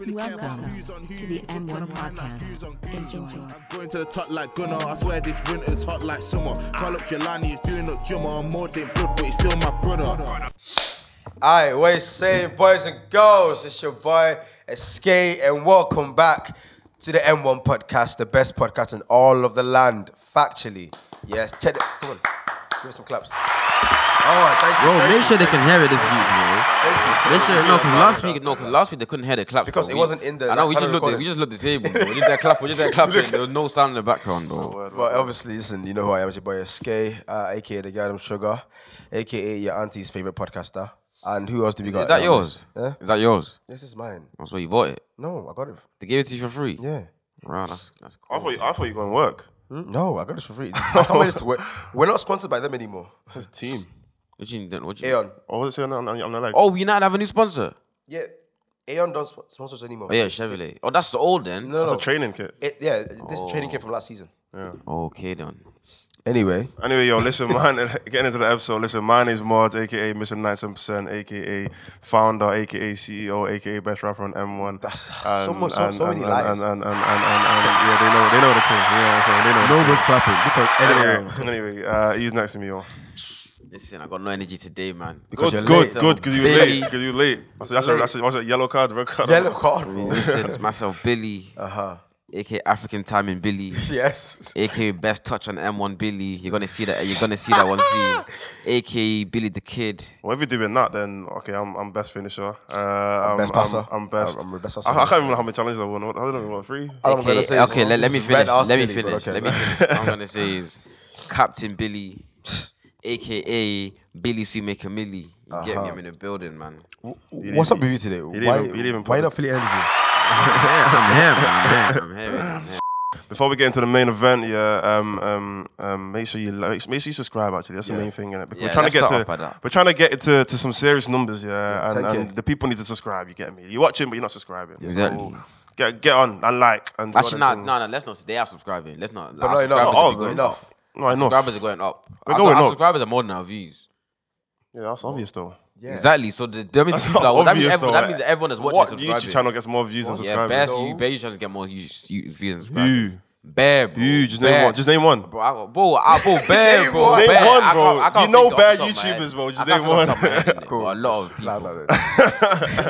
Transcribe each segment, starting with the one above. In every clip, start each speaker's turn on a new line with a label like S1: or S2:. S1: Really care about
S2: Welcome
S1: who's on who,
S2: to the
S1: who's
S2: M1
S1: on mine, like
S2: podcast.
S1: who's on who.
S2: Enjoy.
S1: I'm going to the top like Gunnar. I swear this winter's hot like summer. Call up Jelani, he's doing up Jumma. I'm more than blood, but he's still my brother.
S3: Alright, what you saying, boys and girls? It's your boy Escape, and welcome back to the M1 podcast, the best podcast in all of the land, factually. Yes, check it. Come on, give us some claps. Oh, thank you.
S4: Bro,
S3: thank
S4: make
S3: you,
S4: sure they can hear it this week, bro.
S3: Thank you.
S4: They should no, cause last week, no, cause last week they couldn't hear the claps
S3: Because
S4: bro.
S3: it
S4: We-
S3: wasn't in the-
S4: I know
S3: that
S4: we just
S3: panel
S4: looked, at,
S3: recording.
S4: we just looked at the table, bro. We did that clap, we did that clap, there was no sound in the background, bro.
S3: Well, obviously, listen, you know who I am. It's your boy Escape, uh, aka the Gadam Sugar, aka your auntie's favorite podcaster. And who else do we got?
S4: Is that
S3: on
S4: yours?
S3: this? Eh?
S4: Is that yours?
S3: This is mine.
S4: That's where you bought it.
S3: No, I got it.
S4: They gave it to you for free.
S3: Yeah.
S4: Wow, that's that's
S5: I
S4: cool.
S5: thought you, I thought you were gonna work.
S3: Hmm? No, I got this for free. I can't wear this to work. We're not sponsored by them anymore.
S5: It's his team.
S4: What you need? What you?
S3: Aeon.
S5: Or was it saying I'm, I'm not like
S4: Oh, United have a new sponsor.
S3: Yeah, Aeon don't sp- sponsor us anymore.
S4: Oh yeah, Chevrolet. Oh, that's the old then.
S3: no, no,
S5: it's
S3: no.
S5: a training kit.
S3: It- yeah, this is training came from last season.
S4: Okay then.
S3: Anyway,
S5: Anyway, yo, listen, man. Getting into the episode. Listen, my name's Mods, aka Missing Ninety Percent, aka founder, aka CEO, aka best rapper on M1.
S3: That's- so much- so- so many
S5: and,
S3: lies.
S5: And, and, and, and, and, and- yeah, they know, they know the team. Yeah, so they know. the team.
S3: clapping. This one,
S5: Anyway, anyway, uh, he's next to me, yo.
S4: Listen, I got no energy today, man.
S3: Because you're
S5: Good,
S3: late.
S5: good, because you were
S4: Billy.
S5: late, because you were late. That's a, that's, a, that's, a, that's a yellow card, red card.
S3: Yellow card, bro.
S4: Listen, it's myself, Billy,
S3: Uh huh.
S4: aka African Timing Billy.
S3: Yes.
S4: aka best touch on M1 Billy. You're gonna see that. You're gonna see that one Z. aka Billy the Kid.
S5: Well, if you're doing that, then okay, I'm, I'm best finisher. Uh, I'm,
S3: best passer.
S5: I'm, I'm best.
S3: I'm- I'm best passer.
S5: I, I can't remember how many challenges I won. I don't know, what, three?
S3: I'm gonna
S4: Okay,
S3: say is-
S4: okay let, let me
S3: this is red
S4: finish.
S3: ass
S4: Let me
S3: Billy, bro.
S4: finish.
S3: Okay.
S4: Let me finish. I'm gonna say is Captain Billy, aka Billy Sue Maker Millie. You
S5: Uh-huh.
S4: get me? I'm in the building, man.
S3: What's up with you today?
S5: didn't
S3: Why,
S5: even- he didn't even
S3: why
S5: put
S3: you
S5: it.
S3: not feeling energy?
S4: I'm here. I'm here. I'm here. I'm here. I'm here.
S5: Before we get into the main event, yeah, um, um, um, make sure you like, make sure you subscribe. Actually, that's the main thing. Innit? Because
S4: Yeah,
S5: we're trying
S4: let's
S5: to get
S4: start off by
S5: to,
S4: that.
S5: we're trying to get to, to some serious numbers, yeah. and,
S3: 10K.
S5: and the people need to subscribe. You get me? You're watching, but you're not subscribing.
S4: Exactly.
S5: So get get on and like and. do
S4: Actually, no,
S5: other things.
S4: no, no. Let's not. They are subscribing. Let's not.
S3: But
S4: our
S3: no, enough.
S4: subscribers
S5: all
S4: are
S5: of
S4: going
S5: them.
S4: up.
S3: Enough.
S5: no, enough.
S4: Subscribers are going up. Our,
S5: going
S4: our
S5: up.
S4: subscribers are more than our views.
S5: Yeah, that's obvious though.
S4: Exactly. So the, that means,
S5: That's
S4: people are- that, means
S5: obvious,
S4: everyone,
S5: though,
S4: that means
S5: like,
S4: everyone that's watching
S5: What
S4: is
S5: YouTube
S4: subscribing.
S5: channel gets more views than
S4: Yeah,
S5: subscribers?
S4: bear,
S5: No.
S4: you, bear, you trying to get more views, you, views and
S5: Who?
S4: subscribers. Bear, bro.
S5: You just
S4: bear.
S5: name one. Just name one.
S4: Bro, I, bro, I, bro, bear, bro,
S5: Name
S4: bear.
S5: one,
S4: I
S5: bro.
S4: can't, I can't
S5: You know
S4: think off
S5: bad
S4: the top of my head.
S5: YouTubers, bro. Just
S4: I can't
S5: name
S4: think off the top of my head, innit?
S3: Cool.
S4: Bro, A lot of
S3: Nah,
S4: people.
S3: nah, nah.
S4: A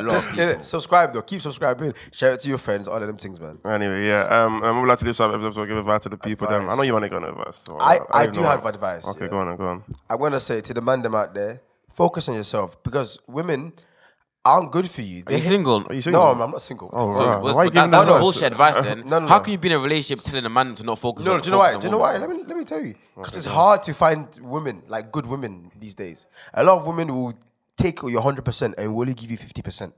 S4: lot
S3: Just
S4: of
S3: in
S4: people.
S3: it. Subscribe though. Keep subscribing. Share it to your friends. All of them things, man.
S5: Anyway, yeah. Um, um, we'd like to do some episode, give advice to the people. Then I know you want to go on advice. So
S3: I-
S5: don't
S3: I
S5: even
S3: do
S5: Oh, know.
S3: have advice,
S5: Okay,
S3: yeah.
S5: go on, then, go on.
S3: I'm gonna say to the man them out there, focus on yourself because women aren't good for you.
S4: Are you
S3: They-
S4: single?
S5: Are you single?
S3: No, I'm, I'm not single.
S5: Oh,
S4: So,
S5: right.
S4: what's-
S5: Why are you
S4: but that,
S5: giving
S4: that's
S5: that
S4: not
S5: advice?
S4: bullshit advice then.
S3: No, no,
S4: How
S3: no.
S4: can you be in a relationship telling a man to not focus
S3: No,
S4: on
S3: do you know why?
S4: focus
S3: Do you
S4: on
S3: know why?
S4: woman?
S3: Let me let me tell you. Because it's hard to find women like good women these days. A lot of women will take your hundred percent and will only give you fifty percent.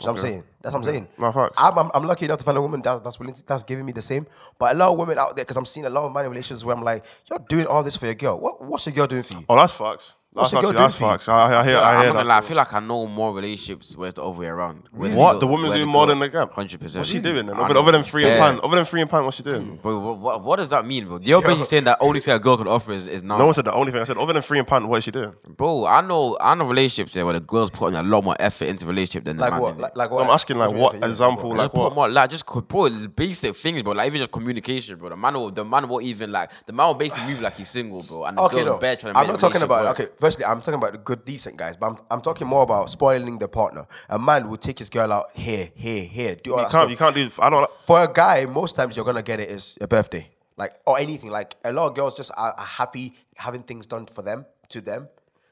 S3: You know what I'm saying? That's what I'm saying.
S5: No, facts.
S3: I'm, I'm, I'm lucky enough to find a woman that, that's willing to, that's giving me the same. But a lot of women out there, because I'm seeing a lot of man in relationships where I'm like, you're doing all this for your girl. What what's your girl doing for you?
S5: Oh, that's facts.
S3: What's
S5: That's
S3: the girl
S5: actually, that's
S3: doing for you?
S5: facts. I, I hear, I
S4: I'm
S5: hear
S4: not
S5: that.
S4: gonna lie. I feel like I know more relationships where it's the other way around. Where
S5: What?
S4: girl-
S5: The woman's
S4: where
S5: doing more
S4: girl-
S5: than the guy?
S4: 100%.
S5: What's she
S4: Yeah.
S5: doing then?
S4: I
S5: Other,
S4: know.
S5: other than free and
S4: Yeah.
S5: pan, other than free and pan, what's she doing?
S4: Bro, what, what, what does that mean, bro? You're basically saying that only thing a girl can offer is, is now.
S5: No one said the only thing I said. Other than free and pan, what is she doing?
S4: bro, I know, I know relationships there where the girls putting a lot more effort into relationship than the
S3: Like
S4: man.
S3: what?
S4: innit?
S3: Like, like
S5: I'm
S3: what?
S5: asking like
S3: What
S5: what
S3: do you mean?
S5: example,
S4: They
S5: like
S4: put
S5: what?
S4: more, like just co- bro, basic things, bro. Like even just communication, bro. The man will, the man will even like the man will basically move like he's single, bro. And the
S3: Okay,
S4: girl's
S3: no.
S4: bare trying to
S3: I'm
S4: make the
S3: not talking
S4: relationship
S3: about
S4: work.
S3: okay. Firstly, I'm talking about the good, decent guys, but I'm, I'm talking more about spoiling the partner. A man will take his girl out here, here, here. Do all
S5: You
S3: that
S5: can't,
S3: stuff.
S5: you can't do. I don't.
S3: For a guy, most times you're gonna get it is a birthday, like or anything. Like a lot of girls just are, are happy having things done for them to them.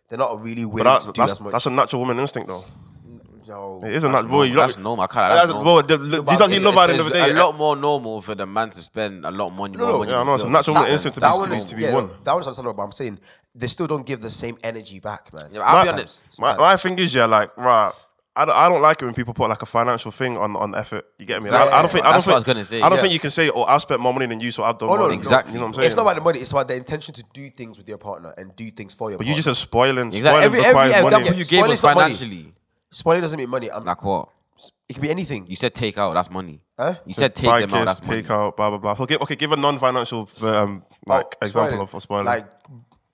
S3: They're not really willing
S5: But
S3: to
S5: that,
S3: do
S5: that's
S3: as much.
S5: that's a natural woman instinct though.
S3: No.
S5: It isn't that boy. you
S4: That's
S5: don't-
S4: normal. I can't.
S5: That's-
S4: That's normal.
S5: Bro, the- the- these are
S4: It's-
S5: the love island
S4: it's-
S5: of the day.
S4: A lot more normal for the man to spend a lot more money. more money
S5: yeah, I
S4: on
S5: know.
S4: his
S5: It's a
S4: girl.
S5: natural woman instinct to
S3: That one
S5: be-
S3: is
S5: to be
S3: yeah,
S5: one.
S3: that one's understandable. But I'm saying they still don't give the same energy back, man.
S4: Yeah, I'll be
S5: My-
S4: honest.
S5: My, my thing is, yeah, like, right. I don't, I don't like it when people put like a financial thing on, on effort. You get me? Like, I, I don't think I don't
S4: That's what
S5: think
S4: I was gonna say,
S5: I don't
S4: yeah. Oh,
S5: think you can say, "Oh, I've spent more money than you, so I've done more."
S3: no,
S5: than you."
S4: Exactly.
S5: You know what I'm saying?
S3: It's not about the money. It's about the intention to do things with your partner and do things for your.
S5: but
S3: partner.
S5: you just said spoiling.
S4: Exactly.
S5: Spoiling
S4: Every, every
S5: requires money.
S4: example you gave
S3: Spoiling's
S4: us
S3: not money.
S4: financially,
S3: spoiling doesn't mean money. I'm
S4: like what?
S3: It could be anything.
S4: You said take out. That's money.
S3: Huh?
S4: You said take
S5: Buy
S4: them out.
S5: gifts,
S4: That's money.
S5: take out, blah blah blah. So give, okay, give a non-financial um, like
S3: Oh,
S5: example
S3: spoiling.
S5: of, of spoiling.
S3: Like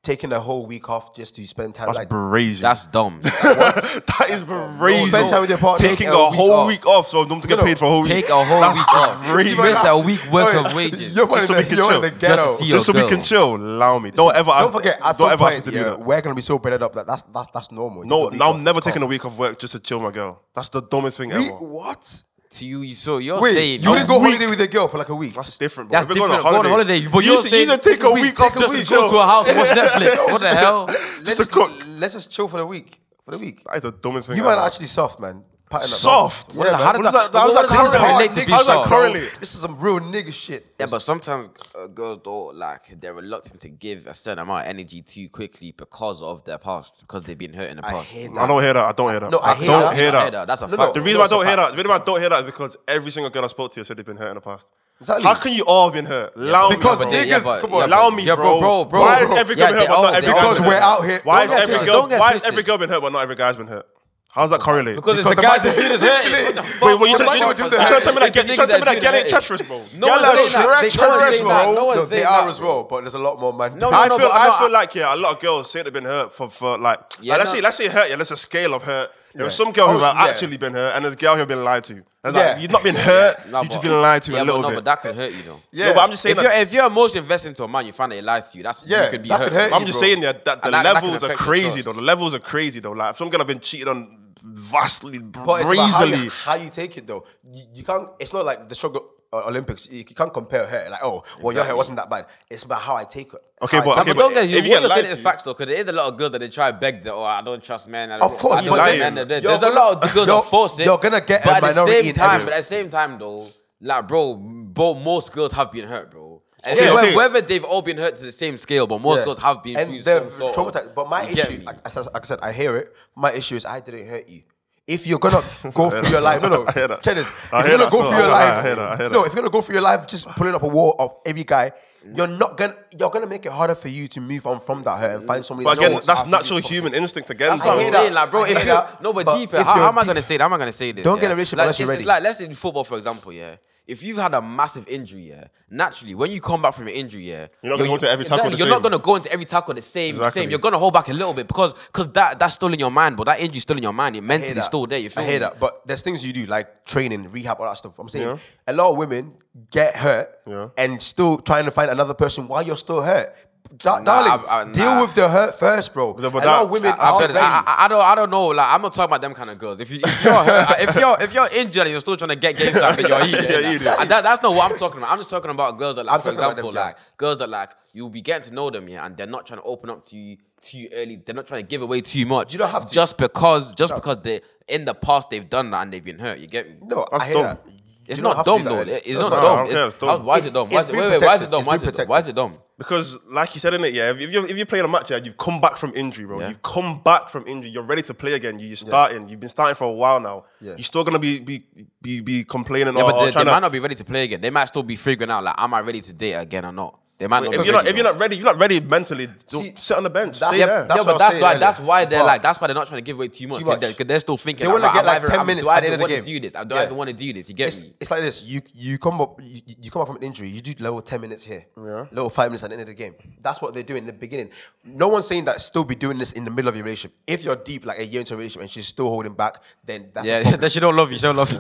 S3: taking a whole week off just to spend time
S5: That's
S3: like
S5: brazen.
S4: That's dumb.
S5: that is brazen.
S3: spend time with your partner.
S5: Taking
S4: Take
S5: a
S4: a week
S5: whole
S4: off.
S5: week off so them to get
S3: No, no.
S5: paid for a whole week.
S4: Take a whole
S5: That's
S4: week off.
S5: Crazy.
S4: You miss a week worth of wages.
S3: Oh, You're
S5: Just so
S3: in
S5: we can
S3: the, you're in
S5: chill.
S3: the
S5: Just
S3: ghetto.
S4: to see your
S5: Just so we
S4: girl.
S5: can chill. Allow me. Don't ever.
S3: Don't forget, at
S5: don't
S3: some
S5: ever
S3: point,
S5: ask me to
S3: yeah,
S5: do that.
S3: we're gonna be so bedded up that that's that's that's normal.
S5: No,
S3: It's a
S5: now
S3: week
S5: I'm never
S3: off, it's
S5: taking a week off work just to chill my girl. That's the dumbest thing
S3: calm.
S5: ever.
S3: We- What?
S4: to you, you so you're
S3: Wait,
S4: saying
S3: you
S4: a
S3: didn't go
S4: week-
S3: holiday with a girl for like a week.
S5: That's different, bro.
S4: That's
S5: We're going
S4: different. Go on holiday, but
S5: you
S4: you're
S5: should, you
S4: saying-
S5: should take a week, off
S4: Take a
S5: just
S4: week,
S5: to chill.
S4: go to a house, watch Netflix. What the hell?
S5: Just
S3: Let's
S5: to cook.
S3: Let's just chill for the week. For the week.
S5: That is the dumbest thing.
S3: You might
S5: ever.
S3: actually soft, man. Pattern up,
S5: Soft?
S3: man.
S5: What
S3: Yeah,
S4: the-
S3: man.
S4: how does
S5: What does
S4: that-
S5: that- how does
S4: what
S5: that
S4: does
S3: This is
S4: it
S5: correlate?
S4: relate
S3: hard
S4: to
S3: nigga
S4: be
S5: How does that
S4: soft?
S3: bro.
S5: correlate?
S3: This is some real nigga shit.
S4: Yeah, but sometimes uh, girls don't like they're reluctant to give a certain amount of energy too quickly because of their past, because they've been hurt in the
S3: I
S4: past.
S3: hear
S5: I
S3: that.
S5: don't hear that. I don't hear that.
S3: No, I hear
S5: don't
S3: that.
S5: hear
S4: I
S5: that.
S4: hear that. That's a
S3: No, no.
S4: fact.
S5: The reason why I
S3: That's a
S5: don't hear
S3: fact.
S5: that, the reason why I don't hear that is because every single girl I spoke to said they've been hurt in the past.
S3: Exactly.
S5: How can you all have been hurt? Allow
S3: Because
S5: me,
S4: but
S5: bro.
S4: they-
S3: niggas,
S4: but-
S3: come on.
S4: yeah,
S5: Allow
S4: but-
S5: me,
S4: yeah,
S5: bro.
S4: but bro, bro,
S5: Why is
S4: bro.
S5: every
S4: Yeah,
S5: girl been hurt,
S4: they
S5: but
S4: all-
S5: not every
S4: they
S5: guy?
S4: all
S3: Because
S5: been
S3: we're
S5: hurt?
S3: out here.
S5: Why is
S3: Don't get
S5: every
S4: twisted.
S5: girl?
S4: Don't get
S5: Why is
S4: twisted.
S5: every girl been hurt, but not every guy's been hurt? How's that correlate?
S4: Because it's the
S3: Because
S4: guys
S3: the
S4: that did his hurt.
S5: Wait, what you
S3: Why
S5: trying
S3: would
S5: you
S3: you do
S5: you
S3: that?
S5: trying to tell me that?
S4: It's the
S5: You're trying to tell
S4: niggas
S5: me that
S4: that
S5: girl ain't
S4: do that.
S5: treacherous, bro.
S4: No
S5: Girl
S4: one's
S5: are
S4: saying that. They can't
S5: treacherous,
S4: say that.
S5: bro.
S4: No one's
S3: No, they
S4: saying
S3: are
S4: that,
S3: as
S4: bro.
S3: well, but there's a lot more man.
S4: No,
S5: I
S4: no,
S5: feel
S4: but
S5: I
S4: no,
S5: feel
S4: I-
S5: like yeah, a lot of girls say they've been hurt for for like
S4: Yeah,
S5: like, let's
S4: no.
S5: say let's say hurt yeah, let's say scale of hurt. There's
S3: Yeah.
S5: some girl who
S3: Oh,
S5: have
S3: yeah.
S5: actually been hurt, and there's girl who have been lied to. And
S3: Yeah.
S5: like, you've not been hurt,
S4: No,
S5: you've just
S4: but-
S5: been lied to
S4: yeah,
S5: a
S4: but
S5: little
S4: no,
S5: bit.
S4: But that could hurt you though.
S5: yeah, but I'm just saying
S4: If
S5: that
S4: you're if you're emotionally invested into a man, you find that he lies to you. That's
S3: Yeah,
S4: you could be
S3: that could hurt
S4: hurt.
S5: I'm just
S3: bro.
S5: saying yeah, that the
S4: And that- that can
S5: levels are
S4: affect your
S5: crazy
S4: trust.
S5: though. The levels are crazy though. Like some girl have been cheated on vastly,
S3: But it's about how you,
S5: breezily.
S3: how you take it though. You, you can't. It's not like the struggle uh, Olympics. You, you can't compare her. Like, oh, well, your hair
S4: Exactly.
S3: wasn't that bad. It's about how I take it.
S5: Okay,
S3: How I
S5: but-
S3: take
S5: okay,
S3: it.
S4: but don't get
S5: if
S4: you.
S5: you
S4: What
S5: get
S4: you're
S5: lied
S4: saying is
S5: to-
S4: facts though, because there is a lot of girls that they try to beg that. Oh, I don't trust men. I don't
S3: Of course,
S4: I don't
S5: but
S4: trust men.
S5: then-
S4: that do-
S3: you're
S4: There's a lot of girls
S3: gonna-
S4: that force it.
S3: you're gonna get a
S4: but at the
S3: minority
S4: same
S3: in
S4: time.
S3: everyone.
S4: But at the same time though, like bro, bro, most girls have been hurt, bro. And
S5: Okay,
S4: whe-
S5: okay.
S4: Whether they've all been hurt to the same scale, but most
S3: Yeah.
S4: girls have been through
S3: and they're
S4: some sort of-
S3: traumatized. But my
S4: You get
S3: issue,
S4: me?
S3: like I, said- like I said, I hear it. My issue is I didn't hurt you. If you're gonna go through your life, no, no,
S5: I hear that.
S3: check this.
S5: I
S3: If
S5: hear
S3: you're gonna
S5: that
S3: go
S5: still.
S3: through your
S5: I hear
S3: life,
S5: that, I hear that, I hear
S3: no,
S5: that.
S3: if you're gonna go through your life, just pulling up a wall of every guy. You're not gonna, you're gonna make it harder for you to move on from that hurt and find somebody.
S5: But
S3: that's
S5: again,
S3: always
S5: that's
S3: after you
S5: natural
S3: from-
S5: human instinct again,
S4: That's
S5: bro.
S3: I
S4: what I'm
S3: hear
S4: saying,
S3: that.
S4: like, bro.
S3: I
S4: If
S3: hear
S4: you
S3: that.
S4: no, but,
S3: But
S4: deeper.
S3: if
S4: How,
S3: you're
S4: how am I
S3: deep-
S4: gonna say? That? How am I gonna say this?
S3: Don't
S4: yeah?
S3: get a relationship
S4: Like,
S3: unless you're
S4: it's- it's
S3: ready.
S4: like let's say in football, for example, yeah. If you've had a massive injury, yeah, naturally when you come back from an injury, yeah,
S5: You're not gonna go into every tackle
S4: exactly,
S5: the
S4: You're not
S5: same.
S4: gonna go into every tackle the same. the
S5: Exactly.
S4: Same. You're gonna hold back a little bit because because that that's still in your mind, but that injury's still in your mind. It
S3: I hear
S4: mentally
S3: that.
S4: still there. You feel
S3: I hear
S4: me?
S3: that, but there's things you do like training, rehab, all that stuff. I'm saying
S5: Yeah.
S3: a lot of women get hurt
S5: Yeah.
S3: and still trying to find another person while you're still hurt. Da-
S4: Nah,
S3: darling,
S4: I- I-
S3: deal
S4: nah.
S3: with the hurt first, bro. a
S5: But- but
S3: lot
S5: that-
S3: of women
S5: I-
S4: I,
S3: are
S4: said,
S3: ready.
S4: I, I, I don't, I don't know. Like, I'm not talking about them kind of girls. If you, if you're, hurt, if you're, if you're injured, and you're still trying to get games out, then you're
S5: You're
S4: idiot. innit?
S5: idiot.
S4: And that, that's not what I'm talking about. I'm just talking about girls that, like,
S3: I'm
S4: for
S3: talking about them,
S4: example,
S3: yeah.
S4: like girls that like you'll be getting to know them, yeah, and they're not trying to open up to you too early. They're not trying to give away too much.
S3: You don't have to.
S4: just because, just because they in the past they've done that and they've been hurt. You get me?
S3: no,
S5: That's
S3: I hear
S5: dumb.
S3: that.
S4: It's
S3: You don't
S4: not
S3: have to
S4: dumb
S3: do
S4: though.
S3: that,
S4: It-
S3: innit?
S4: It's
S3: That's
S4: not
S5: not- I
S4: dumb.
S5: don't care,
S4: It's-
S5: it's dumb.
S4: Why is it
S3: It's-
S4: dumb?
S3: it's
S4: Why is it-
S3: being
S4: Wait, wait, why is it
S3: protective.
S4: dumb?
S3: It's
S4: Why is
S3: being
S4: it dumb? Why is
S3: protective.
S4: it dumb?
S5: Because, like you said in it, yeah, if, if you if you played a match, yeah, you've come back from injury, bro.
S4: Yeah.
S5: You've come back from injury. You're ready to play again. You, you're starting. You've been starting for a while now.
S3: Yeah.
S5: You're still gonna be be be, be complaining
S4: Yeah,
S5: or,
S4: but
S5: or
S4: they, they
S5: trying
S4: might
S5: to.
S4: not be ready to play again. They might still be figuring out like, am I ready to date again or not? They might not. be
S5: If
S4: ready,
S5: you're not if
S4: though.
S5: you're not ready, if you're not ready mentally. don't-
S3: See,
S5: sit on the bench.
S3: that's-
S5: Stay
S3: yeah,
S5: there.
S3: that's
S4: yeah,
S3: what I
S4: but
S3: was
S4: that's
S3: saying
S4: why
S3: earlier.
S4: that's why they're
S3: But-
S4: like that's why they're not trying to give away too much.
S3: Too
S4: Because
S3: much.
S4: They're, 'cause they're still
S3: They
S4: thinking.
S3: wanna
S4: like,
S3: get,
S4: right,
S3: like,
S4: I'm either-
S3: 10
S4: I'm-
S3: minutes
S4: Do I
S3: at the
S4: even
S3: end of the
S4: want to
S3: game.
S4: do this? I do I
S3: Yeah.
S4: even want to do this? You get
S3: It's,
S4: me?
S3: it's like this. You you come up you, you come up from an injury. You do level ten minutes here,
S5: Yeah.
S3: level five minutes at the end of the game. That's what they're doing in the beginning. No one's saying that still be doing this in the middle of your relationship. If you're deep like a year into a relationship and she's still holding back, then that's a
S4: Yeah,
S3: problem.
S4: that she don't love you. She don't love you,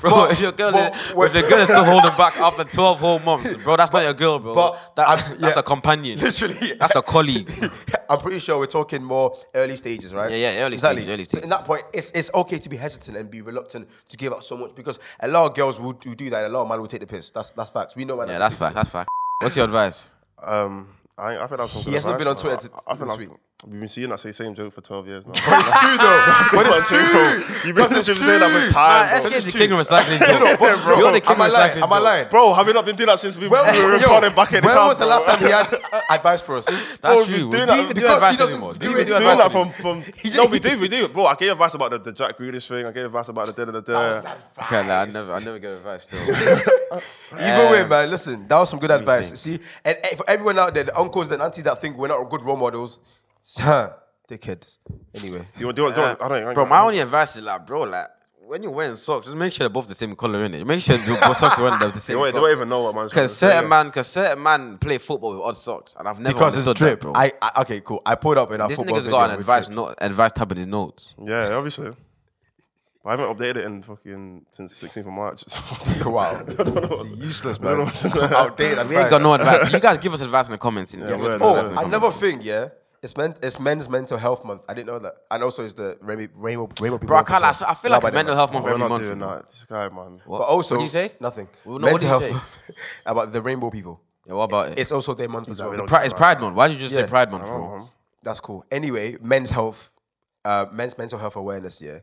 S4: bro.
S3: But-
S4: if your girl,
S3: but-
S4: is, if your girl is still holding back after twelve whole months, bro, that's not your girl, bro.
S3: but
S4: that,
S3: I'm-
S4: that's
S3: yeah.
S4: a companion.
S3: Literally.
S4: that's a colleague.
S3: I'm pretty sure we're talking more early stages, right?
S4: Yeah, yeah, early
S3: exactly.
S4: stages, early
S3: So in that point, it's it's okay to be hesitant and be reluctant to give up so much because a lot of girls will, will do that. And a lot of men will take the piss. That's that's facts. We know. man.
S4: Yeah, that's fact. That's fact. What's your advice?
S5: Um, I, I think that's some
S3: He
S5: good
S3: hasn't
S5: advice,
S3: been on
S5: man.
S3: Twitter
S5: I, I think
S3: this
S5: I've-
S3: week.
S5: We've been seeing that say same joke for 12 years now.
S3: It's true though. But it's true.
S5: You've been
S3: Because
S5: you've
S3: it's
S5: been saying that
S3: true.
S5: for time,
S4: Nah,
S5: bro.
S4: SK is the king of recycling. jokes.
S5: Yeah, bro.
S4: You're the king
S3: Am I
S4: of
S3: lying?
S4: recycling.
S3: Am I
S4: jokes.
S3: lying?
S5: Bro, have you not been doing that since we, we
S3: When
S5: were
S3: was, yo,
S5: recording back at this
S3: when
S5: house,
S3: was the
S5: bro?
S3: last time he had advice for us?
S4: That's
S5: Bro,
S4: true.
S5: you
S4: We
S5: do
S4: Do
S5: that
S4: you even do
S3: because he
S4: advice
S3: doesn't
S4: anymore?
S3: do
S4: Do you
S5: We've
S4: even
S3: it.
S4: do
S5: been doing
S4: advice
S5: that
S4: anymore?
S5: from, from no, we did, we did, bro. I gave advice about the, the Jack Grealish thing. I gave advice about the da da da da.
S4: Okay, like, I never, I never give advice. Still,
S3: Either way, man, listen, that was some good advice. See, and eh, for everyone out there, the uncles and aunties that think we're not good role models, huh, dickheads. Anyway.
S5: You want, do you want, do you want, I don't, I don't
S4: bro, my only advice is like, bro, like, when you're wearing socks, just make sure they're both the same color, innit? Make sure your bo- socks are wearing the
S5: They
S4: same.
S5: won't, they won't even know what man's
S4: Because certain man, cause certain man play football with odd socks, and I've never
S3: because it's
S4: understood
S3: drip.
S4: that, bro.
S3: I, I okay, cool. I pulled up in our
S4: this
S3: football
S4: nigga's
S3: video
S4: got an
S3: with
S4: advice,
S3: drip.
S4: not advice tab in his notes.
S5: Yeah, obviously. I haven't updated it in fucking since 16th of March.
S3: Wow, it's useless, man. It's outdated.
S4: We ain't got no advice. you guys give us advice in the comments. innit? Give us
S5: word,
S4: advice
S5: word.
S4: in
S3: Oh,
S4: the
S3: I
S4: comments.
S3: never think. Yeah, it's men. It's Men's Mental Health Month. I didn't know that. And also, it's the Rainbow Rainbow, Rainbow People.
S4: Bro, I can't. lie, I
S3: Month
S4: s-
S3: as well.
S4: I feel
S3: Not
S4: like
S3: by
S4: it's
S3: them,
S4: mental
S3: man.
S4: health month
S5: We're
S4: every
S5: not
S4: month.
S5: doing
S4: you know. oh,
S5: that. This guy, man.
S4: What?
S3: But also,
S4: What'd you say?
S3: nothing.
S4: Well, no,
S3: mental
S4: what did you
S3: health about the Rainbow People.
S4: Yeah, what about it?
S3: It's also their month as
S5: we
S3: well.
S5: don't-
S4: Pri- it's Pride Month. Why did you just
S3: Yeah.
S4: say Pride Month, bro?
S3: That's cool. Anyway, men's health, uh, men's mental health awareness. Yeah,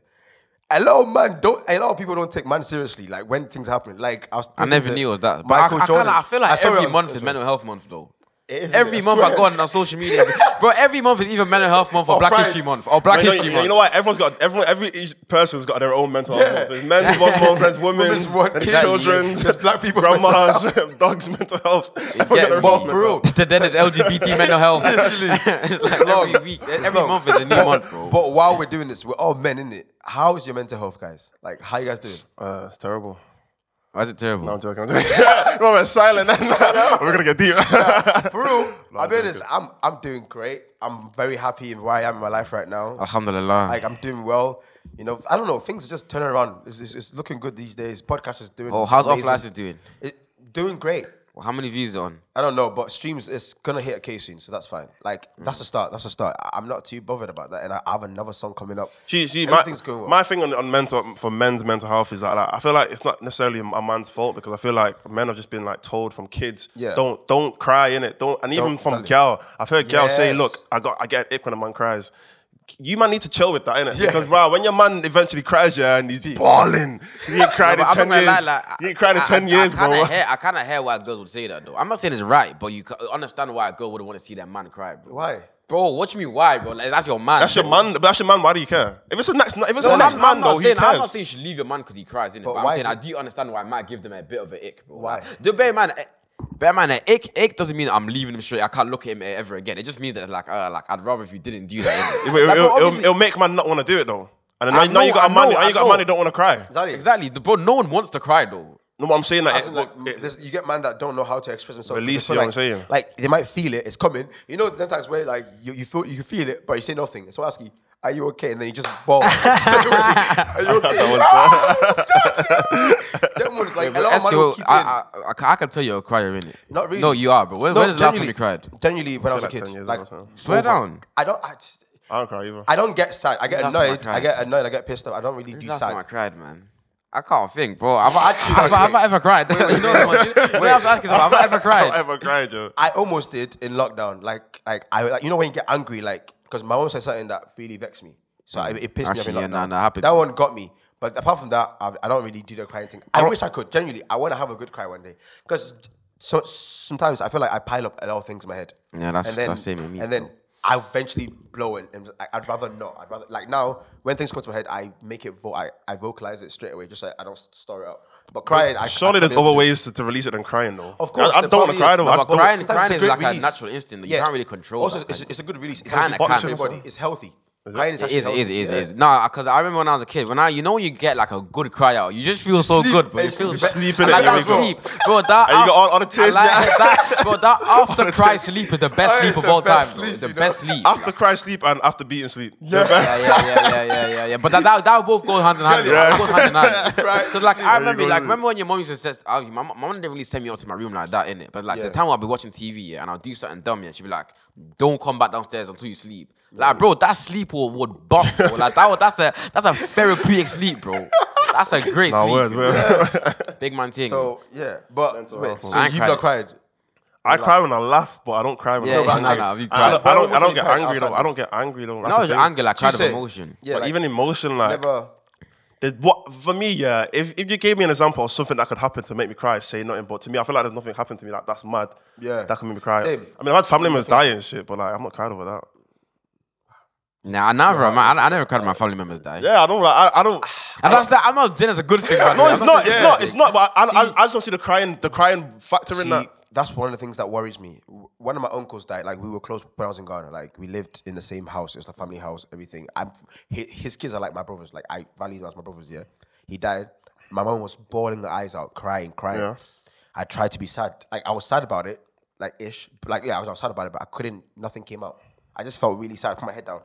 S3: a lot of man don't. A lot of people don't take man seriously. Like when things happen. Like I, was
S4: I
S3: thinking
S4: never
S3: that Uh,
S4: knew it was that. But I, I, kinda- I feel like
S3: saw it
S4: every
S3: on-
S4: month is Mental Health Month, though.
S3: It is,
S4: Every
S3: yeah,
S4: month I
S3: swear.
S4: go on, on social media, bro. Every month is either Mental Health Month or, Black
S5: Oh, Pride.
S4: History Month or Black
S5: you, know,
S4: History
S5: you know-
S4: Month.
S5: you know what? Everyone's got everyone. Every each person's got their own mental health.
S3: Yeah.
S5: There's men's one month. There's women's,
S3: Women's one,
S5: there's
S3: kids.
S5: children's,
S3: There's black people mental
S5: grandmas, dogs' mental health. Everyone got
S4: Yeah,
S5: their
S4: well,
S5: own
S4: for
S5: mental
S4: real.
S5: health.
S4: The then is LGBT mental health. it's like
S3: long.
S4: every week, every
S3: long.
S4: month is a new month, bro.
S3: But while we're doing this, we're all men, in it. How is your mental health, guys? Like, how you guys doing?
S5: Uh, it's terrible.
S4: Why is it terrible?
S5: No, I'm joking. I'm joking. no, we're silent. we're gonna get deep.
S3: For real, I'll be honest. I'm I'm doing great. I'm very happy in where I am in my life right now.
S4: Alhamdulillah.
S3: Like, I'm doing well. You know, I don't know. Things are just turning around. It's, it's, it's looking good these days. Podcast is doing.
S4: oh, how's Off
S3: amazing.
S4: License doing?
S3: It, doing great.
S4: Well, how many views on?
S3: I don't know, but streams is gonna hit a K soon, so that's fine. Like that's a start. That's a start. I- I'm not too bothered about that, and I I have another song coming up.
S5: She, she, my,
S3: Everything's going well.
S5: my thing on, on mental for men's mental health is that like, I feel like it's not necessarily a man's fault because I feel like men have just been like told from kids,
S3: Yeah.
S5: don't don't cry in it, don't, and even
S3: Don't
S5: from
S3: tell it.
S5: gal, I've heard gal say,
S3: Yes.
S5: look, I got I get it when a man cries. You man need to chill with that, innit? Because bro, when your man eventually cries, yeah, and he's bawling, he ain't cried
S4: No, but
S5: in
S4: I'm
S5: ten
S4: not gonna
S5: years.
S4: lie, like,
S5: he ain't cried in
S4: I-
S5: ten
S4: I-
S5: years,
S4: I
S5: bro.
S4: kinda Hear, I kind of hear why girls would say that though. I'm not saying it's right, but you ca- understand why a girl would want to see that man cry, bro.
S3: Why?
S4: Bro, what you mean why, bro? Like, that's your man.
S5: That's your
S4: bro.
S5: man. but That's your man. Why do you care? If it's a next, if it's
S4: No,
S5: a next
S4: I'm,
S5: man
S4: I'm
S5: though,
S4: not saying,
S5: he cares.
S4: I'm not saying you should leave your man because he cries, innit? But,
S3: why
S4: I'm saying
S3: is
S4: I
S3: it-
S4: do understand why I might give them a bit of an ick, bro.
S3: Why?
S4: Like, The bear man, eh, bear man, an ick, ick doesn't mean I'm leaving him straight. I can't look at him eh, ever again. It just means that like, uh, like I'd rather if you didn't do that. innit?
S5: It'll,
S4: Like, bro,
S5: it'll- it'll-
S4: obviously-
S5: it'll make man not want to do it though. And then
S4: I
S5: now, now you
S4: know,
S5: got a
S4: I
S5: man.
S4: know,
S5: Now
S4: I
S5: you got a
S4: know.
S5: man who don't want to cry.
S3: Exactly.
S4: exactly, the- bro. No one wants to cry though.
S5: No, but I'm saying that
S3: As
S5: it,
S3: in, like,
S5: it-
S3: this- you get man that don't know how to express themselves.
S5: Release
S3: They feel
S5: it, I'm
S3: like,
S5: saying.
S3: Like they might feel it, it's coming. You know, sometimes where like you, you feel you can feel it, but you say nothing. So I ask you, are you okay? And then you just bawl. are you okay? Them ones, like a lot of man will
S4: Eskimo,
S3: keep in.
S4: I, I, I, ca- I can tell you're a crier, innit?
S3: Not really.
S4: No, you are, bro. When,
S3: No,
S4: when is the last time
S3: genuinely-
S4: you cried?
S3: Genuinely, when I was
S5: like
S3: a
S5: 10
S3: kid,
S5: years
S3: like
S5: old, so.
S4: Swear down.
S3: I don't. I, just,
S5: I don't cry either.
S3: I don't get sad. I get
S4: Last time I
S3: annoyed. I,
S4: cried.
S3: get annoyed. I get pissed off. I don't really do
S4: Last time I
S3: sad.
S4: cried, man. I can't think, bro. Have I,
S3: Actually,
S4: have I- have
S3: wait.
S4: I ever cried? you know what I'm saying? When I was asking someone, have I ever
S5: I don't
S4: cried?
S5: ever cried, yo.
S3: I almost did in lockdown. Like, like I, like, you know, when you get angry, like, because my mom said something that really vexed me, so I, it pissed
S4: Actually,
S3: me off
S4: Mm. yeah,
S3: in lockdown.
S4: nah, nah, happens.
S3: That one got me. But apart from that, I, I don't really do the crying thing. I wish I could. Genuinely, I want to have a good cry one day. Because so sometimes I feel like I pile up a lot of things in my head.
S4: Yeah, that's- that's same with me
S3: And then
S4: still.
S3: I eventually blow it, and I, I'd rather not. I'd rather like now when things come to my head, I make it. Vo- I, I vocalize it straight away, just like I don't store it up. But crying, I
S5: Surely
S3: I,
S5: there's other ways to, to release it than crying, though.
S3: Of course,
S5: I, I
S3: there
S5: don't want to
S3: probably
S5: cry,
S3: is.
S5: though.
S3: No,
S5: I
S4: but
S5: don't-
S4: crying,
S3: sometimes it's
S4: crying
S3: a
S4: is
S3: great
S4: like
S3: release.
S4: a natural instinct. that You can't really control.
S3: Also,
S4: that
S3: it's,
S4: kind of-
S3: it's a good release. It's
S4: Kinda,
S3: healthy. Boxing
S4: kinda.
S3: for your body. It's healthy. Crying is
S4: it
S3: actually
S4: is, it
S3: healthy.
S4: is, it is,
S3: yeah.
S4: it is. Nah, because I remember when I was a kid, when I, you know, when you get like a good cry out, you just feel so
S3: Sleep,
S4: good, bro.
S3: eh,
S4: You feel
S3: you
S4: so-
S5: sleep
S4: I
S5: in it,
S4: like
S5: here
S4: that
S5: we go.
S4: sleep, bro. That
S5: And you
S4: af-
S5: got all- all the tears
S4: I like
S5: down.
S4: that, bro. That after cry sleep is the best
S3: Oh,
S4: sleep
S3: it's
S4: of
S3: the
S4: all time,
S3: best
S4: bro.
S3: sleep,
S4: The
S3: you know?
S4: best sleep.
S5: After cry, sleep, and after beating sleep. Yeah.
S4: yeah, yeah, yeah, yeah, yeah, yeah, yeah. But that, that, that would both go hand in hand.
S5: Yeah.
S4: Yeah. Both hand in hand. Because like I remember,
S5: go.
S4: like remember when your mom used to say, oh, my, mom- my mom didn't really send me out to my room like that, innit? But like
S3: Yeah.
S4: the time I'll be watching TV yeah, and I'll do something dumb, yeah, she'd be like, don't come back downstairs until you sleep. Like, bro, that sleep would, would bump, bro. Like that, would, that's a that's a therapeutic sleep, bro. That's a great
S5: Nah,
S4: sleep.
S5: word,
S4: bro.
S5: word.
S4: Big man thing.
S3: So yeah, but wait,
S5: health.
S3: so
S4: I
S3: you've
S4: ain't cried.
S3: not cried.
S5: I cry when I laugh, but I don't cry when
S4: Yeah,
S5: I'm
S4: yeah,
S5: angry.
S4: nah, nah, you
S5: I
S4: cry.
S5: don't, I don't,
S3: Why
S5: I don't get
S3: would you
S5: angry,
S3: cry
S5: though. I don't get angry, though. That's
S4: no,
S5: the
S4: it's
S5: thing.
S4: anger, like
S3: You
S4: kind of
S3: say-
S4: emotion.
S3: Yeah,
S5: But
S3: like,
S5: even emotion, like,
S3: never.
S5: there's what for me, yeah. If, if you gave me an example of something that could happen to make me cry, say nothing. But to me, I feel like there's nothing happened to me. Like that's mad.
S3: Yeah.
S5: that could make me cry.
S3: Same.
S5: I mean, I've had family members die and shit, but like, I'm not crying over that.
S4: Nah, I never, man, I, I never cried when my family members die.
S5: Yeah, I don't. Like, I, I don't.
S4: And that's that. I'm not saying it's a good thing. man.
S5: No,
S4: I'm
S5: it's not. It's
S4: saying
S5: not.
S4: a
S5: It's
S4: bad
S5: not. But I, I,
S3: See-
S5: I just don't see the crying, the crying factor in that.
S3: See, that's one of the things that worries me. W- One of my uncles died. Like we were close when I was in Ghana. Like we lived in the same house. It was a family house. Everything. I'm. His, his kids are like my brothers. Like I value them as my brothers. Yeah. He died. My mom was bawling her eyes out, crying, crying.
S5: Yeah.
S3: I tried to be sad. Like I was sad about it, like ish. But, Like yeah, I was, I was sad about it, but I couldn't. Nothing came out. I just felt really sad. I put my head down.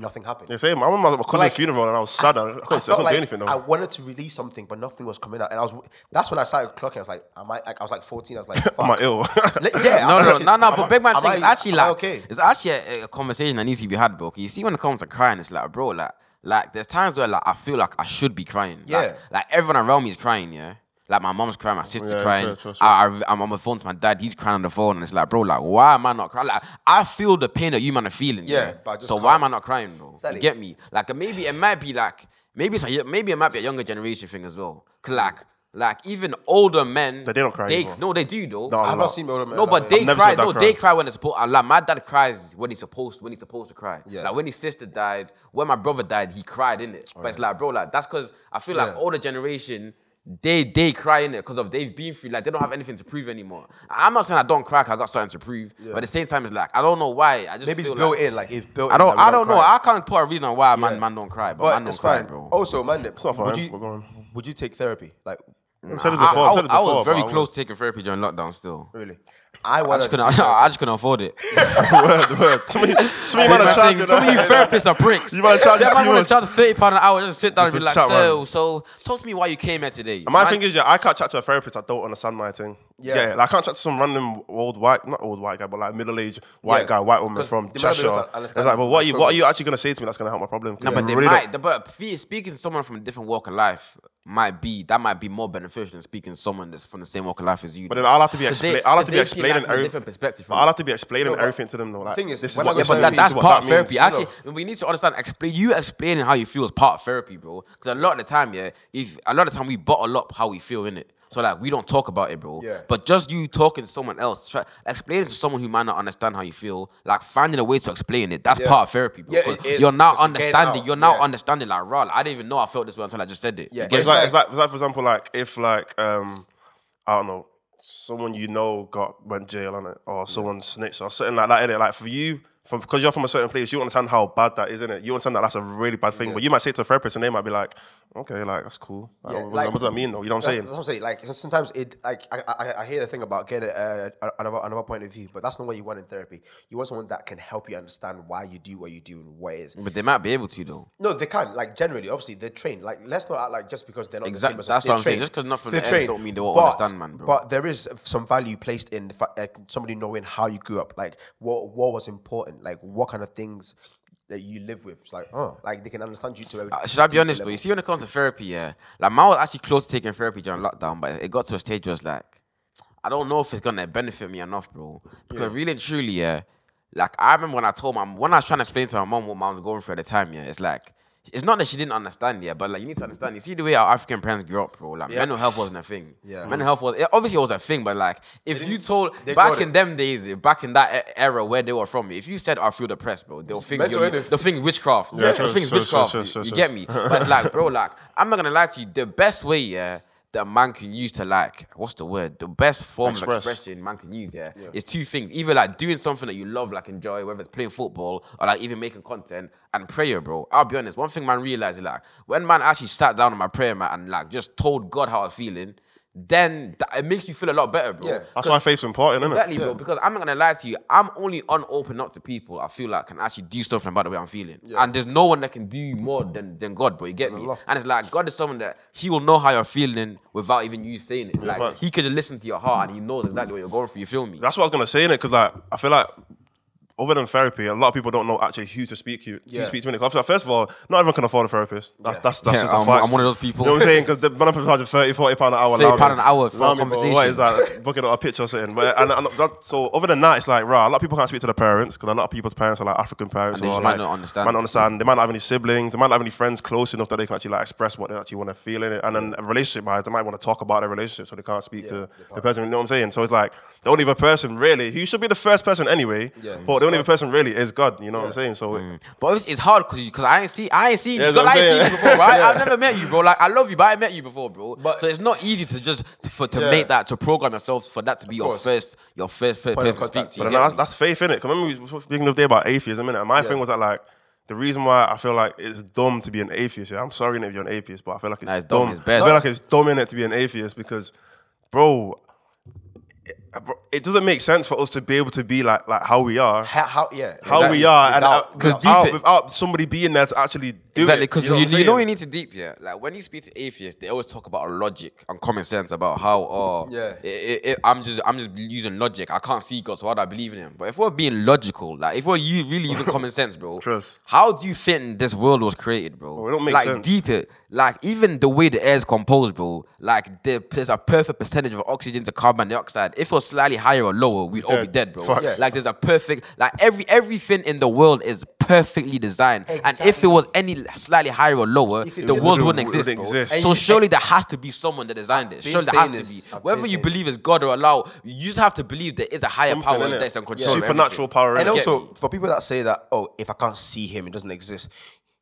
S3: Nothing happened.
S5: Yeah, same. I remember my cousin's
S3: like,
S5: funeral and I was sad. I, I couldn't, I
S3: I
S5: couldn't
S3: felt like
S5: do anything though.
S3: I wanted to release something, but nothing was coming out. And I was that's when I started clocking. I was like, am I? Like, I was like 14. I was like, fuck.
S5: Am I ill?
S3: Li- yeah, I
S4: No,
S3: was
S4: no,
S3: like,
S4: no, no.
S3: am I-
S4: But big man
S3: am
S4: thing is
S3: I-
S4: actually
S3: am I
S4: like
S3: okay.
S4: it's actually a, a conversation that needs to be had, bro. 'Cause you see, when it comes to crying, it's like, bro, like, like there's times where like I feel like I should be crying. Like-
S3: Yeah. Oh,
S4: Like everyone around me is crying. Yeah. Like my mom's crying, my sister's
S5: Yeah,
S4: crying.
S5: true, true, true.
S4: I, I, I'm on the phone to my dad. He's crying on the phone, and it's like, bro, like, why am I not crying? Like, I feel the pain that you man are feeling.
S3: Yeah, but I just
S4: so
S3: can't.
S4: why am I not crying, bro?
S3: Exactly.
S4: You get me? Like, maybe it might be like, maybe it's like, maybe it might be a younger generation thing as well. 'Cause, like, like even older men,
S5: They don't cry
S4: They,
S5: anymore.
S4: no, they do though.
S5: No,
S3: I've
S5: No.
S3: not seen older men.
S4: No, but they
S5: never
S4: cry.
S5: seen that
S4: No,
S5: cry.
S4: they cry when they're supposed. Like my dad cries when he's supposed when he's supposed to cry.
S3: Yeah.
S4: Like when his sister died, when my brother died, he cried in it. But it's like, bro, like that's because I feel like
S3: Yeah.
S4: older generation. They they cry in it because of they've been through like they don't have anything to prove anymore. I'm not saying I don't cry. 'cause I got something to prove, but at the same time, it's like I don't know why. I just
S3: maybe it's
S4: feel
S3: built
S4: like-
S3: in. Like it's built.
S4: I
S3: in
S4: don't
S3: that we
S4: I don't know.
S3: cry.
S4: I can't put a reason why man
S3: Yeah.
S4: man don't cry, but,
S3: but
S4: man don't
S3: it's
S4: cry,
S3: fine. Oh,
S4: bro.
S3: Also, man, it's
S5: not
S3: Would
S5: fine.
S3: you,
S5: We're going.
S3: would you take therapy? Like
S5: I've said it
S4: I,
S5: before.
S4: I-
S5: I've said it
S4: I
S5: before,
S4: was
S5: but
S4: very
S5: I was-
S4: close to taking therapy during lockdown. Still,
S3: really, I
S4: I
S3: want
S4: just couldn't. I just couldn't afford it.
S5: word, word. So many, so many man
S4: Big
S5: are
S4: man
S5: charging.
S4: thing, Some of you therapists are bricks.
S5: You might charge
S4: That
S5: too
S4: man wanna
S5: much.
S4: charge thirty pound an hour just to sit down and be
S5: Just to
S4: like,
S5: chat, man.
S4: so, so, talk to me why you came here today.
S5: My
S4: Man,
S5: thing is, yeah, I can't chat to a therapist. I don't understand my thing.
S3: Yeah.
S5: Yeah, like, I can't chat to some random old white, not old white guy, but like middle aged white
S3: Yeah.
S5: guy, white woman
S3: 'Cause
S5: from
S3: they might be able
S5: Cheshire.
S3: to
S5: It's
S3: understand
S5: like, but what are
S3: my
S5: you, what are you actually gonna say to me that's gonna help my problem?
S4: no, but they
S5: Really
S4: might.
S5: don't-
S4: the- But fe- speaking to someone from a different walk of life might be that might be more beneficial than speaking to someone that's from the same walk of life as you.
S5: But then I'll have to be
S4: 'Cause they-
S5: expla- I'll
S4: 'cause
S5: have to be
S4: they see life
S5: explaining
S4: from a
S5: every-
S4: different perspective.
S5: But
S4: From
S5: I'll
S4: you.
S5: have to be explaining everything to them though. Like,
S3: thing is,
S5: this is
S3: when
S5: what
S3: I go
S5: this
S3: to
S4: but
S5: means,
S4: that,
S3: therapy,
S5: this
S4: that's
S5: is what
S4: part
S5: that
S4: therapy.
S5: means.
S4: Actually, we need to understand. Explain you explaining how you feel is part therapy, bro. Because a lot of the time, yeah, if a lot of the time we bottle up how we feel in it, so like we don't talk about it, bro.
S3: Yeah.
S4: But just you talking to someone else, try explaining to someone who might not understand how you feel, like finding a way to explain it. That's
S3: Yeah.
S4: part of therapy, bro.
S3: Yeah,
S4: 'Cause
S3: it is.
S4: You're now
S3: It's getting
S4: understanding.
S3: out.
S4: You're now
S3: Yeah.
S4: understanding. Like, raw, like, I didn't even know I felt this way until I just said it.
S3: Yeah.
S4: You
S5: But
S4: get me?
S5: It's like,
S3: like-
S5: it's like, it's like, for example, like if like um, I don't know, someone you know got went jail on it, or someone snitched or something like that. In it, like for you, from because you're from a certain place, you understand how bad that is, in it. You understand that that's a really bad thing. But you might say to a therapist, and they might be like, okay, like that's cool. Like,
S3: Yeah,
S5: Uh, what,
S3: like-
S5: what does that mean, though? You know what
S3: That's,
S5: I'm saying?
S3: that's what I'm saying. Like sometimes it, like I, I, I hear the thing about getting uh, another another point of view, but that's not what you want in therapy. You want someone that can help you understand why you do what you do and what it is.
S4: But they might be able to though.
S3: No, they can't. Like generally, obviously they're trained. Like let's not act like just because they're not
S4: Exact-
S3: the same as us,
S4: that's what
S3: they're
S4: I'm saying.
S3: trained.
S4: Just 'cause not from
S3: They're
S4: the ends
S3: trained.
S4: don't mean they won't
S3: But-
S4: understand, man, bro.
S3: But there is some value placed in the fact, like, somebody knowing how you grew up, like what what was important, like what kind of things that you live with. It's like oh, like they can understand you to. a
S4: Uh, should I be
S3: deeper
S4: honest though?
S3: level.
S4: You see, when it comes to therapy, yeah, like mine was actually close to taking therapy during lockdown, but it got to a stage where it's like, I don't know if it's gonna benefit me enough, bro. Because really and truly, yeah, like I remember when I told my when I was trying to explain to my mom what mom was going through at the time, yeah, it's like. It's not that she didn't understand, yeah, but like you need to understand. You see the way our African parents grew up, bro. Like mental health wasn't a thing.
S3: Yeah.
S4: mental health was it- obviously it was a thing, but like if you told
S3: they
S4: back
S3: got
S4: in them days, eh, back in that e- era where they were from, if you said I feel depressed, bro, they'll think
S3: Mental
S4: you're,
S3: illness.
S4: they'll think witchcraft. Yeah,
S5: sure,
S4: the thing's
S5: sure,
S4: witchcraft.
S5: sure, sure,
S4: you
S5: sure,
S4: get
S5: sure.
S4: me? But like, bro, like, I'm not gonna lie to you. The best way, yeah, that man can use to like, what's the word? The best form
S5: Express.
S4: of expression man can use, yeah, is two things: either like doing something that you love, like enjoy, whether it's playing football or like even making content, and prayer, bro. I'll be honest. One thing man realized, is, like, when man actually sat down on my prayer mat and like just told God how I was feeling. Then that, it makes you feel a lot better, bro.
S3: Yeah.
S5: That's why faith's important, isn't
S4: Exactly,
S5: it?
S4: bro. Because I'm not gonna lie to you, I'm only on open up to people I feel like can actually do something about the way I'm feeling. And there's no one that can do more than, than God, bro. You get me? And it's like God is someone that He will know how you're feeling without even you saying it. Like
S5: facts.
S4: He could just listen to your heart and He knows exactly what you're going through. You feel me?
S5: That's what I was gonna say in it, because like I feel like other than therapy, a lot of people don't know actually who to speak to. Who
S3: Yeah.
S5: to speak to in it. 'Cause First of all, not everyone can afford a therapist. That's that's, that's
S4: Yeah,
S5: just a
S4: I'm-
S5: fact.
S4: I'm one of those people.
S5: You know what I'm saying? Because the man up charging 30, 40 pound an hour.
S4: 30
S5: allow me.
S4: pound an hour for a
S5: Allow me, bro. What
S4: conversation.
S5: is that? Booking out a pitch or something. But and, and that, so other than that, it's like rah. A lot of people can't speak to their parents because a lot of people's parents are like African parents
S4: And they
S5: or
S4: just
S5: like
S4: might not understand.
S5: might not understand. They might not have any siblings. They might not have any friends close enough that they can actually like express what they actually want to feel in it. And then relationship wise, they might want to talk about their relationship, so they can't speak to the person. You know what I'm saying? So it's like the only other person really who should be the first person anyway.
S3: Yeah.
S5: But the only other person really is God. You know what I'm saying? So it-
S4: But obviously it's hard because because I ain't see I ain't seen
S5: Yeah, that's
S4: because
S5: what
S4: I
S5: I'm
S4: ain't seen you
S5: saying.
S4: before. Right? I've never met you, bro. Like I love you, but I ain't met you before, bro.
S3: But-
S4: so it's not easy to just to, for, to
S3: Yeah.
S4: make that to program yourself for that to be your
S3: course.
S4: first your first, first
S3: Point of
S4: person to speak
S3: contact.
S4: to. you
S5: But
S4: get
S5: no, that's,
S4: me?
S5: that's faith in it. Because remember we were speaking the other day about atheism, innit? And my thing was that like the reason why I feel like it's dumb to be an atheist, yeah, I'm sorry innit, if you're an atheist, but I feel like it's,
S4: Nah, it's dumb,
S5: dumb.
S4: it's bad.
S5: I feel like it's dumb in it to be an atheist because, bro, it, bro, it doesn't make sense for us to be able to be like like how we are,
S3: How, how yeah.
S5: how
S4: Exactly.
S5: we are, and
S3: Without-
S5: uh,
S4: because
S5: without,
S4: deep it-
S5: without, somebody being there to actually do
S4: Exactly,
S5: it.
S4: because you,
S5: know what
S4: you,
S5: I'm
S4: know
S5: saying?
S4: you need to deep, yeah. Like when you speak to atheists, they always talk about logic and common sense about how, oh,
S3: Yeah.
S4: i- i- i- I'm just I'm just using logic. I can't see God, so why do I believe in Him? But if we're being logical, like if we're you really using common sense, bro,
S5: Trust.
S4: how do you think this world was created, bro?
S5: it don't make
S4: like
S5: sense.
S4: deep it, like even the way the air is composed, bro. Like there- there's a perfect percentage of oxygen to carbon dioxide. If it was slightly higher or lower, we'd all be
S5: Dead.
S4: dead, bro.
S5: Facts.
S4: Like there's a perfect, like every everything in the world is perfectly designed, and if it
S3: Exactly.
S4: was any slightly higher or lower,
S3: could
S4: the
S3: do
S4: world
S5: it.
S4: wouldn't
S5: It wouldn't
S4: exist. bro.
S5: exist.
S3: And
S4: So
S3: you-
S4: surely there has to be someone that designed it.
S3: been
S4: Surely there
S3: saying
S4: has
S3: this.
S4: to be.
S3: I've
S4: Whether
S3: been
S4: you
S3: saying
S4: believe it's God or Allah, you just have to believe there is a higher
S5: Something,
S4: power
S5: innit?
S4: that's in control. of
S5: Supernatural
S4: everything.
S5: power.
S3: And
S5: innit?
S3: also for people that say that, oh, if I can't see him, it doesn't exist.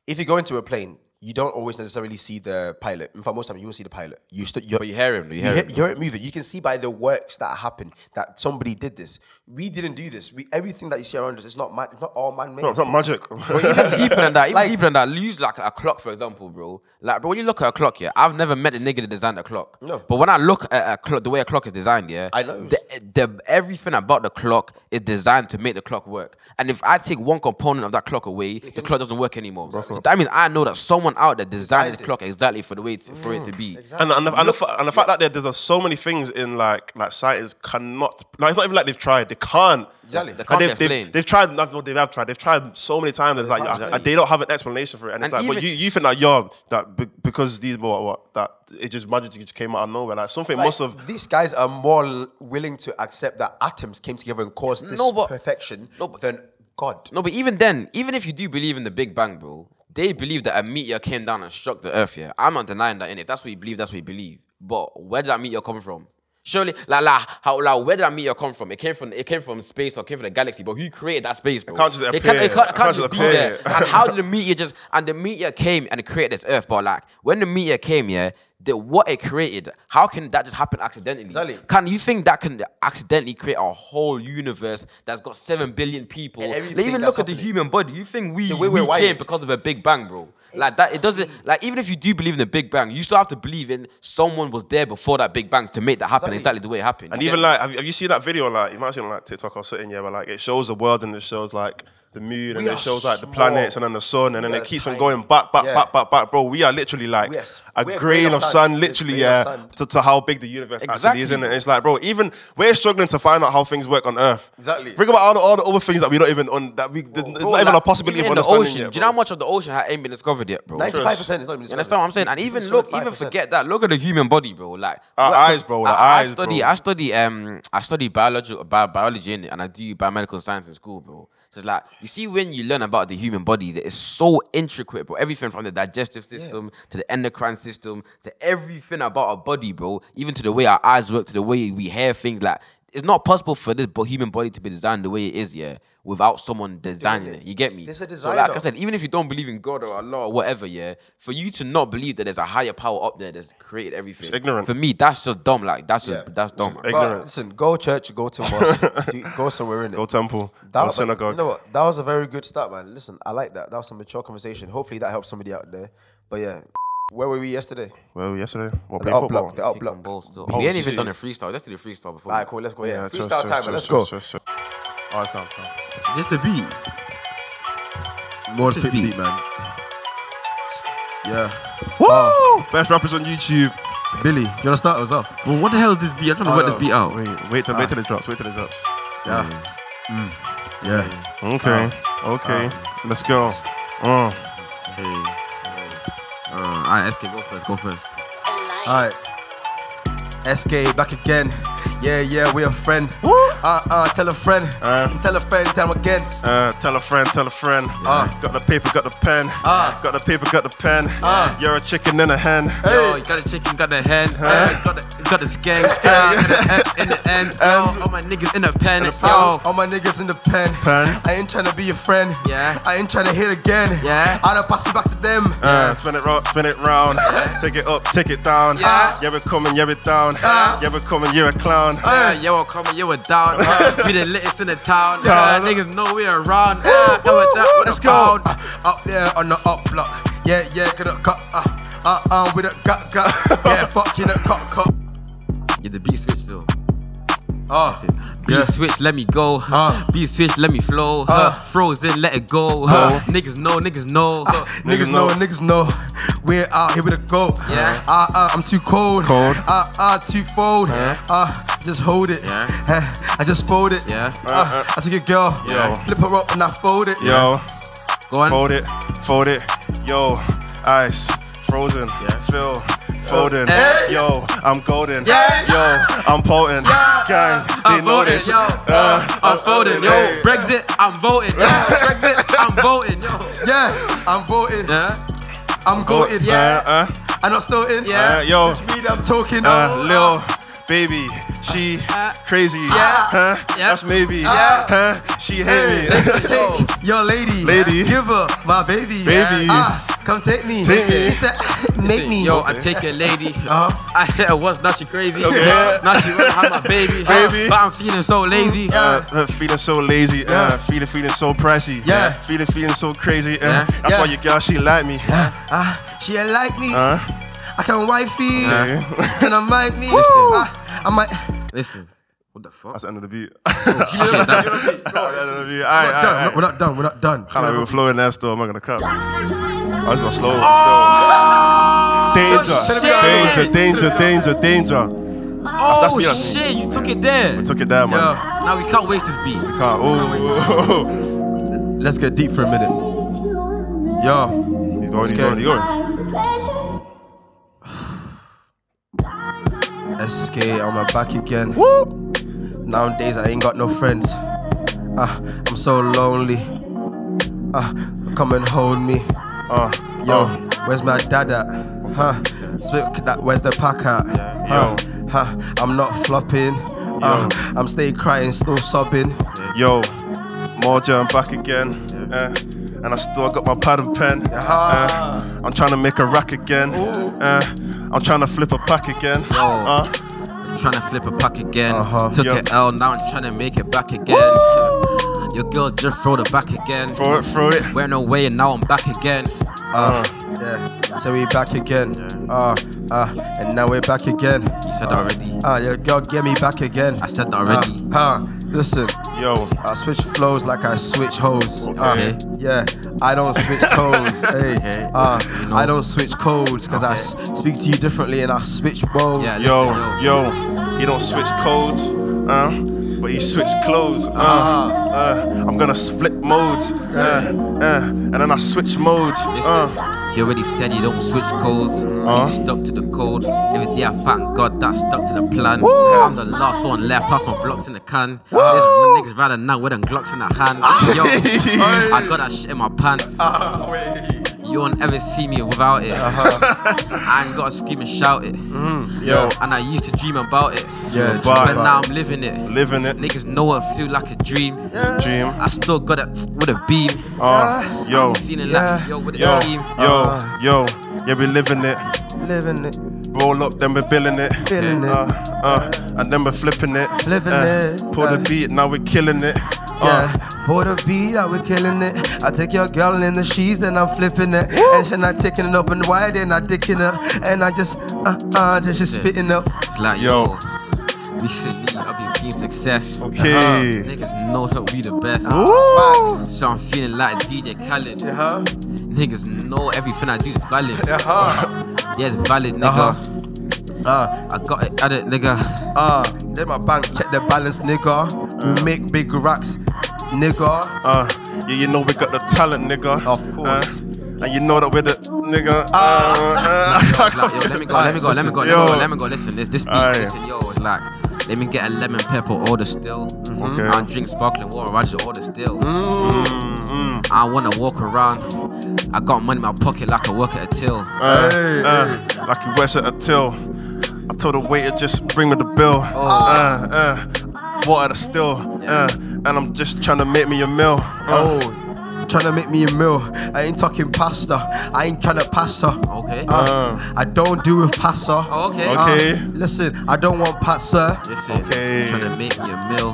S3: If you go into a plane, you don't always necessarily see the pilot. In fact, most time you won't see the pilot. You st- you're,
S4: But you hear him. You hear
S3: you
S4: him.
S3: hear, hear it moving. You can see by the works that happen that somebody did this. We didn't do this. We everything that you see around us is not man, it's not all man made.
S5: No, it's not magic.
S4: even deeper than that, even
S3: Like-
S4: deeper than that, use like a clock for example, bro. Like, bro, when you look at a clock, yeah, I've never met a nigga that designed a clock.
S3: No.
S4: But when I look at a clock, the way a clock is designed, yeah,
S3: I know.
S4: The, the everything about the clock is designed to make the clock work. And if I take one component of that clock away, the
S3: Mhm.
S4: clock doesn't work anymore. So that means I know that someone out there designed
S3: Designed
S4: this
S3: it. Mm.
S4: clock exactly for the way to, for it to be.
S5: and, and, the, and, the, fa- and the fact that there, there's uh, so many things in like like science cannot like it's not even like they've tried they can't
S3: Exactly.
S4: They
S5: And
S4: can't be
S5: they've,
S4: explained.
S5: they've, they've tried no, no, they have tried they've tried so many times it's like
S3: can't
S5: uh,
S3: explain.
S5: they don't have an explanation for it and it's
S4: And
S5: like but
S4: even-
S5: you, you think that you're that be- because these what, what that it just magic just came out of nowhere like something
S3: Like,
S5: must have
S3: these guys are more l- willing to accept that atoms came together and caused this
S4: No, but-
S3: perfection
S4: no, but-
S3: than God.
S4: No, but even then, even if you do believe in the Big Bang, bro, they believe that a meteor came down and struck the Earth. Yeah, I'm not denying that. In if that's what you believe, that's what you believe. But where did that meteor come from? Surely, la la, how la? Where did that meteor come from? It came from it came from space or came from the galaxy. But who created that space, bro?
S5: can't just
S4: It can't,
S5: appear.
S4: it can't, can't
S5: It can't
S4: just,
S5: just
S4: be
S5: appear.
S4: there. and how did the meteor just? And the meteor came and created this Earth. But like, when the meteor came, yeah. The, what it created, how can that just happen accidentally?
S3: Exactly.
S4: Can you think that can accidentally create a whole universe that's got seven billion people?
S3: And
S4: Like,
S3: everything
S4: even
S3: that's
S4: look at the
S3: happening.
S4: human body. You think we,
S3: way we're
S4: we came
S3: wired.
S4: because of a Big Bang, bro? Like that, it doesn't. Like even if you do believe in the Big Bang, you still have to believe in someone was there before that Big Bang to make that happen exactly,
S3: Exactly.
S4: the way it happened.
S5: And
S4: You
S5: even
S4: get me?
S5: like, have you, have you seen that video? Like, imagine on, like TikTok or something, yeah, but like it shows the world and it shows like the moon and
S3: We
S5: it
S3: are
S5: shows like the
S3: small.
S5: planets and then the sun and then
S3: We
S5: it
S3: are
S5: keeps on
S3: tiny.
S5: going back, back,
S3: Yeah.
S5: back, back, back, bro. We are literally like
S3: We are s-
S5: a
S3: we're a
S5: grain,
S3: grain
S5: of
S3: of
S5: sand,
S3: sand.
S5: literally,
S3: We're a grain
S5: yeah,
S3: of sand.
S5: to, to how big the universe actually
S4: Exactly.
S5: is. And it's like, bro, even we're struggling to find out how things work on Earth.
S3: Exactly.
S5: Think about all the, all the other things that we don't even on that we there's not
S4: Bro,
S5: even a
S4: like,
S5: possibility of
S4: even in the
S5: understanding.
S4: ocean.
S5: yet,
S4: do you know how
S5: bro.
S4: much of the ocean ha- ain't been discovered yet, bro?
S3: Ninety-five percent is not even.
S4: You understand what I'm saying? And even look, even forget that. Look at the human body, bro. Like
S5: Our
S4: what-
S5: eyes, bro,
S4: I,
S5: our
S4: I
S5: eyes,
S4: study,
S5: bro.
S4: I study, um, I study biology, bi- biology in it, and I do biomedical science in school, bro. So it's like you see when you learn about the human body, that is so intricate, bro. Everything from the digestive system to the endocrine system to everything about our body, bro. Even to the way our eyes work, to the way we hear things, like. It's not possible for this bo- human body to be designed the way it is, yeah, without someone designing it.
S3: it.
S4: You get me?
S3: There's a
S4: So, like I
S3: designer.
S4: said, even if you don't believe in God or Allah or whatever, yeah, for you to not believe that there's a higher power up there that's created everything.
S5: It's ignorant.
S4: For me, that's just dumb. Like that's just
S3: Yeah.
S4: that's dumb. man.
S5: ignorant.
S3: listen, go church, go to mosque, do- go somewhere in it.
S5: Go temple,
S3: That
S5: go
S3: was-
S5: synagogue.
S3: You know what? That was a very good start, man. Listen, I like that. That was some mature conversation. Hopefully that helps somebody out there. But yeah, where were we yesterday?
S5: well, yesterday, what
S3: The
S5: playing
S3: out
S5: football?
S3: block. The out
S4: Kick on
S3: block.
S4: balls still.
S5: Oh,
S4: we ain't even
S5: shit.
S4: done a freestyle. Let's do the freestyle before.
S3: Alright, cool. Let's go. Yeah,
S5: Yeah,
S3: freestyle
S5: trust,
S3: time.
S5: trust,
S3: man. Let's
S5: trust,
S3: go.
S5: trust, trust, trust. Oh, it's gone. gone.
S4: Just the beat.
S3: More pick the beat, man. Yeah,
S5: Woo! Best rappers on YouTube.
S3: Billy, you wanna start us off?
S4: But what the hell is this beat? I'm trying
S3: to Oh, work no. this beat
S4: out.
S5: Wait, wait till wait till it drops. Wait till it drops. Mm.
S3: Yeah, yeah.
S5: Okay, okay, let's go. Uh,
S4: Okay. Alright, SK, go first. Go first.
S3: Alright. SK back again. Yeah, yeah, we're a friend. Uh uh, tell a friend.
S5: Uh.
S3: tell a friend, tell him again.
S5: uh, tell a friend, tell a friend. Uh,
S3: Ah.
S5: got the paper, got the pen.
S3: Ah.
S5: got the paper, got the pen.
S3: Ah.
S5: You're a chicken and a hen.
S3: Hey.
S4: you got the chicken, got the hen.
S5: Huh?
S4: got the
S2: got the skeng out in the, F in the end. Oh, all my niggas in the pen.
S3: All,
S2: Yo,
S3: all my niggas in the pen.
S5: Pen.
S3: I ain't tryna be your friend.
S2: Yeah.
S3: I ain't tryna hit again.
S2: Yeah.
S3: I done pass it back to them.
S5: Uh, spin it round, spin it round. Take it up, take it down.
S2: Yeah.
S5: Yeah, we're coming, yeah, we're down. Yeah, we're coming, you're a clown.
S2: uh, yo, I'm coming, yo, we're down. Uh, we the littest in the town. Uh,
S5: Town.
S2: niggas know we around. Uh, yo, we're down,
S3: Let's
S2: let's
S3: go.
S2: go.
S3: Uh, up there on the up block. Yeah, yeah, gonna cut. Uh, uh, uh, with a gut, gut. yeah, fuck you, know, cut, cut.
S4: Yeah, the beat switch though.
S3: Oh.
S4: Be switch, let me go.
S3: Uh.
S4: Be switch, let me flow.
S3: Uh.
S4: Frozen, let it go. Niggas know, niggas know.
S3: Niggas know, niggas know. We're out here with a goat.
S4: Yeah.
S3: Uh, uh, I'm too cold.
S5: Cold.
S3: Uh, uh, too fold.
S4: Yeah.
S3: Uh, just hold it.
S4: Yeah.
S3: I just fold it.
S4: Yeah.
S3: Uh, I took a girl.
S4: Yeah.
S3: Flip her up and I fold it.
S5: Yo,
S4: Go on.
S5: fold it, fold it. Yo, ice, frozen,
S4: Yeah.
S5: fill, folding.
S4: Hey.
S5: Yo, I'm golden.
S4: Yeah.
S5: Yo, I'm potent. Gang, they
S4: I'm
S5: know
S4: voting,
S5: this.
S4: yo.
S5: Uh,
S4: I'm voting, yo.
S5: hey.
S4: Brexit, I'm voting. Yo. Brexit, I'm voting, yo.
S3: Yeah, I'm voting.
S4: Yeah.
S3: I'm goated.
S5: Uh, uh,
S3: I'm not stolen.
S4: Yeah.
S5: uh, yo,
S3: It's me that I'm talking.
S5: uh, Lil Baby, she
S4: Uh,
S5: crazy,
S4: yeah.
S5: huh?
S4: Yeah.
S5: That's maybe, huh? She hate me,
S3: Take, take your lady.
S5: Lady.
S3: Give her my baby.
S5: Baby.
S3: Ah, come take me.
S5: Take me.
S3: She said, make me.
S4: Yo, I take your lady.
S3: Uh-huh.
S4: I hit her once, now she crazy.
S5: Okay.
S4: Now she wanna have my baby.
S5: Baby.
S4: But I'm feeling so lazy.
S3: Mm,
S5: Uh, uh, feeling so lazy,
S3: Yeah.
S5: uh, feeling feeling so pricey,
S3: Yeah.
S5: feeling feeling so crazy. Uh,
S4: Yeah.
S5: That's why
S3: Yeah.
S5: your girl she like me.
S3: Ah, she ain't like me.
S5: Uh,
S3: I can wifey.
S5: Okay.
S3: Can I might me? Ah, I might.
S4: Listen, what the fuck?
S5: That's the end of the beat.
S4: Shit, that-
S5: That's the end of the beat.
S3: We're not done. We're not
S5: Alright, alright.
S3: done. We're not done.
S5: Kind of we
S3: We're
S5: were
S3: not-
S5: flowing there still. I'm not gonna cut. That's not slow.
S4: shit.
S5: Danger, danger, danger, danger, danger.
S4: Oh
S5: that's me, that's me.
S4: shit, you took it there.
S5: Took it down, man.
S3: Yeah.
S4: Now we can't waste this beat.
S5: Can't. Oh,
S3: Let's get deep for a minute. Yo,
S5: he's going, he's
S3: Okay.
S5: going, he's going.
S3: SK, I'm back again. Nowadays, I ain't got no friends. Ah, I'm so lonely. Ah, come and hold me.
S5: Uh,
S3: Yo,
S4: Oh.
S5: yo,
S3: where's my dad at? Huh? Spit that, where's the pack at? Huh? Huh? I'm not flopping. Uh, I'm stay crying, still sobbing.
S5: yo, more jam back again. Uh, and I still got my pad and pen. Uh, I'm trying to make a rack again. Uh, I'm trying to flip a pack again. Uh,
S4: Trying to flip a pack again.
S3: Uh-huh.
S4: Took
S5: Yeah.
S4: an L, now I'm trying to make it back again. Your girl just throw the back again.
S5: throw it, throw it.
S4: Wearing away and now I'm back again.
S3: Uh, yeah. So we back again. Uh, uh, and now we're back again.
S4: You said that already.
S3: Ah, your girl, get me back again. Ah,
S4: I said that already.
S3: Huh? Listen,
S5: Yo,
S3: I switch flows like I switch hoes. Uh,
S4: Okay.
S3: yeah, I don't switch toes. hey,
S4: Okay.
S3: uh, I don't switch codes because I s- speak to you differently and I switch bows.
S4: Yeah.
S5: yo,
S4: Yo.
S5: yo. He don't switch codes, uh, but he switch clothes. Uh,
S3: Uh-huh.
S5: uh, I'm gonna split modes, uh, uh, and then I switch modes.
S4: Listen,
S5: Uh,
S3: Ah.
S4: he already said he don't switch codes.
S5: Uh.
S4: He stuck to the code. Every day I thank God that I stuck to the plan. I'm the last one left, half my blocks in the can. There's one niggas riding now with them Glocks in the hand.
S3: Ah.
S4: Yo, I got that shit in my pants. You won't ever see me without it.
S3: Uh-huh.
S4: I ain't gotta scream and shout it.
S5: yo,
S4: And I used to dream about it.
S3: Mm, Yeah, dream
S4: but
S5: about
S4: now
S3: it.
S4: I'm living it.
S5: living it,
S4: Niggas know I feel like a dream.
S5: dream.
S4: I still got it with a beam.
S3: Ah.
S5: Uh, yo,
S4: Feeling
S3: Yeah.
S4: like yo with Uh, a
S5: yo,
S4: dream.
S5: yo,
S3: Uh-huh.
S5: yo. Yeah, we living it.
S3: Living it,
S5: Roll up, then we're billing it.
S3: Billing it.
S5: Uh, uh, and then we're flipping it.
S3: Flipping
S5: uh,
S3: it,
S5: Pull the
S3: uh.
S5: beat, now we're killing it.
S3: yeah.
S5: Uh,
S3: Pour the beat, I we killing it. I take your girl in the sheets, then I'm flipping it. And she not taking it up and wide, then I dicking up. And I just, uh, uh, just, just spitting up.
S4: It's like,
S5: Yo.
S4: yo, recently I've been seeing success. Uh-huh.
S5: Okay.
S4: Niggas know that we the best.
S3: Facts.
S4: So I'm feeling like DJ Khaled.
S3: Uh-huh.
S4: Niggas know everything I do is valid. Yeah,
S3: Uh-huh.
S4: it's valid, nigga.
S3: Uh-huh. Uh,
S4: I got it at it, nigga.
S3: Uh, let my bank check the balance, nigga. We make big racks, nigga.
S5: Uh, yeah, you know we got the talent, nigga.
S3: Of course.
S5: Uh, and you know that we're the nigga. Uh,
S3: Ah.
S5: uh,
S4: Like, yo, let me go, let me go, let me go, let me go,
S5: Yo.
S4: let me go. Listen, this this beat,
S5: Aye.
S4: listen, yo, it's like, let me get a lemon pepper order still.
S5: Mm-hmm.
S4: Mm-hmm.
S5: Okay.
S4: I drink sparkling water, I just order still.
S5: Mm-hmm.
S4: I wanna walk around. I got money in my pocket like I work at a till.
S5: uh, uh, like you wears at a till. I told the waiter, just bring me the bill.
S3: Oh.
S5: Uh, uh, water to still. Uh, and I'm just trying to make me a meal. Uh,
S3: Oh, trying to make me a meal. I ain't talking pasta. I ain't trying to pasta.
S4: Okay.
S5: uh,
S3: I don't deal with pasta.
S4: okay. Uh,
S5: okay.
S3: listen, I don't want pasta.
S4: Listen,
S5: Okay.
S4: trying to make me a meal.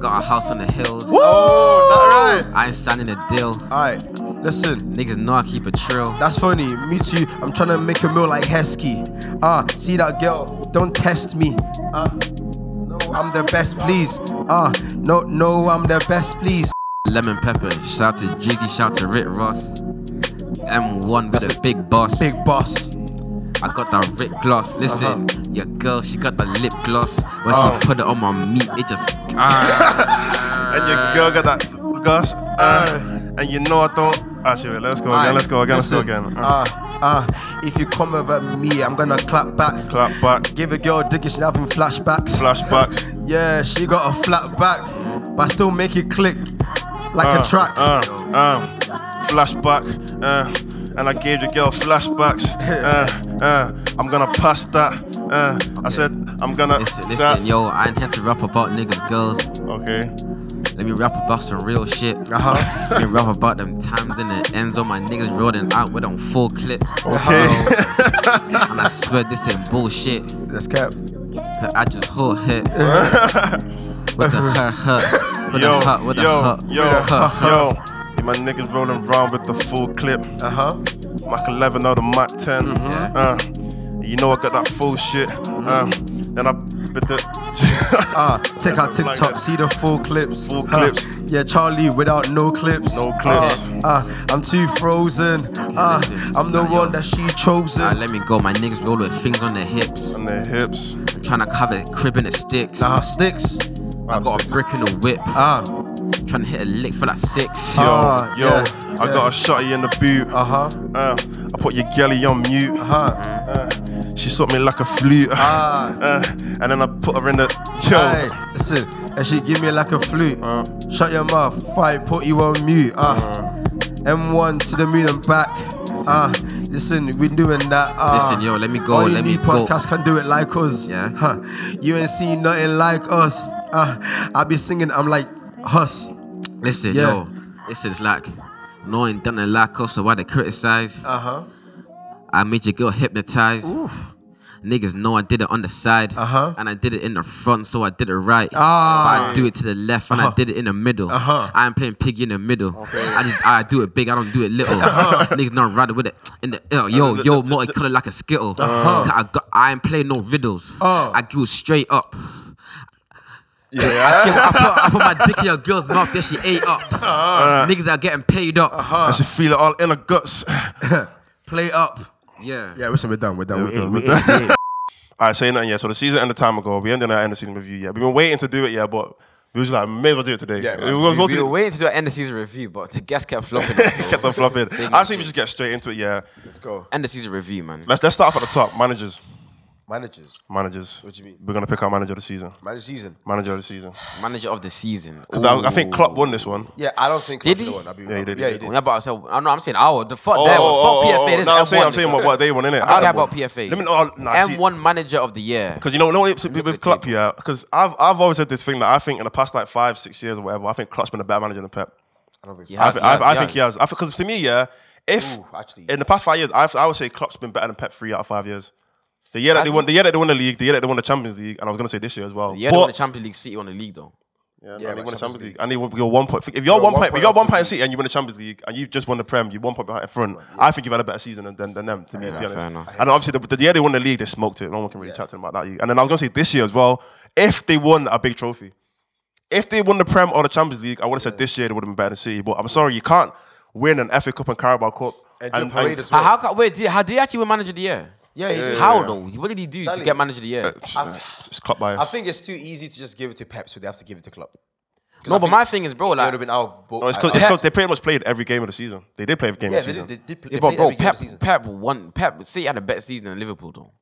S4: Got a house on the hills.
S3: Oh, that right.
S4: I ain't signing a deal.
S3: Alright, listen.
S4: Niggas know I keep a trill.
S3: That's funny, me too. I'm trying to make a meal like Heskey. Ah, see that girl? Don't test me. Ah, no, I'm the best, please. Ah, no, no, I'm the best, please.
S4: Lemon pepper. Shout to Jeezy. Shout to Rick Ross. M1 with a big boss.
S3: Big boss.
S4: I got that rip gloss. Listen,
S5: Uh-huh.
S4: your girl, she got the lip gloss. When
S5: Oh.
S4: she put it on my meat, it just. Ah.
S5: And your girl got that gus. Uh, and you know I don't. Actually, wait, let's go again. Let's go again. Let's go
S3: Listen,
S5: again. Uh,
S3: Ah, ah, if you come over me, I'm gonna clap back.
S5: clap back.
S3: Give a girl a dick and she's having flashbacks.
S5: Flashbacks.
S3: Yeah, she got a flat back, but I still make it click like
S5: uh,
S3: a track.
S5: Uh, uh, flashback. Uh, and I gave the girl flashbacks. Uh, uh, I'm gonna pass that. Uh, I said I'm gonna.
S4: Listen,
S5: that.
S4: listen, yo, I ain't here to rap about niggas, girls.
S5: Okay.
S4: Let me rap about some real shit.
S3: Uh-huh.
S4: Let me rap about them times in the ends on my niggas rolling out with them full clips.
S5: Okay.
S4: and I swear this ain't bullshit.
S3: That's cap.
S4: I just hook hit. with the hurt, hurt. With
S5: yo,
S4: the hurt, with the
S5: yo,
S4: hurt.
S5: yo,
S4: with the hurt, hurt.
S5: yo. My niggas rolling round with the full clip.
S3: Uh huh.
S5: Mac 11 out of Mac 10.
S4: Yeah.
S5: Uh, you know I got that full shit. Um, then I bit the.
S3: Ah, take out
S5: Like
S3: TikTok,
S5: that.
S3: see the full clips.
S5: Full
S3: Huh.
S5: clips.
S3: Yeah, Charlie without no clips.
S5: No clips.
S3: Ah, ah, I'm too frozen. Ah,
S4: listen,
S3: I'm the
S4: nah, yo.
S3: one that she
S4: Alright,
S3: chosen.
S4: let me go. My niggas roll with things on their hips.
S5: on their hips.
S4: I'm trying to cover crib in the sticks.
S5: Uh-huh.
S3: Nah, Ah, sticks.
S4: I got a
S5: Sticks.
S4: brick in the whip.
S3: Ah,
S4: Trying to hit a lick for like six.
S5: Yo,
S3: Ah,
S5: yo,
S3: yeah,
S5: I
S3: yeah.
S5: got a shotty in the boot.
S3: uh huh.
S5: Uh, I put your galley on mute.
S3: Huh.
S5: Uh, she sucked me like a flute.
S3: Uh-huh. Ah.
S5: Uh, and then I put her in the. Yo.
S3: Hey, listen, and she give me like a flute.
S5: Uh.
S3: Shut your mouth, fight, put you on mute. Ah,
S4: Uh.
S3: M1 to the moon and back. Ah, listen, we doing that. Ah.
S4: Listen, yo, let me go,
S3: All you
S4: let me
S3: new
S4: go.
S3: podcasts can do it like us.
S4: Yeah.
S3: Huh. You ain't seen nothing like us. Ah, I be singing, I'm like us.
S4: Listen,
S3: Yeah.
S4: yo, listen, it's like knowing done like us, so why they criticize?
S3: Uh huh.
S4: I made your girl hypnotized. Niggas know I did it on the side,
S3: Uh-huh.
S4: and I did it in the front, so I did it right.
S3: Ah.
S4: But I do it to the left, and I did it in the middle.
S3: Uh-huh.
S4: I ain't playing piggy in the middle. I just I do it big, I don't do it little.
S3: Uh-huh.
S4: Niggas not rather with it in the
S3: Uh,
S4: ill. Yo, yo, multicolored like a skittle. I, got, I ain't playing no riddles.
S3: Uh-huh. Uh.
S4: I go straight up.
S5: Yeah.
S4: I put, I put my dick in your girl's mouth, then she ate up.
S5: Uh-huh.
S4: Niggas are getting paid up.
S5: I should feel it all in her guts.
S3: Play up.
S4: Yeah.
S3: Yeah, listen, we're done. We're done.
S5: we
S3: We
S5: done,
S3: ain't.
S5: we
S3: We ain't. we ain't.
S5: Alright, say nothing yet. So the season ended time ago. We ain't done our end of season review yet. We've been waiting to do it yet, but we was like, may as well do it today.
S3: Yeah,
S5: we
S3: man.
S5: was
S4: We,
S5: supposed
S4: we
S5: to-
S4: were waiting to do an end of season review, but the guests kept flopping. bro.
S5: kept on flopping. I think we just get straight into it. Yeah,
S3: Let's go.
S4: End of season review, man.
S5: let's let's start off at the top. Managers,
S3: Managers.
S5: managers.
S3: What do you mean?
S5: We're gonna pick our manager of the season.
S3: Manager season.
S5: Manager of the season.
S4: Manager of the season.
S5: 'Cause I, I think Klopp won this one.
S3: Yeah, I don't think
S4: Did
S3: Klopp
S4: he?
S3: won. I'll be-
S5: Yeah, he did, he
S3: Yeah, he
S5: did.
S3: did.
S4: We're about to say, I know, I'm saying our. The
S5: Oh,
S4: fuck that one. Fuck PFA. This
S5: no, I'm
S4: M1.
S5: saying, I'm saying what, what they won in it.
S4: I don't care about PFA.
S5: Let me know. oh, Nah,
S4: M1 manager of the year.
S5: Because you know, you know what, with-
S4: the
S5: with Klopp, yeah. Because I've I've always said this thing that I think in the past like five, six years or whatever, I think Klopp's been a better manager than Pep.
S3: I don't think so.
S4: He
S5: I,
S4: has,
S5: thi-
S4: he
S5: I,
S4: has,
S5: thi- I
S4: he
S5: think
S4: has.
S5: he has. I think because to me, yeah, if
S3: Ooh, actually.
S5: in the past five years, I, I would say Klopp's been better than Pep three out of five years. The year that they won, the year that they won the league, the year that they won the Champions League, and I was gonna say this year as well.
S4: Yeah, they won the Champions League. City won the league though.
S5: Yeah,
S3: Yeah,
S5: and they
S3: but
S5: won
S3: Champions
S5: the Champions League.
S3: League.
S5: And they, won- you're one point. If you're one
S3: one
S5: point, if
S3: point
S5: you're
S3: off
S5: one
S3: the
S5: point in City and you win the Champions League and you've just won the Prem, you're one point behind in front. I think you've had a better season than, than, than them, to me, to
S4: Yeah,
S5: be
S4: fair
S5: honest.
S4: enough.
S5: And obviously, the, the year they won the league, they smoked it. No one can really chat to them about that. And then I was gonna say this year as well, if they won a big trophy, if they won the Prem or the Champions League, I would have said this year they would have been better than City. But I'm sorry, you can't win an FA Cup and Carabao Cup.
S3: And the parade as
S4: How,
S3: well.
S4: how ca- wait? Did, how did he actually win manager of the year?
S3: Yeah, he did.
S4: How though? What did he do to
S3: Exactly.
S4: get manager of the year?
S5: Uh, it's Klopp bias.
S3: I think it's too easy to just give it to Pep, so they have to give it to Klopp.
S4: No, but my thing is, bro,
S3: They would
S4: like,
S3: have been out of both.
S5: No, it's
S3: I- I-
S5: because they pretty much played every game of the season. They did play every game
S3: Yeah,
S5: of the
S3: they
S5: season.
S3: did. They did play,
S4: yeah, but
S3: they
S4: bro,
S3: played every game
S4: Pep,
S3: of the season.
S4: Pep won. Pep City had a better season than Liverpool though.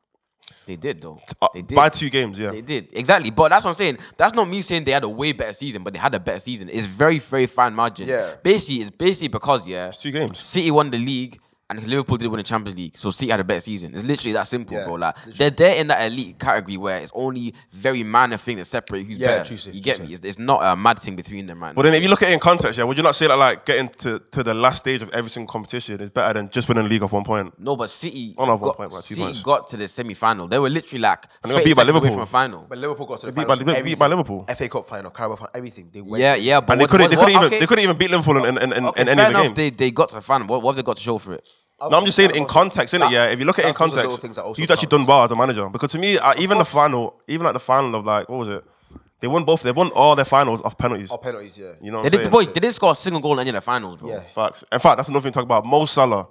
S4: They did though.
S5: Uh,
S4: They did.
S5: by two games, yeah.
S4: They did exactly, but that's what I'm saying. That's not me saying they had a way better season, but they had a better season. It's very, very fine margin.
S3: Yeah.
S4: Basically, it's basically because yeah,
S5: It's two games.
S4: City won the league And Liverpool did win the Champions League, so City had a better season. It's literally that simple,
S3: Yeah,
S4: bro. Like they're they're in that elite category where it's only very minor thing that separate who's
S3: Yeah,
S4: better.
S3: true shit,
S4: you
S3: true
S4: get
S3: shit.
S4: me? It's, it's not a mad thing between them right now.
S5: But then if you look at it in context, yeah, would you not say that like getting to, to the last stage of every single competition is better than just winning the league off one point?
S4: No, but City
S5: Oh, no, one
S4: got,
S5: point, right, two
S4: City
S5: points.
S4: got to the semi final. They were literally like
S5: And they got
S4: 30
S5: beat by
S4: seconds away
S5: Liverpool.
S4: from a final.
S3: But Liverpool got to the
S5: They beat
S3: finals.
S5: by Liv-
S3: everything.
S5: beat by Liverpool.
S3: FA Cup final, Carabao final, everything. They went.
S4: yeah, yeah, but
S5: And they
S4: what-
S5: couldn't,
S4: what-
S5: they couldn't
S4: what-
S5: even,
S4: okay.
S5: they couldn't even beat Liverpool in, in, in,
S4: Okay,
S5: in any
S4: fair
S5: of the
S4: enough,
S5: games.
S4: They, they got to the final. What, what have they got to show for it?
S5: No, I'm just saying in context, innit? Yeah, if you look at it in
S3: That's- those are little
S5: context,
S3: things that also
S5: you've actually done
S3: count.
S5: well as a manager. Because to me, uh, even the final, even like the final of like what was it? They won both. They won all their finals off penalties.
S3: Or penalties, yeah.
S5: You know,
S4: They,
S5: what I'm
S4: did,
S5: saying?
S4: boy, they didn't score a single goal in any of the finals, bro.
S3: Yeah.
S5: Facts. In fact, that's another thing to talk about. Mo Salah,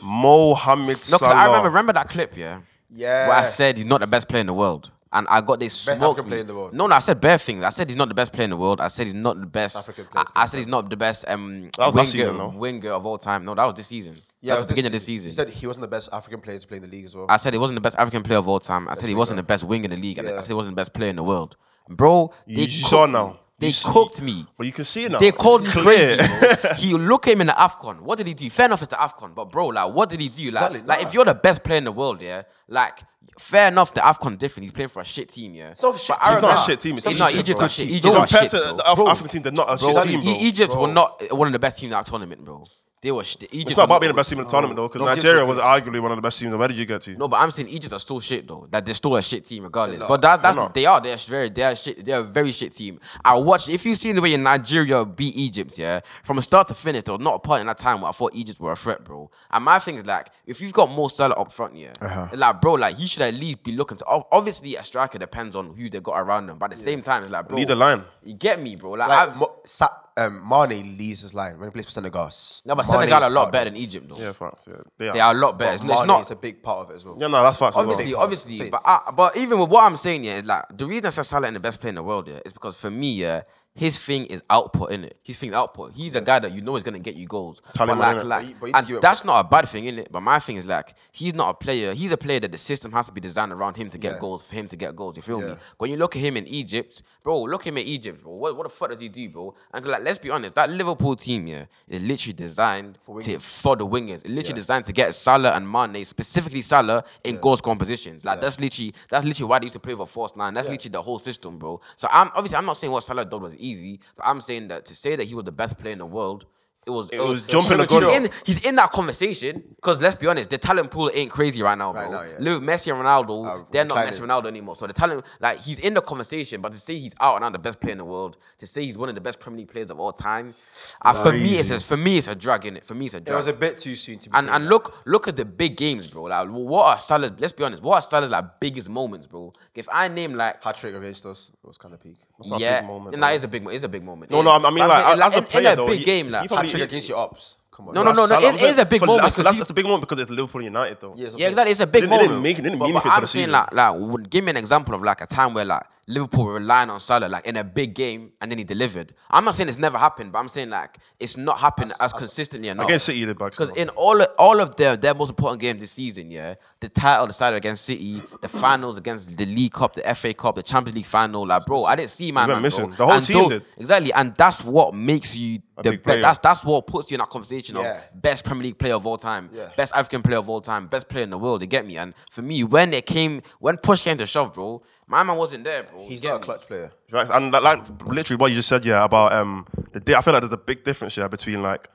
S5: Mohamed
S4: No, 'cause
S5: Salah.
S4: I remember, remember that clip, yeah?
S3: Yeah.
S4: Where I said he's not the best player in the world. And I got this
S3: Best
S4: smoked
S3: African
S4: me.
S3: player in the world.
S4: No, no, I said bare things. I said he's not the best player in the world. I said he's not the best.
S3: African
S4: I,
S3: player,
S4: I said he's not the best um,
S5: That was
S4: winger,
S5: last season, though.
S4: winger of all time. No, that was this season.
S3: yeah,
S4: that
S3: it
S4: was the beginning of this season.
S3: He said he wasn't the best African player to play in the league as well.
S4: I said he wasn't the best African player of all time. I said he wasn't the best wing in the league. And I
S3: Yeah.
S4: said he wasn't the best player in the world. Bro, they
S5: You saw
S4: cooked me.
S5: now.
S4: They
S5: You see-
S4: cooked me.
S5: But you can see now.
S4: They
S5: it's
S4: called me
S5: clear.
S4: crazy. bro. he look him in the Afcon. What did he do? Fair enough, it's the Afcon, but bro, like, what did he do? Like,
S3: Exactly,
S4: like
S3: nah.
S4: if you're the best player in the world, yeah, like, fair enough, the Afcon different. He's playing for a shit team, yeah.
S3: So shit
S4: But I
S3: team.
S5: It's not
S4: remember-
S5: a shit team. It's
S4: It's not
S5: Egypt,
S4: Egypt.
S5: bro.
S4: are shit. Egypt are
S5: Compared
S4: shit,
S5: to the
S4: bro.
S5: Af-
S4: Bro.
S5: African team, they're not a
S4: Bro,
S5: shit team,
S4: E-
S5: bro.
S4: Egypt were not one of the best teams in that tournament, bro. They were. Sh- Egypt
S5: It's not
S4: were-
S5: about being the best team in the tournament though, because
S3: No, Egypt
S5: Nigeria
S3: were
S5: was
S3: good.
S5: arguably one of the best teams. Where did you get to?
S4: No, but I'm saying Egypt are still shit though. That they're still a shit team regardless. But that, that's
S5: not.
S4: they are. They're very they're shit. They're a very shit team. I watched. If you've seen the way Nigeria beat Egypt, yeah, from start to finish, there was not a part in that time where I thought Egypt were a threat, bro. And my thing is like, if you've got more Salah up front, yeah,
S5: Uh-huh.
S4: it's like bro, like you should at least be looking to. ob- Obviously, a striker depends on who they got around them. But at the same time, it's like bro,
S5: Lead the line.
S4: You get me, bro. Like,
S3: Like,
S4: I've,
S3: Mo- Sa- um, Mane leads his line when he plays for Senegal.
S4: no,
S3: Mane
S4: but Senegal are a lot
S3: started.
S4: better than Egypt though.
S5: Yeah, facts. Yeah, they are.
S4: They are a lot better.
S3: But
S4: It's,
S3: Mane
S4: it's not.
S3: is a big part of it as well.
S5: Yeah, no, that's facts. as well.
S4: Obviously,
S3: well.
S4: obviously,
S3: Say-
S4: but I, but even with what I'm saying here is like the reason I said Salah and the best player in the world yeah, is because for me yeah, his thing is output in it. His thing is output. He's a guy that you know is gonna get you goals.
S5: Tell
S4: But
S5: him
S4: like,
S5: on it.
S4: like,
S3: But you- but you need to
S4: and
S3: give it-
S4: that's not a bad thing in it. But my thing is like he's not a player. He's a player that the system has to be designed around him to get
S3: Yeah.
S4: goals for him to get goals. You feel me?
S3: Yeah.
S4: When you look at him in Egypt, bro, look at him in Egypt, bro. What, what the fuck does he do, bro? And like let's be honest, that Liverpool team yeah is literally designed for, to, for the wingers. It's literally designed to get Salah and Mane, specifically Salah, in goals compositions. Like that's literally that's literally why they used to play with a false nine. That's literally the whole system, bro. So I'm obviously I'm not saying what Salah did was easy, but I'm saying that to say that he was the best player in the world. It was, it
S5: was jumping the
S4: he's
S5: gun.
S4: in- He's in, that conversation because let's be honest, the talent pool ain't crazy right now, bro.
S3: Right now, yeah.
S4: Lil- Messi and Ronaldo,
S3: Uh,
S4: they're not
S3: declining.
S4: Messi and Ronaldo anymore. So the talent, like he's in the conversation, but to say he's out and out the best player in the world, to say he's one of the best Premier League players of all time, uh, for me it's a, for me it's a drug in it. For me it's a
S3: It
S4: drug.
S3: was a bit too soon to be.
S4: and
S3: saying
S4: and
S3: that.
S4: look look at the big games, bro. Like what are Salah's? Let's be honest, what are Salah's like biggest moments, bro? If I name like
S3: hat trick against us was kind of peak.
S5: It's not a
S4: yeah,
S5: big moment,
S4: and
S5: though.
S4: that is a big, mo- it's a big moment.
S5: No,
S4: Yeah.
S5: no, I mean,
S4: But I'm
S5: like,
S4: saying,
S5: as a
S4: in-
S5: player,
S4: in a
S5: though,
S4: big
S5: he-
S4: game,
S5: he
S4: like
S5: probably-
S3: Hat trick against your ops. Come on.
S4: No, no,
S5: That's
S4: no,
S5: Salah.
S4: it is a big
S5: For-
S4: moment
S5: That's,
S4: 'cause
S5: that's,
S4: he-
S5: that's a big moment because it's Liverpool United though.
S3: Yeah, it's a
S4: Yeah,
S3: big-
S4: exactly. It's a big
S5: They didn't-
S4: moment.
S5: they didn't make- they didn't
S4: But-
S5: mean
S4: but
S5: anything for
S4: I'm
S5: the
S4: saying
S5: season.
S4: like, like, would- give me an example of like a time where like Liverpool were relying on Salah like in a big game and then he delivered. I'm not saying it's never happened, but I'm saying like it's not happened as, consistently enough.
S5: Against City, they backed
S4: Because
S5: him up.
S4: in all of, all of their their most important games this season, yeah, the title decided against City, the finals against the League Cup, the FA Cup, the Champions League final. Like, bro, I didn't see my
S5: went
S4: man
S5: missing.
S4: Bro.
S5: The whole
S4: And
S5: team
S4: tho-
S5: did.
S4: Exactly, and that's what makes you the best.
S5: big player.
S4: That's that's what puts you in that conversation
S3: Yeah.
S4: of best Premier League player of all time,
S3: Yeah.
S4: best African player of all time, best player in the world. You get me? And for me, when it came, when push came to shove, bro, my man wasn't there, bro. You
S3: He's
S4: get
S3: not a
S4: me?
S3: clutch player.
S5: Right, and like, like literally what you just said, yeah, about um the di- I feel like there's a big difference yeah between like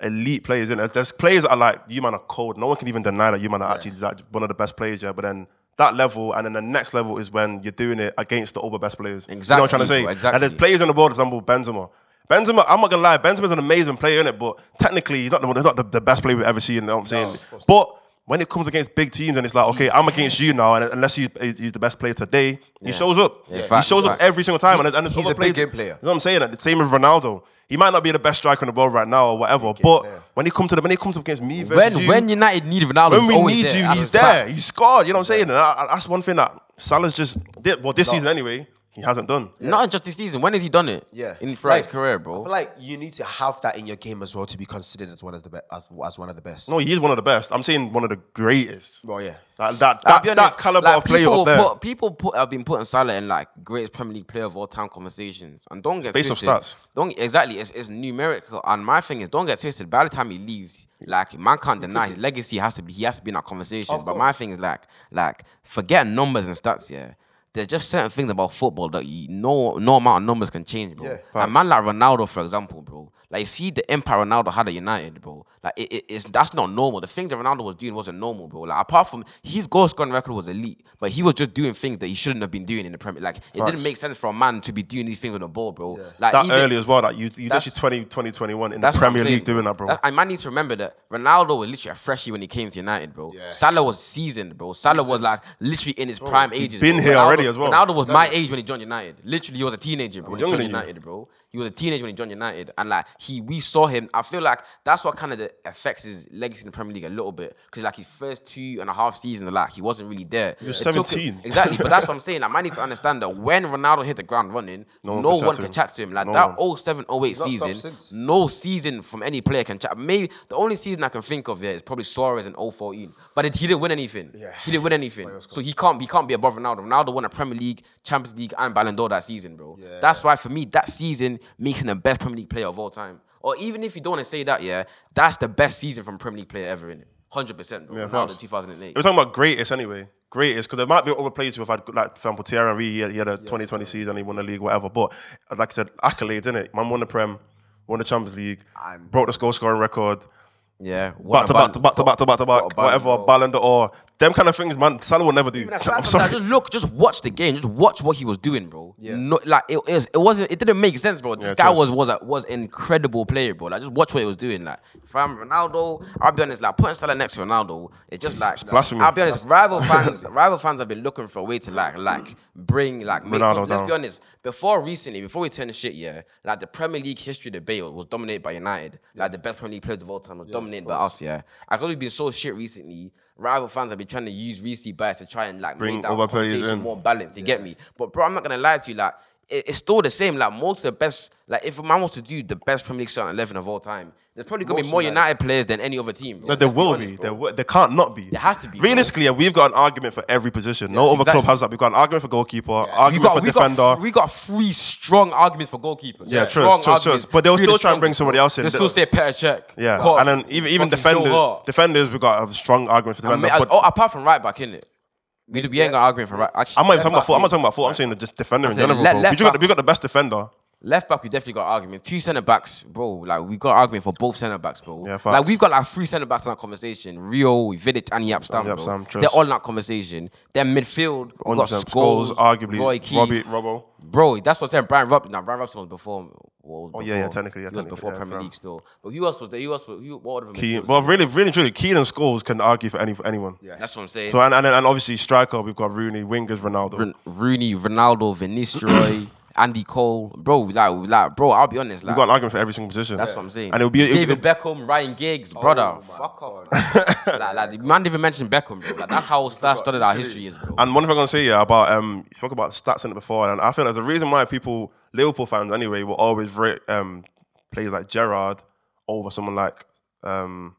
S5: elite players and there's players that are like you man are cold. No one can even deny that you man are actually like one of the best players, yeah. But then that level and then the next level is when you're doing it against the other best players. You know what I'm trying to
S4: Exactly,
S5: say?
S4: bro,
S5: And there's
S4: exactly.
S5: players in the world, for example, Benzema. Benzema, I'm not gonna lie, Benzema's an amazing player, innit? But technically he's not the one, he's not the, the best player we've ever seen, you know what I'm saying? but when it comes against big teams and it's like, okay, I'm against you now, and unless he's, he's the best player today, he shows up.
S4: Yeah,
S5: he
S4: facts,
S5: shows up
S4: facts.
S5: every single time. and, and
S3: he's
S5: other
S3: a big
S5: players-
S3: game player.
S5: You know what I'm saying? Like, the same with Ronaldo. He might not be the best striker in the world right now or whatever, but
S3: player.
S5: when he comes to the when he comes up against me,
S4: When
S5: versus you,
S4: when United need Ronaldo,
S5: when
S4: he's
S5: we
S4: always
S5: need
S4: there.
S5: you,
S4: That's
S5: he's
S4: a fact.
S5: there. He's scored. You know what I'm saying? And I, I- that's one thing that Salah's just did. Well, this season anyway, he hasn't done.
S4: Not in just this season. When has he done it?
S3: Yeah,
S4: In throughout his
S3: Like,
S4: career,
S3: I
S4: bro.
S3: feel like you need to have that in your game as well to be considered as one of the best. As, as one of the best.
S5: No, he is one of the best. I'm saying one of the greatest.
S3: Well, yeah.
S5: Like that,
S4: I'll
S5: that,
S4: be
S5: that
S4: honest,
S5: caliber
S4: like,
S5: of player
S4: people
S5: up there,
S4: Put, people put, have been putting Salah in like greatest Premier League player of all time conversations, and don't get
S5: Based off
S4: twisted.
S5: stats.
S4: Don't exactly. It's, it's numerical, and my thing is, don't get twisted. By the time he leaves, like man can't deny his legacy has to be. He has to be in that conversation. But my thing is like, like forget numbers and stats. Yeah, there's just certain things about football that you, no no amount of numbers can change, bro. a man like Ronaldo, for example, bro. Like see the impact Ronaldo had at United, bro. Like it, it- it's that's not normal. The things that Ronaldo was doing wasn't normal, bro. Like apart from his goal scoring record was elite, but he was just doing things that he shouldn't have been doing in the Premier. Like it didn't
S5: Facts.
S4: make sense for a man to be doing these things with the ball, bro. Like
S5: that
S4: even-
S5: early as well. That you, you
S4: That's-
S5: literally 20, 2021 in the
S4: that's what I'm
S5: Premier League
S4: saying.
S5: doing that, bro.
S4: That- I might need to remember that Ronaldo was literally a freshie when he came to United, bro. Salah was seasoned, bro. Salah was like literally in his prime ages.
S5: been
S4: bro.
S5: here
S4: Ronaldo-
S5: already as well.
S4: Ronaldo was my age when he joined United. Literally, he was a teenager, bro. When he
S5: younger
S4: joined
S5: than you.
S4: United, bro. He was a teenager when he joined United, and like he, we saw him. I feel like that's what kind of the, affects his legacy in the Premier League a little bit, because like his first two and a half seasons, like he wasn't really there. He
S5: was 17.
S4: exactly. But that's what I'm saying. Like, I need to understand that when Ronaldo hit the ground running, no
S5: one
S4: one,
S5: could chat to
S4: could
S5: him.
S4: chat to him. Like
S5: No one.
S4: that 07, 08
S3: not stopped
S4: season,
S3: since.
S4: no season from any player can chat. Maybe the only season I can think of there is probably Suarez in 014. But it, he didn't win anything.
S3: Yeah.
S4: He didn't win anything. So he can't he can't be above Ronaldo. Ronaldo won a Premier League, Champions League, and Ballon d'Or that season, bro. That's why for me that season makes him the best Premier League player of all time. Or even if you don't want to say that, yeah, that's the best season from Premier League player ever in it. 100% bro.
S5: facts.
S4: Ronaldo 2008.
S5: We're talking about greatest anyway. Greatest because there might be other players who have had good, like for example Thierry Henry. He had, he had a 2020 season. He won the league, whatever. But like I said, accolades in it. Man won the Prem, won the Champions League, broke the goal scoring record.
S4: Yeah. what
S5: Back
S4: a
S5: to
S4: Ballon-
S5: back to back to back to back
S4: what
S5: to back.
S4: a Ballon
S5: Whatever,
S4: d'Or.
S5: Ballon d'Or. Them kind of things, man. Salah will never do.
S4: Even aside
S5: I'm
S4: from
S5: sorry.
S4: that, just look, just watch the game, just watch what he was doing, bro. No, like it, it, was, it wasn't, it didn't make sense, bro. This
S5: Yeah,
S4: guy
S5: it was-
S4: was was a, was incredible player, bro. Like just watch what he was doing. Like if I'm Ronaldo, I'll be honest, like putting Salah next to Ronaldo, it's just like
S5: blasphemy.
S4: I'll be honest, rival fans, rival fans have been looking for a way to like like bring like make,
S5: Ronaldo
S4: let's
S5: down.
S4: be honest, before recently, before we turn the shit, yeah, like the Premier League history debate was dominated by United. Like the best Premier League players of all time was dominated by us, yeah. I thought we've been so shit recently. Rival fans have been trying to use Reese bias to try and like
S5: Bring
S4: make that
S5: other players
S4: conversation
S5: in.
S4: more balanced. You get me? But bro, I'm not gonna lie to you. Like it- it's still the same. Like most of the best. Like if a man was to do the best Premier League starting eleven of all time, there's probably gonna be more United, players than any other team. bro.
S5: No, there
S4: Let's
S5: will
S4: honest,
S5: be.
S4: bro.
S5: There, will, there can't not be.
S4: There has to be, bro.
S5: Realistically, yeah, we've got an argument for every position. no other
S4: exactly.
S5: club has that. We've got an argument for goalkeeper, argument for
S4: we
S5: defender.
S4: Got, we got three strong arguments for goalkeepers.
S5: Yeah, true,
S4: Strong
S5: true, true.
S4: arguments.
S5: But they'll
S4: Three
S5: still
S4: of the
S5: try and bring
S4: strongest,
S5: somebody
S4: bro.
S5: else in.
S4: They still say Petr Cech.
S5: yeah,
S4: Klopp,
S5: and then e-, even even
S4: fucking Joe
S5: defenders,
S4: Hart.
S5: defenders, we've got a strong argument for
S4: I
S5: defender.
S4: mean, I-
S5: but
S4: oh, apart from right back, innit? We, we ain't got arguing for right. Actually,
S5: I'm not even
S4: left
S5: talking about
S4: back,
S5: four. I'm
S4: yeah.
S5: not talking about four. I'm saying the just defender in
S4: said
S5: general.
S4: le-
S5: bro.
S4: left
S5: We got
S4: back.
S5: we got the best defender.
S4: Left back, we definitely got argument. Two centre backs, bro. Like we got argument for both centre backs, bro.
S5: Yeah, facts.
S4: like we've got like three centre backs in that conversation: Rio, Vidic, and Yapstam.
S5: And
S4: Bro.
S5: Yapstam, trust.
S4: They're all in that conversation. Then midfield, we got
S5: 100%.
S4: Scholes,
S5: arguably,
S4: Roy Keane.
S5: Robbie, Robbo.
S4: Bro, that's what I'm saying. Brian Robson. Now Brian Robson was before. Well, oh
S5: yeah, yeah, technically, yeah,
S4: he was
S5: technically,
S4: before
S5: yeah,
S4: Premier
S5: Brian.
S4: League still. But who else was there? Who else? Was, who, what other
S5: Keane.
S4: midfielders?
S5: Well, really, really, truly, Keane and Scholes can argue for any for anyone. Yeah.
S4: That's what I'm saying.
S5: So and, and and obviously striker, we've got Rooney, wingers, Ronaldo.
S4: Ron- Rooney, Ronaldo, Vinicius, Roy, Andy Cole, bro. Like, like, bro. I'll be honest. Like,
S5: We've got an argument for every single position.
S4: That's what I'm saying.
S5: And it'll be it'll,
S4: David Beckham, Ryan Giggs, brother. Fuck off. man. like, like, the man didn't even mention Beckham, bro. Like, that's how star studded our history is, bro.
S5: And one thing I'm gonna say yeah about um you spoke about stats in it before, and I feel there's a reason why people Liverpool fans anyway will always rate um players like Gerard over someone like um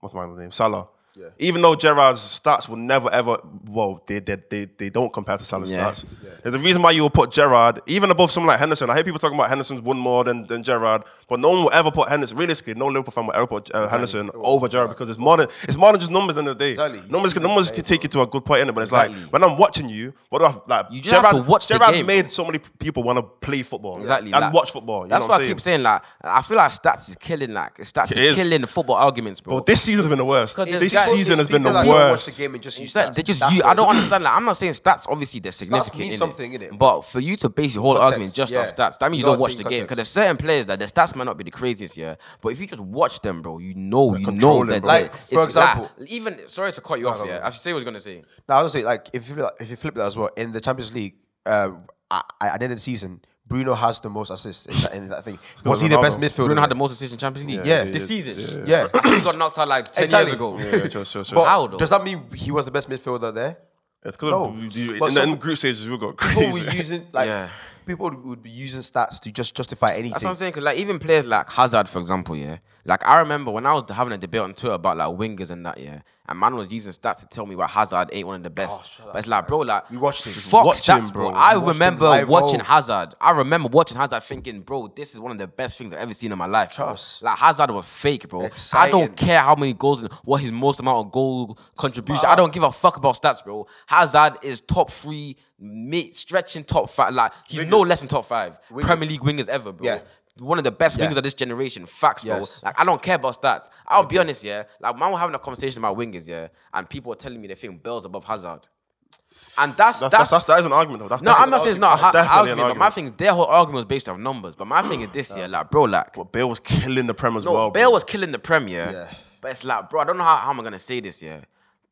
S5: what's my name Salah. Yeah. Even though Gerard's stats will never ever well they they they, they don't compare to Salah's
S4: Yeah.
S5: stats. There's a reason why you will put Gerard even above someone like Henderson. I hear people talking about Henderson's one more than, than Gerard, but no one will ever put Henderson. Realistically, no Liverpool fan will ever put uh, Henderson over Gerard because it's more than it's more than just numbers in the day.
S3: Exactly. You
S5: Numbers
S3: see
S5: can
S3: them
S5: numbers
S3: play,
S5: can take you to a good point in it, but it's
S4: Exactly.
S5: like when I'm watching you, what do I like?
S4: You just have to watch the
S5: Gerard
S4: game,
S5: made
S4: bro.
S5: so many people want to play football
S4: Exactly.
S5: and
S4: like,
S5: watch football. You
S4: that's
S5: know
S4: why
S5: what
S4: I
S5: I'm
S4: keep
S5: saying?
S4: saying like I feel like stats is killing like stats
S5: It
S4: is,
S5: is.
S4: killing the football arguments, bro.
S5: But this season's been the worst.
S4: Because
S5: This
S4: there's guys-
S5: season has
S3: It's
S5: been the
S3: people that don't Watch the
S5: worst.
S3: game and just use
S4: It's like
S3: stats.
S4: they just
S3: That's
S4: you,
S3: what
S4: I don't
S3: it is.
S4: understand. Like I'm not saying stats. Obviously, they're significant.
S3: mean
S4: innit?
S3: something, innit?
S4: But for you to base your whole
S3: Context,
S4: argument just
S3: yeah.
S4: off stats, that means
S3: You
S4: you,
S3: don't
S4: don't watch
S3: take
S4: the game.
S3: context.
S4: Because there's certain players that the stats might not be the craziest, yeah. But if you just watch them, bro, you know, you know
S5: controlling,
S4: that.
S5: bro.
S4: they're-
S3: Like, for
S4: it's-
S3: example-
S4: even sorry to cut you off, yeah. I should say what I was gonna say.
S3: Now, I was gonna say, like, if you flip, if you flip that as well in the Champions League, um, I, I at the end of the season, Bruno has the most assists in that, in that thing. Was he the
S5: Ronaldo.
S3: best midfielder?
S4: Bruno had the
S3: then?
S4: most assists in Champions League.
S3: Yeah.
S4: this season.
S3: Yeah.
S4: he got knocked out like ten
S3: Exactly.
S4: years ago.
S5: Yeah, just- just- just-
S3: But
S4: How, though?
S3: does that mean he was the best midfielder there?
S5: It's because
S3: No.
S5: of, you-
S3: But
S5: in, the, in
S3: some-
S5: the group stages we got
S3: People
S5: crazy.
S3: were using like
S4: Yeah.
S3: people would be using stats to just justify anything.
S4: That's what I'm saying. 'cause, like even players like Hazard, for example, yeah. Like I remember when I was having a debate on Twitter about like wingers and that, yeah. And man was using stats to tell me why Hazard ain't
S3: Oh,
S4: one of the best. but it's like, bro, like
S3: We watched him.
S4: Fuck
S5: Watched
S4: stats,
S5: him,
S4: bro.
S5: bro.
S4: I
S3: We watched him
S4: remember
S3: live,
S4: watching
S3: bro.
S4: Hazard. I remember watching Hazard, thinking, bro, this is one of the best things I've ever seen in my life. bro.
S3: Trust.
S4: Like Hazard was fake, bro. I
S3: Exciting.
S4: don't care how many goals and what his most amount of goal contribution. I don't give a fuck about stats, bro. Hazard is top three, mid, stretching top five. Like he's no
S5: Wingers.
S4: less than top five. Premier League wingers ever, bro
S3: Yeah.
S4: one of the best
S3: Yeah.
S4: wingers of this generation. Facts, bro.
S3: Yes.
S4: Like I don't care about stats. I'll be honest, yeah. Like man, we're having a conversation about wingers, yeah, and people are telling me they think Bell's above Hazard, and that's
S5: That's,
S4: that's.
S5: that's, that's, that is an argument though. That's
S4: no,
S5: definitely
S4: I'm not
S5: an
S4: saying it's not a
S5: argument.
S4: ha-
S5: That's definitely
S4: argument,
S5: an
S4: but my
S5: argument.
S4: thing is their whole argument was based off numbers. But my thing is this, yeah, like bro, like
S5: But Bale was killing the Prem as
S4: no,
S5: well.
S4: Bale
S5: bro.
S4: was killing the Premier.
S3: Yeah.
S4: But it's like, bro, I don't know how, how I'm gonna say this, yeah.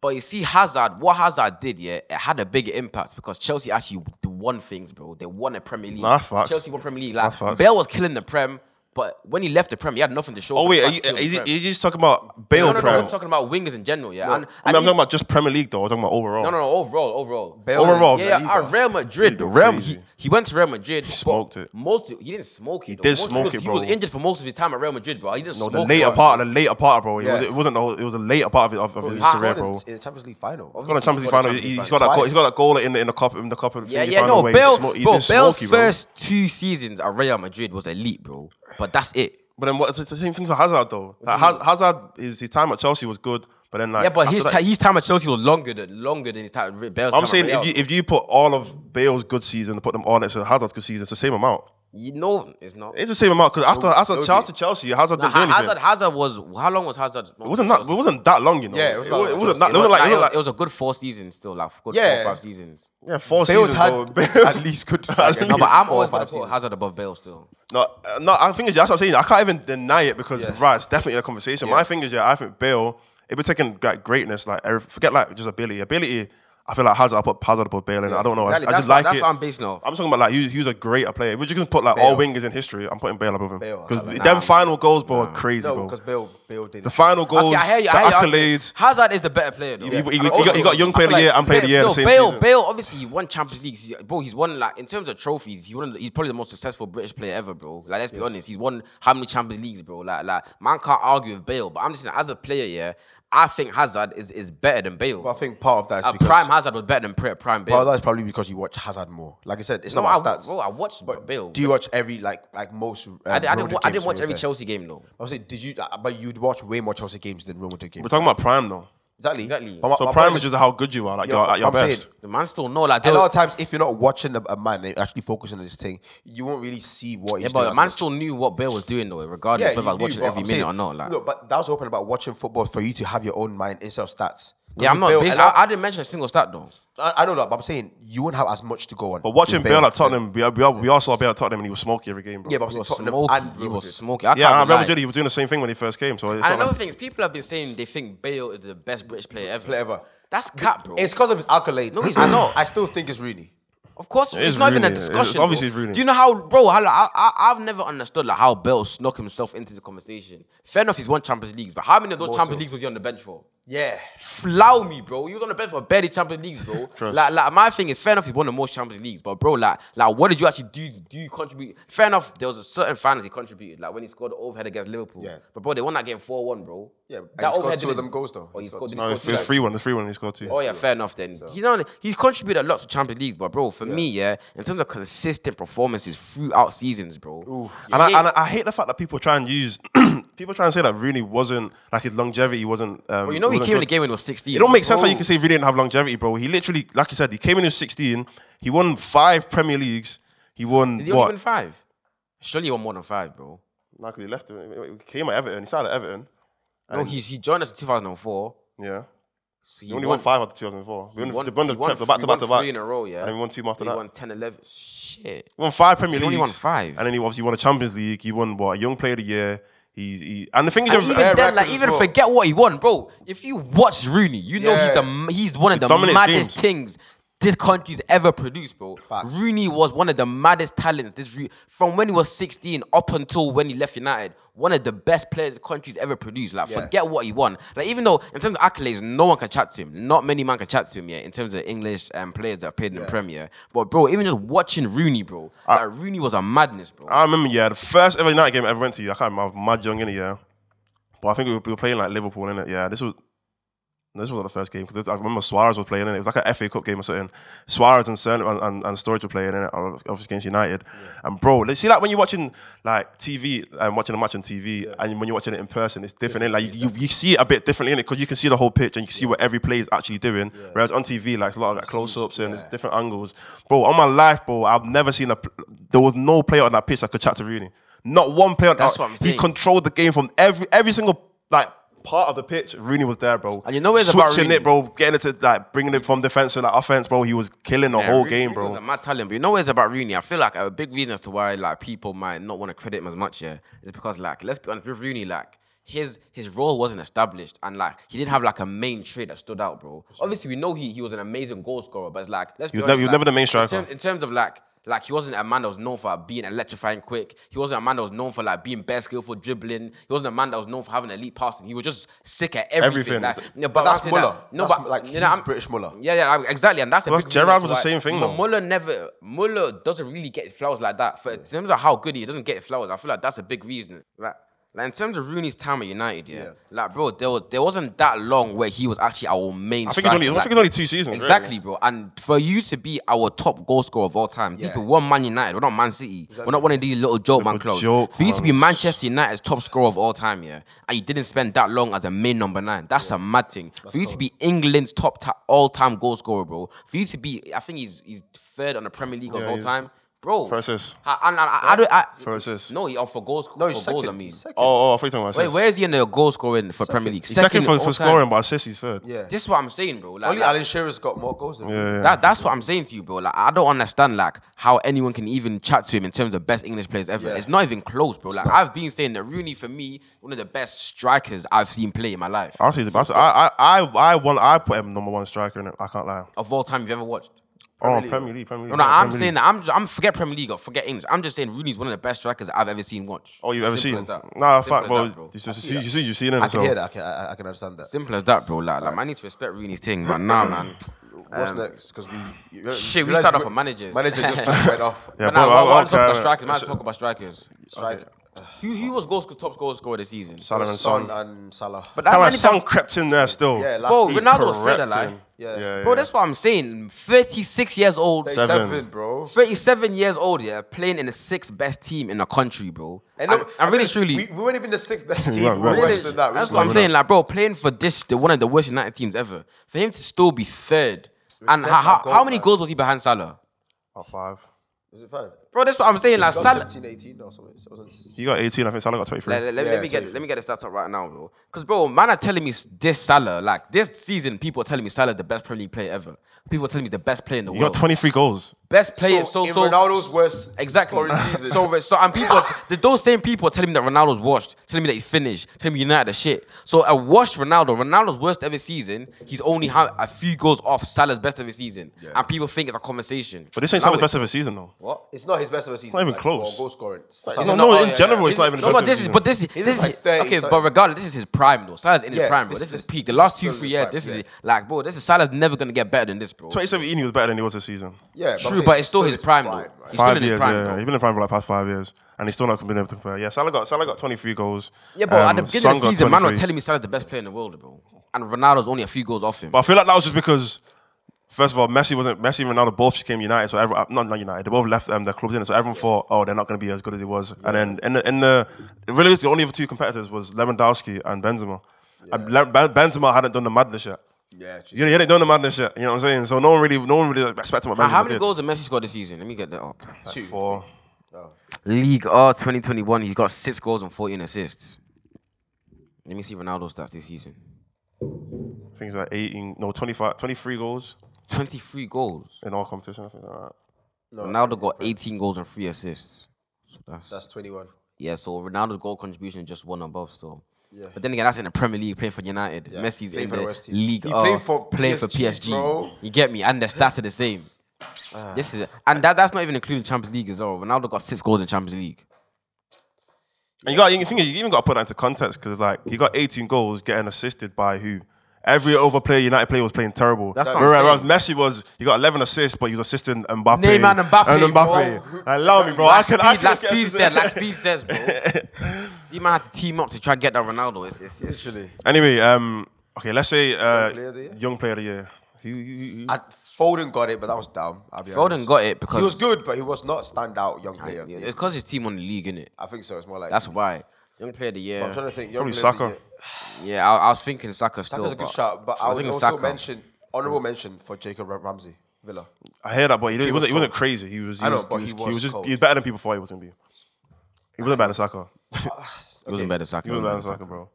S4: But you see, Hazard, what Hazard did, yeah, it had a bigger impact because Chelsea actually won things, bro. They won a Premier League.
S5: Nah, facts.
S4: Chelsea won Premier League.
S5: Nah,
S4: Like,
S5: facts.
S4: Bale was killing the Prem, but when he left the Prem, he had nothing to show.
S5: Oh
S4: for
S5: wait,
S4: the
S5: are
S4: fact he
S5: you,
S4: was
S5: is,
S4: the
S5: it-
S4: Prem.
S5: is he just talking about Bale
S4: no, no, no,
S5: Prem?
S4: I'm talking about wingers in general, yeah. And,
S5: I mean, I'm
S4: and
S5: talking about just Premier League though. I'm talking about overall.
S4: no, no, no, overall, overall.
S3: Bale-
S5: Overall,
S4: yeah, yeah.
S5: man, he
S4: uh,
S5: got-
S4: Real Madrid.
S5: he got
S4: Real,
S5: crazy.
S4: he, he went to Real Madrid. He
S5: smoked it.
S4: Most he didn't smoke it. He
S5: did smoke it,
S4: He was
S5: bro.
S4: injured for most of his time at Real Madrid, bro. He didn't
S5: No,
S4: smoke
S5: the
S4: it,
S5: later
S4: bro.
S5: part, the later part, bro. It,
S3: Yeah.
S5: was, it wasn't the whole. It was the later part of his, of, of his
S4: how-
S5: career,
S3: Scored in-
S5: bro.
S3: in the Champions League final.
S5: Got a Champions League final. He- He's got that. Goal, he's got that goal in the in the cup in the cup. in the
S4: Yeah,
S5: 50
S4: yeah,
S5: final
S4: no.
S5: where he
S4: Bell,
S5: smoke- he
S4: bro,
S5: did
S4: Bell's
S5: smoky, bro.
S4: first two seasons at Real Madrid was elite, bro. But that's it.
S5: But then what, it's the same thing for Hazard though. Like, Haz- Hazard his, his time at Chelsea was good, but then like
S4: Yeah, but his,
S5: after
S4: ti- his time at Chelsea was longer than longer than his time at Re- Bell's time
S5: I'm
S4: at
S5: saying
S4: Real.
S5: if you if you put all of Bale's good season and put them all next to Hazard's good season, it's the same amount.
S4: you know, it's not.
S5: It's the same amount because after after Charles to Chelsea, Hazard
S4: Nah,
S5: didn't do
S4: Ha-
S5: anything.
S4: Hazard, Hazard was how long was Hazard?
S5: it wasn't that. It wasn't that long, you know.
S3: Yeah, it was not
S5: wa-
S3: like Chelsea.
S5: wasn't that. It wasn't like. It
S4: it, was,
S5: wasn't
S4: it was
S5: like
S4: a good four seasons still, like good
S3: Yeah.
S4: four or five seasons.
S5: yeah, four
S3: Bale's
S5: seasons. bro.
S3: had
S5: Bale-
S3: at least good.
S4: No, but
S3: four
S4: I'm
S3: or
S4: always
S3: five
S4: gonna put
S3: seasons.
S4: Hazard above Bale still.
S5: No, uh, no. I think it's, that's what I'm saying. I can't even deny it because right, it's definitely a conversation. My thing is, yeah, I think Bale. If we're taking like greatness, like every- forget like just ability, ability. I feel like Hazard. I put Hazard above Bale, and I don't know. I-
S4: Exactly,
S5: I,
S4: that's
S5: just
S4: what-
S5: like
S4: that's
S5: it.
S4: what I'm basing off.
S5: I'm talking about like he, he was a greater player. If we're just gonna put like all wingers in history, I'm putting Bale above him
S3: Bale,
S5: because
S3: Hazard.
S5: them
S4: Nah, man.
S5: final goals, bro, are crazy,
S3: No,
S5: bro.
S3: because Bale, Bale did.
S5: The final
S4: Okay,
S5: goals,
S4: I hear you.
S5: the
S4: I hear you.
S5: accolades.
S4: Hazard is the better player. Though.
S5: He- he- he
S4: And
S5: got- he got- he got young
S4: I
S5: player of the
S4: feel
S5: year and player of the
S4: Bale-
S5: year in the
S4: no,
S5: same
S4: Bale,
S5: season.
S4: Bale, obviously, he won Champions League. He's- Bro, he's won like in terms of trophies. He's one. Of the, he's probably the most successful British player ever, bro. Like, let's be honest. He's won how many Champions Leagues, bro? Like, like man can't argue with Bale. But I'm just saying, as a player, yeah, I think Hazard is is better than Bale.
S3: But I think part of that is
S4: a
S3: because
S4: prime Hazard was better than pre- prime Bale.
S3: part of that is probably because you watch Hazard more. Like I said, it's
S4: no,
S3: not
S4: I,
S3: about stats.
S4: bro, I watched Bale.
S3: Do you watch every like like most? Um,
S4: I, did, I,
S3: Real
S4: didn't,
S3: Madrid
S4: wa- I
S3: games when
S4: didn't watch
S3: he was
S4: every
S3: there?
S4: Chelsea game though.
S3: I was saying, did you? uh, But you'd watch way more Chelsea games than Real Madrid games.
S5: We're talking about prime though.
S3: Exactly.
S4: Exactly.
S3: But my-
S5: So
S3: my
S5: prime
S3: point
S5: is just how good you are, like
S3: Yeah,
S5: you're at your
S3: I'm saying-
S5: best.
S4: The man still know like
S3: a
S4: they'll-
S3: lot of times, if you're not watching a, a man and actually focusing on this thing, you won't really see what he's
S4: Yeah,
S3: doing.
S4: but
S3: as
S4: man
S3: much.
S4: still knew what Bale was doing though, regardless
S3: you
S4: whether I was
S3: do,
S4: watching
S3: but
S4: every
S3: I'm
S4: minute
S3: saying-
S4: or not. Like,
S3: look, but that was open about watching football for you to have your own mind instead of stats. 'Cause
S4: yeah,
S3: with
S4: I'm not.
S3: Bale,
S4: bas-
S3: a
S4: I,
S3: lot-
S4: I didn't mention a single stat though.
S3: I, I know that, but I'm saying you won't have as much to go on.
S5: But watching
S3: with
S5: Bale at Tottenham, we, we, we also saw Bale at Tottenham and he was smoky every game, bro.
S3: yeah, but I'm
S4: He
S3: saying
S4: was
S3: Tottenham and
S4: smoky. He
S3: Real
S4: was
S3: Madrid.
S4: smoky. I
S5: yeah,
S4: can't
S5: I
S4: lie.
S5: remember Judy, he was doing the same thing when he first came. So it's
S4: And
S5: not
S4: another
S5: like,
S4: thing is, people have been saying they think Bale is the best British player ever.
S3: Play ever.
S4: That's cap, bro.
S3: It's because of his accolades.
S4: No, he's
S3: I-
S4: not.
S3: I still think it's really.
S4: of course,
S5: It
S4: it's
S5: is
S4: not even a
S5: ruining it. It's
S4: discussion. bro.
S5: obviously ruining
S4: Do you know how, bro? How, I, I, I've never understood like how Bale snuck himself into the conversation. Fair enough, he's won Champions Leagues, but how many of those Champions Leagues was he on the bench for?
S3: Yeah.
S4: Flow me, bro. He was on the bench for barely Champions Leagues, bro.
S5: Trust.
S4: Like, like my thing is fair enough. He won the most Champions Leagues, but bro, like, like what did you actually do? Do you contribute? Fair enough. There was a certain finals he contributed, like when he scored the overhead against Liverpool.
S3: Yeah.
S4: But bro, they won that game four one, bro.
S3: Yeah, and he
S4: that
S3: scored
S4: overhead
S3: two of
S4: didn't-
S3: them goals, though.
S4: Oh, he
S3: He
S4: scored.
S3: scored-
S4: did he
S5: no,
S4: score
S5: it's,
S4: two?
S5: it's 3 1, it's 3 1, he scored 2.
S4: Oh yeah, fair enough then. He's only, he's contributed a lot to Champions Leagues, but bro, for me, yeah, in terms of consistent performances throughout seasons, bro. he
S5: And I,
S4: ain't-
S5: and I- I hate the fact that people try and use, people try and say that Rooney wasn't, like his longevity wasn't. Um,
S4: you know he
S5: wasn't
S4: came in
S5: good.
S4: the game when he was 16.
S5: It don't make sense how you can say Rooney didn't have longevity, bro. He literally, like you said, he came in at 16, he won five Premier Leagues, he won
S4: Did he only
S5: what?
S4: win five? Surely he won more than five, bro.
S5: No, 'cause he left. He came at Everton, he started at Everton.
S4: No, he's, he joined us in 2004.
S5: Yeah.
S4: So
S5: He only won, five out of 2004. We
S4: he
S5: won,
S4: won-
S5: they won the
S4: he won
S5: trip, the back
S4: three-
S5: to
S4: he
S5: back
S4: won
S5: to back.
S4: three in a row, yeah.
S5: And then we won two more after
S4: He
S5: that.
S4: won 10, 11. Shit.
S5: He won five Premier
S4: He
S5: Leagues.
S4: only won five.
S5: And then he obviously won a Champions League. He won what? A Young Player of the Year. He, he and the thing is,
S4: And
S5: you're-
S4: even
S3: air
S4: then,
S3: record
S4: like,
S3: as
S4: even
S3: well.
S4: forget what he won, bro. If you watch Rooney, you know he's
S3: Yeah.
S4: the m- he's one of the
S5: dominates
S4: maddest
S5: games.
S4: things. this country's ever produced, bro.
S3: Facts.
S4: Rooney was one of the maddest talents. This re- from when he was 16 up until when he left United, one of the best players the country's ever produced. Like,
S3: Yeah.
S4: forget what he won. Like, even though in terms of accolades, no one can chat to him. Not many man can chat to him yet in terms of English um, players that played in the Premier. But bro, even just watching Rooney, bro, like Rooney was a madness, bro.
S5: I remember, yeah, the first ever night game I ever went to. I can't remember. I was mad young in it, yeah. But I think we were, we were playing like Liverpool in it. Yeah, this was. no, This was not the first game because I remember Suarez was playing in it. It was like an FA Cup game or something. Suarez and Cern and, and, and Storage were playing in it, obviously against United. And bro, like, see, like when you're watching like TV and watching a match on TV, and when you're watching it in person, it's different. innit? Like you, you see it a bit differently in it because you can see the whole pitch and you can see what every play is actually doing. Whereas on TV, like it's a lot of like close ups and there's different angles. Bro, on my life, bro, I've never seen a. pl- There was no player on that pitch that could chat to Rooney. Not one player.
S4: That's
S5: that,
S4: what I'm
S5: He
S4: saying.
S5: controlled the game from every every single like part of the pitch. Rooney was there, bro.
S4: And you know it's about
S5: switching
S4: Rooney.
S5: it, bro. Getting it to like bringing it from defense to like offense, bro. He was killing the
S4: Yeah,
S5: whole
S4: Rooney
S5: game,
S4: was
S5: bro.
S4: a mad talent, but you know what it's about Rooney. I feel like a big reason as to why like people might not want to credit him as much yeah, is because like let's be honest with Rooney, like his his role wasn't established and like he didn't have like a main trait that stood out, bro. Obviously we know he he was an amazing goal scorer, but it's like let's be
S5: He was
S4: honest,
S5: never- he was
S4: like,
S5: never the main
S4: in
S5: striker.
S4: term- in terms of like like he wasn't a man that was known for being electrifying quick. He wasn't a man that was known for like being best skillful dribbling. He wasn't a man that was known for having elite passing. He was just sick at everything.
S5: Everything.
S4: Like, yeah,
S3: But that's
S4: I'm saying that-
S3: Muller.
S4: No,
S3: That's
S4: but
S3: like
S4: you
S3: he's
S4: know, I'm-
S3: British Muller.
S4: Yeah, yeah, I- exactly. And that's a
S5: Plus,
S4: big reason
S5: Gerrard
S4: as
S5: was
S4: to
S5: the
S4: why
S5: same thing,
S4: Mu-
S5: though.
S4: Muller never Muller doesn't really get his flowers like that. For in terms of how good he is, doesn't get his flowers. I feel like that's a big reason. Like, like in terms of Rooney's time at United, yeah, like bro, there was there wasn't that long where he was actually our main.
S5: I think it's
S4: striker,
S5: only, I
S4: like-
S5: think it's only two seasons. really.
S4: Exactly, bro. And for you to be our top goal scorer of all time,
S3: Yeah.
S4: yeah. we're one Man United. We're not Man City. We're not one of these little joke man clubs.
S5: joke
S4: for you to be
S5: ones.
S4: Manchester United's top scorer of all time, yeah, and you didn't spend that long as a main number nine, that's a mad thing. for you to be England's top ta- all-time goal scorer, bro. For you to be, I think he's he's third on the Premier League of
S5: Yeah,
S4: all
S5: he's-
S4: time, bro.
S5: For assists.
S4: I, and- and I, I, don't. I,
S5: For assists.
S4: No, he oh, for goals.
S3: No,
S4: No,
S3: he's
S4: for goals. I mean,
S3: second. Second.
S5: Oh, oh, I thought you were talking about
S4: wait,
S5: assists.
S4: where is he in the goal scoring for Premier League?
S5: He's second, for, for
S4: all-time.
S5: scoring, but assists he's third.
S3: Yeah.
S4: This is what I'm saying, bro. Like,
S3: Only
S4: like-
S3: Alan Shearer's got more goals than him.
S5: Yeah, yeah.
S4: that, that's what I'm saying to you, bro. Like I don't understand like how anyone can even chat to him in terms of best English players ever.
S3: Yeah.
S4: It's not even close, bro. Like I've been saying that Rooney for me one of the best strikers I've seen play in my life
S5: I'll see the best. I, I, I, I, want, I put him number one striker in it. I can't lie.
S4: of all time you've ever watched.
S5: Oh, Premier League, Premier League.
S4: No, no,
S5: yeah,
S4: I'm
S5: Premier
S4: saying
S5: League.
S4: that I'm just, I'm forget Premier League or forget English. I'm just saying Rooney's one of the best strikers I've ever seen watch.
S5: Oh, you've ever
S4: Simple
S5: seen?
S4: as that.
S5: Nah,
S4: Simple
S5: fuck,
S4: as
S5: bro.
S4: that, bro.
S5: You see, you see, you've seen him.
S3: I can
S5: so.
S3: hear that. I can, I, I can understand that.
S4: Simple as that, bro. Like, like I need to respect Rooney's thing, but nah, man.
S3: What's
S4: Um,
S3: next? Because we you- you
S4: Shit, we
S3: realise
S4: start off
S3: we-
S4: with managers.
S3: Manager just went off.
S5: Yeah,
S4: but nah,
S5: bro,
S4: while-
S5: I'll-
S4: while we
S5: I'll
S4: talk about
S5: carry-
S4: strikers, might as
S5: it's-
S4: well talk about strikers.
S3: Striker.
S4: Who who was goal sc- top goal scorer this season?
S5: Salah and Son.
S3: Son and Salah.
S4: But
S5: How my
S4: many times-
S5: son crept in there still.
S3: Yeah, last
S4: Bro,
S3: week.
S5: He
S4: Ronaldo was third
S5: crept
S4: alive.
S5: in.
S3: Yeah.
S5: yeah.
S4: Bro, that's what I'm saying. 36 years old,
S5: Seven.
S3: Seven, bro.
S4: 37 years old, yeah, playing in the sixth best team in the country, bro. And, and,
S3: no-
S4: really,
S3: we,
S4: truly,
S3: we weren't even the sixth best team.
S5: weren't,
S3: we
S5: we
S3: were
S5: weren't.
S3: worse than that. We
S4: that's
S3: just
S4: what I'm
S3: got-
S4: saying. Like, bro, playing for this, the one of the worst United teams ever. For him to still be third, and
S3: Respect
S4: how,
S3: our
S4: how,
S3: goal,
S4: how many
S3: man.
S4: goals was he behind Salah?
S5: Top five.
S3: Was it five?
S4: Bro, that's what I'm saying. Like,
S3: Got
S4: Salah.
S3: 17, 18 or something. So it was
S5: He got 18. I think Salah got 23.
S4: Let, let- let me-
S3: Yeah,
S4: let me
S3: totally.
S4: get let me get the stats up right now, bro. Because bro, man are telling me s- this Salah, like this season, people are telling me Salah's the best Premier League player ever. People are telling me the best player in the
S5: He
S4: world.
S5: got 23 goals.
S4: best player. So,
S3: in
S4: so
S3: Ronaldo's worst
S4: Exactly.
S3: scoring season.
S4: so, so and people, the, those same people are telling me that Ronaldo's washed, telling me that he's finished, telling me United are shit. So a washed Ronaldo, Ronaldo's worst ever season. He's only had a few goals off Salah's best ever season, and people think it's a conversation.
S5: But this ain't
S4: Now
S5: Salah's
S4: it-
S5: best of the season, though.
S4: What?
S3: it's not his best of a season.
S5: not even
S3: like,
S5: close.
S3: for Goal scoring.
S5: It's
S4: not- no,
S5: not, no,
S4: oh,
S5: in
S4: yeah,
S5: general,
S4: yeah.
S5: it's not even.
S4: No,
S5: the
S4: but
S5: best
S4: this is
S5: season.
S4: but this is
S3: He
S4: this
S3: looks
S4: is
S3: like 30,
S4: okay.
S3: so-
S4: But regardless, this is his prime though. Salah's in
S3: Yeah,
S4: his prime, bro.
S3: this-
S4: This,
S3: this-
S4: is peak. The
S3: this is
S4: last two
S3: still
S4: three
S3: his
S4: years,
S3: prime,
S4: this
S3: yeah.
S4: is like, bro. This is Salah's never gonna get better than this, bro.
S5: 2017, he was better than he was this season.
S3: Yeah, but I'm
S4: True,
S3: saying
S4: but it's still his
S3: prime,
S4: prime though.
S3: right?
S4: He's still
S5: Five
S4: in his
S5: years,
S4: prime
S5: yeah.
S4: though.
S5: He's been in prime for like past five years, and he's still not been able to compare. Yeah, Salah got Salah got 23 goals.
S4: Yeah, but at
S5: Um,
S4: the beginning
S5: Son
S4: of the
S5: got
S4: season, man was
S5: 23.
S4: telling me Salah's the best player in the world, bro. And Ronaldo's only a few goals off him.
S5: But I feel like that was just because, first of all, Messi wasn't Messi and Ronaldo both just came United, so everyone, not not United, they both left um, their clubs in, it, so everyone thought, oh, they're not going to be as good as he was. And then in the in the really the only other two competitors was Lewandowski and Benzema. And Le- Ben- Benzema hadn't done the madness yet.
S3: Yeah, true.
S5: You know, he hadn't done the madness yet. You know what I'm saying? So no one really, no one really expected what
S4: Now,
S5: Benzema
S4: how many
S5: did.
S4: goals did Messi score this season? Let me get that up.
S3: Two.
S5: Four.
S4: League R 2021, he's got six goals and 14 assists. Let me see Ronaldo's stats this season.
S5: I think it's like 18, no, 25, 23 goals
S4: 23 goals.
S5: in all competition. I think like that.
S3: No,
S4: Ronaldo got 18 goals and three assists. So that's,
S3: That's 21.
S4: yeah, so Ronaldo's goal contribution is just one above. So
S3: Yeah.
S4: But then again, that's in the Premier League playing for United.
S3: Yeah.
S4: Messi's
S3: Playing
S4: in
S3: for
S4: the,
S3: the West team.
S4: league.
S3: He played
S4: of-
S3: for
S4: playing for
S3: PSG,
S4: PSG.
S3: bro.
S4: You get me? And the stats are the same. this is and that, that's not even including Champions League as well. Ronaldo got six goals in Champions League.
S5: And you got you think you even got to put that into context because like you got 18 goals getting assisted by who? Every other player, United player was playing terrible.
S4: That's what I'm
S5: Remember,
S4: saying.
S5: Messi was you got 11 assists, but he was assisting Mbappe.
S4: Neymar and Mbappe,
S5: And Mbappe. Allow me, bro. I
S4: like
S5: can.
S4: speed,
S5: I can
S4: like speed said, like speed says, bro. you might have to team up to try and get that Ronaldo. It's, it's, it's-
S3: Literally.
S5: Anyway, um, okay, let's say uh,
S3: Player of the Year?
S5: young player of the year. Who- who- who-
S3: I, Foden got it, but that was dumb. I'll be
S4: Foden
S3: honest.
S4: got
S3: He
S4: it
S3: was
S4: because
S3: good, but he was not standout young player. of the year.
S4: it's because his team won the league, innit?
S3: I think so. It's more like
S4: That's why. Young player of the year.
S3: I'm trying to think. Young
S5: Probably
S3: player of the
S5: Saka.
S3: year.
S4: Yeah, I, I was thinking Saka still.
S3: Saka's a good
S4: but
S3: shout, but I, would
S4: think
S3: also
S4: it's Saka.
S3: mention honorable mention for Jacob Ra- Ramsey Villa.
S5: I hear that, but he, he
S3: was
S5: wasn't. He wasn't crazy. He was. He
S3: I know,
S5: was,
S3: but
S5: he was,
S3: he
S5: he was
S3: was
S5: just.
S3: cold.
S5: He was better than people thought he was gonna be. He wasn't better than Saka.
S4: He wasn't better than Saka.
S5: He wasn't
S4: man.
S5: better than Saka, bro.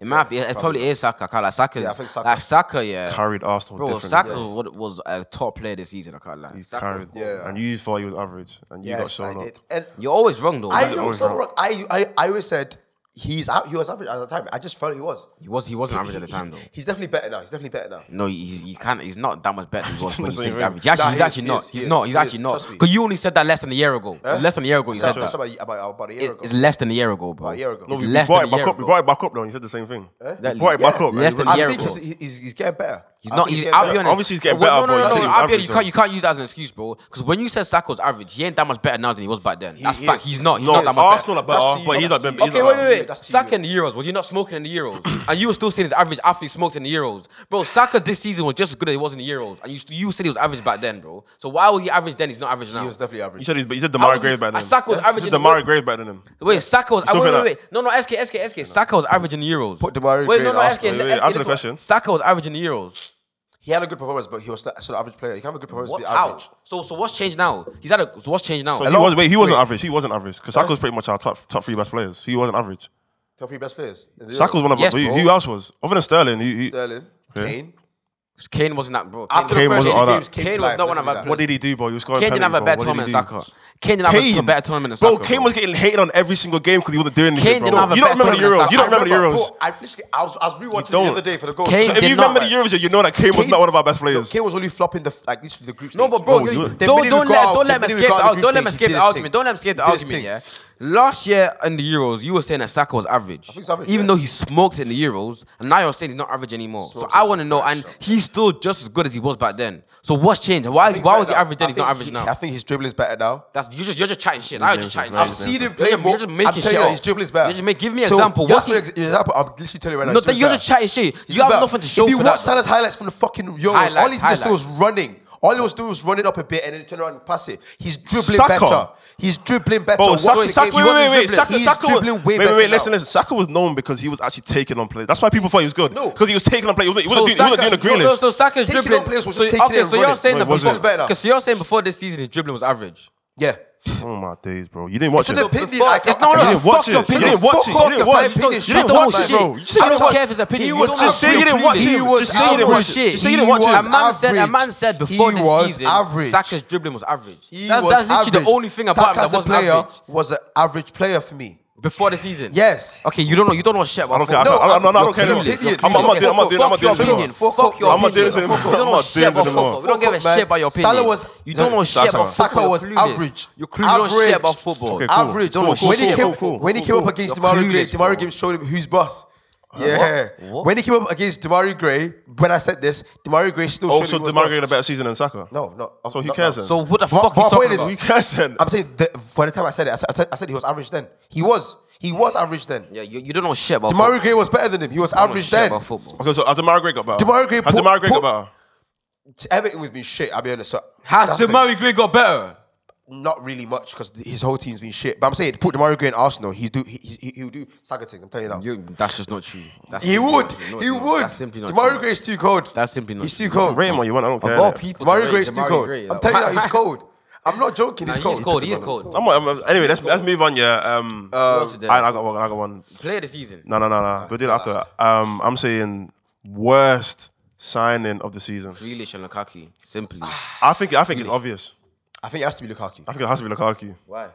S4: It might be. It probably is Saka. I can't lie. Saka's,
S3: Yeah, I think Saka.
S4: Like Saka, yeah.
S5: Carried Arsenal.
S4: Bro,
S5: different.
S4: Saka was, was a top player this season. I can't lie.
S5: He's
S4: Saka-
S5: carried.
S3: Yeah.
S5: And you thought he was average, and you got
S3: Yes,
S5: shown
S3: I
S5: up.
S3: did. And
S4: You're always wrong though.
S3: I
S4: man.
S3: know it's not wrong. I, I I always said he's out. He was average at the time. I just felt he was.
S4: he was. He wasn't average at the
S3: He-
S4: time
S3: he-
S4: though.
S3: He's definitely better now. He's definitely better now.
S4: No, he's he can't. He's not that much better than he was when he
S5: That's what
S4: said
S5: you
S4: he's
S5: mean.
S4: average. He's actually,
S3: Nah,
S4: he's
S3: he
S4: actually
S3: is, he is, he
S4: not. he's
S3: is,
S4: not. He's
S3: he
S4: actually
S3: is,
S4: not.
S3: trust me.
S4: Because you only said that less than a year ago. Less than a year ago, you
S3: So,
S4: said
S3: so it's
S4: that.
S3: about, about about a year ago.
S4: It's less than a year ago, bro.
S3: About a year ago.
S5: No,
S4: It's
S5: we, we
S4: less
S5: brought
S4: than
S5: it
S4: a
S5: back
S4: year
S5: up. We
S4: ago.
S5: brought it back up, though. and He said the same thing.
S3: Eh?
S4: That-
S5: We brought it back
S4: yeah,
S5: up. man.
S4: less than a
S5: I
S3: I
S4: year
S5: think
S3: think
S4: ago.
S3: he's, he's, he's getting better.
S4: He's
S3: I
S4: not.
S3: think
S4: He's,
S3: getting
S4: I'll
S3: better.
S4: be honest.
S5: Obviously, he's getting
S4: Well,
S5: better,
S4: No,
S5: but
S4: no, no. no.
S5: he's not
S4: I'll be
S5: average,
S4: honest. You can't,
S5: though.
S4: you can't use that as an excuse, bro. Because when you said Saka was average, he ain't that much better now than he was back then. That's
S3: He
S4: fact.
S3: is.
S4: He's not. He's
S5: No,
S4: not that much better.
S5: Arsenal are better,
S3: That's the-
S5: but um, he's
S3: that's
S5: not. been-
S3: the-
S5: he's
S4: Okay,
S5: not-
S4: wait, wait, wait.
S3: That's to
S4: Saka
S3: you.
S4: in the Euros, was he not smoking in the Euros? and you were still saying the average athlete smoked in the Euros. Bro, Saka this season was just as good as he was in the Euros. And you, st- you said he was average back then, bro. So why was he average then? He's not average now.
S3: He was definitely
S5: You
S3: average.
S5: said he's, but you said
S4: I
S5: Demar
S4: was-
S5: Graves better
S4: I-
S5: than him.
S4: Saka was
S5: You
S4: average
S5: said
S4: in the
S5: Demar
S4: World-
S5: Graves better than him.
S4: Wait, Saka was.
S5: still
S4: Wait,
S5: feel
S4: wait, wait. No, no, SK, SK, SK. Saka was average in the Euros.
S3: Put Demarai
S4: Wait,
S3: Gray
S4: no,
S3: in
S4: no, SK.
S3: Arsenal.
S5: Wait, wait,
S4: SK,
S5: answer the
S4: look,
S5: question.
S4: Saka was average in the Euros.
S3: He had a good performance, but he was still still an average player. You can't have a good performance
S4: What?
S3: be average.
S4: How? So, so what's changed now? He's had a. So what's changed now?
S5: So he was, wait, he wasn't
S3: wait.
S5: average. He wasn't average because Saka was pretty much our top top three best players. He wasn't average.
S3: Top three best players. in the
S5: Saka was
S3: Euro.
S5: one of
S4: Yes,
S5: who,
S4: bro.
S5: who else was other than Sterling. Who, who,
S3: Sterling, Kane.
S4: Kane wasn't that, bro. Kane-
S3: After
S5: Kane
S3: the first
S5: wasn't
S3: two
S5: all that.
S3: games, Kane,
S4: Kane
S3: to
S4: was
S3: life.
S4: not one
S3: Let's
S4: of
S3: do
S4: our-
S3: that.
S5: what did he do, bro? He was scoring
S4: Kane didn't have
S5: penalties,
S4: a
S5: bro.
S4: better
S5: What did
S4: tournament
S5: he
S4: than
S5: do?
S4: Saka. Kane didn't have a
S5: Kane.
S4: better tournament than
S5: Bro,
S4: Saka.
S5: Kane was getting hated on every single game because he wasn't doing anything.
S4: Kane didn't
S5: bro.
S4: have a
S5: you don't
S4: better
S5: remember the Euros.
S4: tournament
S5: You
S4: than
S5: don't remember the
S3: I
S5: Euros.
S3: Bro, I literally, I was, I was rewatching the
S5: don't.
S3: other day for the goal.
S4: Kane
S5: So
S4: did
S5: if you
S4: not-
S5: remember the Euros, you know that Kane was
S3: Kane-
S5: not one of our best
S3: Yo,
S5: players.
S3: Kane was only flopping the like literally the group.
S4: No,
S3: stage.
S4: but bro,
S5: Bro,
S4: you-
S5: you-
S3: The
S4: don't
S3: minute we
S4: don't
S3: got
S4: let
S3: out- the
S4: don't let him
S3: minute we
S4: escape.
S3: got
S4: The,
S3: out
S4: ar-
S3: the
S4: don't let him
S3: group stage, he
S4: escape the
S3: did his
S4: argument. Don't let him escape the
S3: He did his
S4: argument. Yeah. Last year in the Euros, you were saying that Saka was average,
S3: he's average,
S4: even
S3: yeah.
S4: though he smoked in the Euros, and now you're saying he's not average anymore.
S3: Smoked
S4: so I
S3: is
S4: want to know,
S3: fresh,
S4: and
S3: bro.
S4: he's still just as good as he was back then. So what's changed? Why is,
S3: think
S4: why
S3: he's
S4: was
S3: better
S4: he
S3: now.
S4: average then?
S3: I
S4: He's not
S3: think
S4: average
S3: he-
S4: now.
S3: I think his dribbling is better now.
S4: That's you're just you're just chatting shit. Now you're just chatting.
S5: I've
S4: shit.
S3: seen him
S4: You're
S3: play
S4: just-
S3: more.
S4: You're just making
S3: I'm telling
S4: shit
S3: you,
S4: up.
S3: his dribbling's better.
S4: You're just make- give me an
S3: So,
S4: example.
S3: yeah,
S4: What's
S3: give me
S4: he?
S3: an ex- example? I'm literally telling you right now.
S4: No,
S3: his
S4: that
S3: dribbling's
S4: you're
S3: better.
S4: just chatting shit.
S3: He's
S4: You have
S3: better.
S4: nothing to show
S3: If you
S4: for
S3: watch
S4: that.
S3: Salah's highlights from the fucking Euros, all he
S4: Highlights,
S3: did was running. All he was doing was running up a bit and then turn around and pass it. He's dribbling
S5: Saka.
S3: better. He's dribbling better.
S5: Bro,
S3: Watch
S5: Saka,
S3: the
S5: Saka,
S3: game.
S5: wait,
S3: He
S5: wait,
S3: wasn't
S5: wait,
S3: dribbling.
S5: Saka,
S3: He's
S5: Saka was,
S3: dribbling way
S5: wait, wait,
S3: better
S5: wait, listen,
S3: now.
S5: listen. Saka was known because he was actually taking on players. That's why people thought he was good.
S3: No.
S5: because he was taking on players. He wasn't, he wasn't, doing, he wasn't
S4: Saka-
S5: doing the
S4: So,
S5: Grealish.
S4: so Saka's
S3: Taking
S4: dribbling.
S3: on players was
S4: so,
S3: just taking
S4: okay,
S3: it and
S4: so you're
S3: running.
S4: saying
S5: Wait,
S4: that
S5: was
S4: before,
S5: it?
S3: Better.
S4: okay, so you're saying before this season his dribbling was average.
S3: Yeah.
S5: oh my days, bro! You didn't watch
S3: It's an
S5: it.
S3: opinion.
S4: Fuck,
S3: I can't-
S4: it's not
S5: You
S4: a-
S5: didn't
S4: fuck
S5: watch it.
S4: your
S5: You
S4: opinion.
S5: didn't watch it.
S4: Fuck
S5: You didn't
S4: off,
S5: watch
S3: it's my opinion.
S5: it. You
S3: Shut
S5: didn't
S3: the
S5: watch
S3: fuck
S5: it,
S4: up.
S5: bro. You said
S4: I
S5: you didn't
S4: don't
S5: watch
S4: care if it's opinion.
S5: He
S4: You
S5: was
S4: don't
S5: just
S4: have
S5: say you
S4: to
S5: didn't
S4: agree
S5: watch
S4: with
S5: it.
S4: it.
S5: You just say you didn't watch it. You say you didn't watch
S3: He
S5: it.
S4: A man
S3: was
S4: said, a man
S3: average.
S4: said
S3: He
S4: before this
S3: was
S4: season,
S3: average.
S4: Saka's dribbling was average.
S3: He
S4: That's,
S3: was
S4: that's literally
S3: average.
S4: the only thing about
S3: Saka
S4: him
S3: as
S4: that
S3: a
S4: wasn't
S3: player
S4: average
S3: was an average player for me.
S4: before the season.
S3: Yes.
S4: Okay, you don't know. You don't know shit
S5: I
S4: about.
S5: don't care. I
S4: football.
S5: don't- I don't I
S4: You're
S5: don't care anymore.
S4: clueless. You're
S5: I'm I'm not doing. I'm not doing.
S4: Fuck
S5: I'm not
S4: your
S5: doing this
S4: opinion.
S5: anymore.
S4: Fuck your
S5: I'm not doing
S4: opinion.
S5: this anymore.
S4: You don't
S5: I'm
S4: know
S5: not
S4: shit
S5: doing
S4: about
S5: this anymore.
S4: football. We don't give a
S3: Fuck,
S4: shit about your
S3: man. Salah
S4: opinion.
S3: was-
S4: You don't know shit
S5: Saka-
S4: about
S3: Saka
S4: football.
S3: was
S4: You're clueless.
S3: average.
S4: You're clueless. You don't know shit
S3: Average.
S4: about football.
S5: Okay, cool.
S3: average.
S4: Don't know
S3: when he
S4: shit
S3: came,
S4: about football.
S3: when he came up against
S4: You're
S3: Damari Gray,
S4: clueless, bro.
S3: Damari Gray showed him who's boss. Yeah.
S4: What?
S3: When he came up against Damari Gray, when I said this, Damari Gray still showed
S5: Also,
S3: him who was
S5: Demar Oh, had a
S3: boss.
S5: better season than Saka.
S3: No, no.
S5: So who
S3: no,
S5: cares
S3: no.
S5: then?
S4: So what the
S3: But-
S4: fuck
S3: but my
S4: you
S3: point
S4: talking
S3: is-
S5: who
S4: about?
S5: cares then?
S3: I'm saying that for the time I said it, I said, I said, I said he was average then. He was. He was average then.
S4: Yeah, you, you don't know shit about.
S3: Damari
S4: football.
S3: Gray was better than him. He was
S4: You don't know
S3: average
S4: shit
S3: then.
S4: about football.
S5: Okay, so has Demar Gray got better?
S3: Demar Gray
S5: Has
S3: put-
S5: Demar Gray got
S3: put-
S5: better?
S3: Everything was been shit. I'll be honest. So
S4: Has
S3: that's the-
S4: Damari Gray got better?
S3: Not really much because his whole team's been shit. But I'm saying put Demario Gray in Arsenal, he do he, he, he'll do Saka things. I'm telling you now.
S4: You, that's just not true. That's
S3: he
S4: simply
S3: would.
S4: not true. No,
S3: he
S4: no,
S3: would.
S4: That's simply not
S3: Demario
S4: true.
S3: Gray's too cold.
S4: That's simply not
S3: He's
S4: true.
S3: too cold.
S5: Rate him or you want? I don't care.
S4: Of all
S5: innit?
S4: people,
S3: Demario
S4: Demarai-
S3: Gray's too
S4: Demarai
S3: cold.
S4: Gray,
S3: I'm
S4: like-
S3: telling you now, he's cold. I'm not joking.
S4: Nah,
S3: He's
S4: he's
S3: cold.
S4: cold. He's cold.
S5: I'm, I'm, anyway, let's, let's move on. Yeah. Um,
S3: Uh,
S4: else is there?
S5: I, I got one. I got one.
S4: Player of the season.
S5: No, no, no, no. We'll do that after. Um, I'm saying worst signing of the season.
S4: Grealish and Lukaku. Simply.
S5: Ah. I think. I think it's obvious.
S3: I think it has to be Lukaku.
S5: I think it has to be Lukaku.
S4: Why?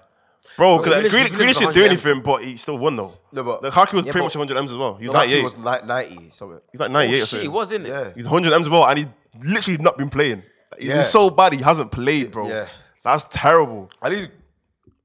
S5: Bro,
S4: But
S5: because
S4: Grealish-
S5: Grealish,
S4: Grealish
S5: Grealish
S4: was
S5: didn't do
S4: 100 M.
S5: anything, but he still won though.
S3: No, but-
S5: the Lukaku was
S4: Yeah,
S5: pretty
S4: but-
S5: much 100 M's as well. He was
S3: No, like
S5: 98.
S3: he was like 90 something.
S5: He's like
S4: Oh,
S5: 98 or
S4: shit, he
S5: something.
S4: was, isn't it?
S3: Yeah.
S5: He's 100 M's as well, and he literally not been playing. He's
S3: Yeah.
S5: been so bad he hasn't played, bro.
S3: Yeah.
S5: That's terrible.
S3: At least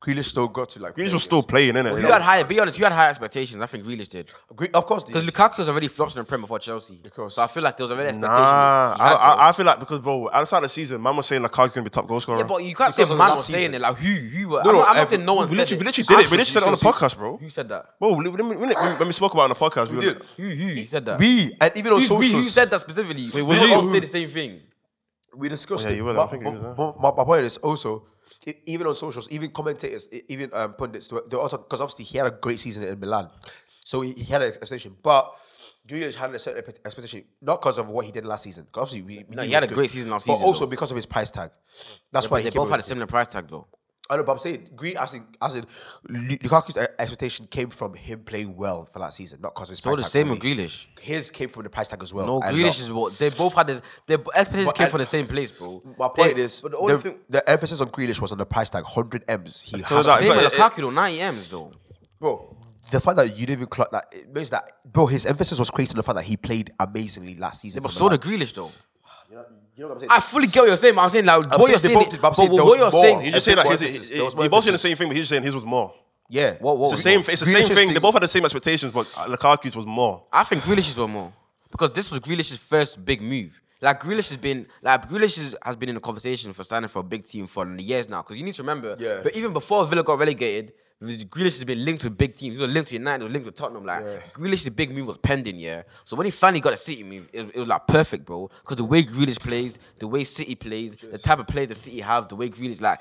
S3: Grealish still got to like.
S5: Grealish
S3: play
S5: was still playing, innit?
S4: You had higher, be honest, you had high expectations. I think Grealish did.
S3: against- Gre- of course,
S4: Because
S3: because
S4: Lukaku was already flops in the Prem before Chelsea.
S3: course.
S4: So I feel like there was already expectation.
S5: Nah,
S4: he
S5: I,
S4: had, though.
S5: I, I feel like because bro, at the start of the season, man was saying Lukaku's gonna be top goal scorer.
S4: Yeah, but you can't say
S3: Because of
S4: man
S3: last
S4: was saying
S3: season.
S4: it. Like who? Who?
S3: No,
S4: were- I'm,
S3: no,
S4: not, I'm not
S3: every-
S4: saying no one
S5: we
S4: said it.
S5: literally, we
S4: Ah,
S5: literally did it. We
S3: Actually,
S5: literally said it on the
S3: Jesus,
S5: podcast, bro.
S4: Who said that?
S5: Bro, when, when, when, when we spoke about it on the podcast, we, were
S3: did.
S5: like,
S4: Who? Who
S5: E-
S4: said that?
S3: we and even on
S4: Who, we, who
S3: socials
S4: said that specifically? We
S5: was
S4: we
S5: you?
S4: all say the same thing.
S3: we discussed
S5: Oh, Yeah,
S3: it.
S5: you were there.
S3: My,
S5: I think you
S3: my-
S5: were
S3: my- my- my point is also e- even on socials, even commentators, e- even um, pundits, they were they were also because obviously he had a great season in Milan, so he, he had an expectation, but. Grealish had a certain expe- expectation, not because of what he did last season. 'cause obviously, we, we
S4: No,
S3: knew was
S4: he had a
S3: good,
S4: great season last
S3: but
S4: season,
S3: also
S4: though.
S3: because of his price tag. That's why
S4: But they
S3: he came
S4: both
S3: away
S4: had a
S3: with it.
S4: similar price tag though.
S3: I know, but I'm saying Green. I think, I said Lukaku's e, expectation came from him playing well for that season, not because his
S4: So
S3: price
S4: the
S3: tag
S4: same
S3: for
S4: with
S3: me.
S4: Grealish.
S3: His came from the price tag as well.
S4: No,
S3: and
S4: Grealish
S3: not-
S4: is what they both had. The, their expectations
S3: But
S4: came
S3: I-
S4: from the same place, bro.
S3: My point
S4: They-
S3: is,
S4: but the only
S3: the,
S4: thing,
S3: the emphasis on Grealish was on the price tag, hundred m's. He had,
S5: 'cause I-
S4: same
S5: but
S4: with
S5: it-
S4: Lukaku though, 90 m's though.
S3: bro. The fact that you didn't even clock that it means that, bro. His emphasis was created on the fact that he played amazingly last season.
S4: Yeah, but
S3: for
S4: so
S3: Milan.
S4: did Grealish though.
S3: you know what I'm saying?
S4: I fully get what you're saying. But I'm saying like what
S3: saying they
S4: you're saying,
S3: both
S4: it-
S3: did, but I'm
S4: but
S3: saying there
S4: what
S3: was
S4: you're
S3: more.
S5: He
S4: saying.
S5: just
S3: I think
S5: saying like his,
S3: both emphasis- there was more
S5: they both saying the
S3: emphasis.
S5: same thing, but he's saying his was more.
S3: yeah.
S4: What- what-
S5: It's the same. It's the same
S3: Grealish's
S5: thing. They
S3: thing-
S5: both had the same expectations, but Lukaku's was more.
S4: I think Grealish's were more because this was Grealish's first big move. Like Grealish has been, like Grealish is, has been in the conversation for signing for a big team for years now. Because you need to remember,
S3: Yeah.
S4: But even before Villa got relegated, Grealish has been linked with big teams. He was linked with United, he was linked with Tottenham. Like
S3: Yeah.
S4: Grealish's big move was pending, yeah. So when he finally got a City move, it, was- it was like perfect, bro. Because the way Grealish plays, the way City plays, the type of players that City have, the way Grealish like,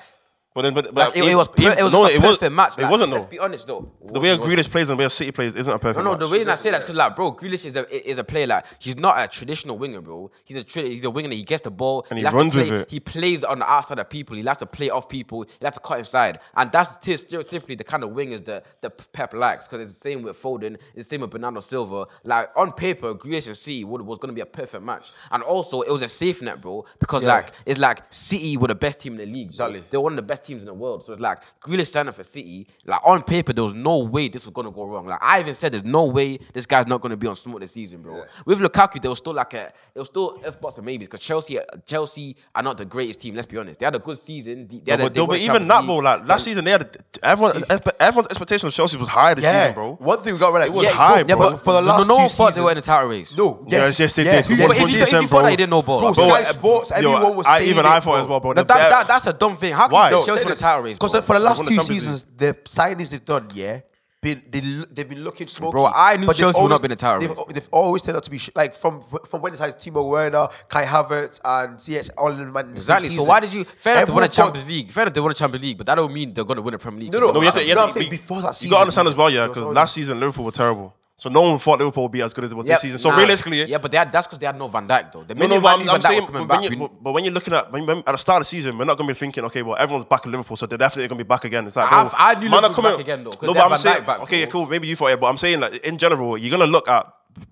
S5: But then, but,
S4: like
S5: but
S4: it,
S5: he-
S4: it was,
S5: he-
S4: per- it was
S5: no,
S4: just a perfect match.
S5: It
S4: like,
S5: wasn't
S4: Let's
S5: though.
S4: be honest though.
S5: The way
S4: It wasn't.
S5: Grealish plays and the way City plays isn't a perfect.
S4: No, no.
S5: match.
S4: The reason I say that is because, like, bro, Grealish is a is a player. Like, he's not a traditional winger, bro. He's a tra- he's a winger. That he gets the ball
S5: And he
S4: likes to
S5: runs with
S4: play-
S5: it.
S4: He plays on the outside of people. He likes to play off people. He likes to cut inside, and that's t- stereotypically the kind of wingers that that Pep likes. Because it's the same with Foden. It's the same with Bernardo Silva. Like on paper, Grealish and City would, was going to be a perfect match, and also it was a safe net, bro. Because
S3: Yeah.
S4: like it's like City were the best team in the league. bro.
S3: Exactly.
S4: They're one of the best teams in the world. So it's like Grealish signing for City. Like on paper, there was no way this was gonna go wrong. Like I even said, there's no way this guy's not gonna be on smoke this season, bro. With Lukaku, there was still like a, it was still f bots and maybe because Chelsea, Chelsea are not the greatest team. Let's be honest. They had a good season. They- They
S5: Yeah,
S4: had a-
S5: but,
S4: they
S5: though,
S4: won
S5: but
S4: the
S5: even
S4: Champions
S5: that,
S4: League.
S5: bro, like last season they had everyone, everyone's expectation of Chelsea was high this
S3: Yeah,
S5: season, bro.
S3: One thing we got realized
S5: It was high,
S4: yeah,
S5: bro.
S4: but
S3: for the last
S4: no, no
S3: two
S4: one thought they were in the
S3: seasons-
S4: title race.
S3: No.
S5: Yes, yes, they did.
S4: But if
S5: Yes,
S4: you, if you
S5: 100%,
S4: thought
S5: bro.
S4: that he didn't know ball,
S3: Bro,
S4: like,
S3: Sky
S5: Bro, I-
S3: Sports,
S5: yo,
S3: everyone was
S5: I,
S3: saying
S5: even
S3: it,
S5: I thought
S3: bro.
S5: as well, bro.
S4: that,
S5: They're-
S4: that, that, that's a dumb thing. How can
S5: Why?
S4: you tell
S5: No,
S4: Chelsea won the title race?
S3: Because
S4: bro?
S3: for the last
S5: won the
S3: two
S5: Champions
S3: seasons, the signings they've done, yeah, been they, l- they've been looking smoky.
S4: Bro, I knew
S3: but they've
S4: Chelsea would not
S3: always-
S4: be in the title
S3: They've,
S4: race,
S3: they've always turned out to be sh- like from from when it's like Timo Werner, Kai Havertz, and CH all in man.
S4: Exactly. So why did you? Fair enough, they
S3: Everyone
S4: won a Champions
S3: thought-
S4: League. Fair enough, they won a Champions League, but that don't mean they're gonna win a Premier League.
S3: No, no,
S5: No, you have to. You have
S3: No,
S5: to
S3: I'm saying
S5: you-
S3: before that
S5: You
S3: season,
S5: gotta understand as well, yeah,
S3: there was
S5: because
S3: already-
S5: last season Liverpool were terrible, so no one thought Liverpool would be as good as it was
S4: Yeah,
S5: this season. So
S4: nah.
S5: realistically,
S4: yeah, but they had, that's because they had no Van Dijk though. The
S5: No,
S4: minute
S5: no, but I'm,
S4: Van
S5: I'm
S4: Dijk
S5: saying,
S4: was
S5: but
S4: coming
S5: when,
S4: back,
S5: you,
S4: we-
S5: but- but when you're looking at when, when- at the start of the season, we're not going to be thinking, okay, well, everyone's back at Liverpool, so they're definitely going to be back again. It's like,
S4: I've-
S5: bro,
S4: I knew
S5: man are
S4: Liverpool
S5: coming-
S4: back again, though, 'cause
S5: No,
S4: they
S5: but
S4: had
S5: I'm
S4: Van
S5: saying,
S4: Dijk back,
S5: okay,
S4: bro.
S5: cool, maybe you thought, yeah, but I'm saying, like, in general, you're going to look at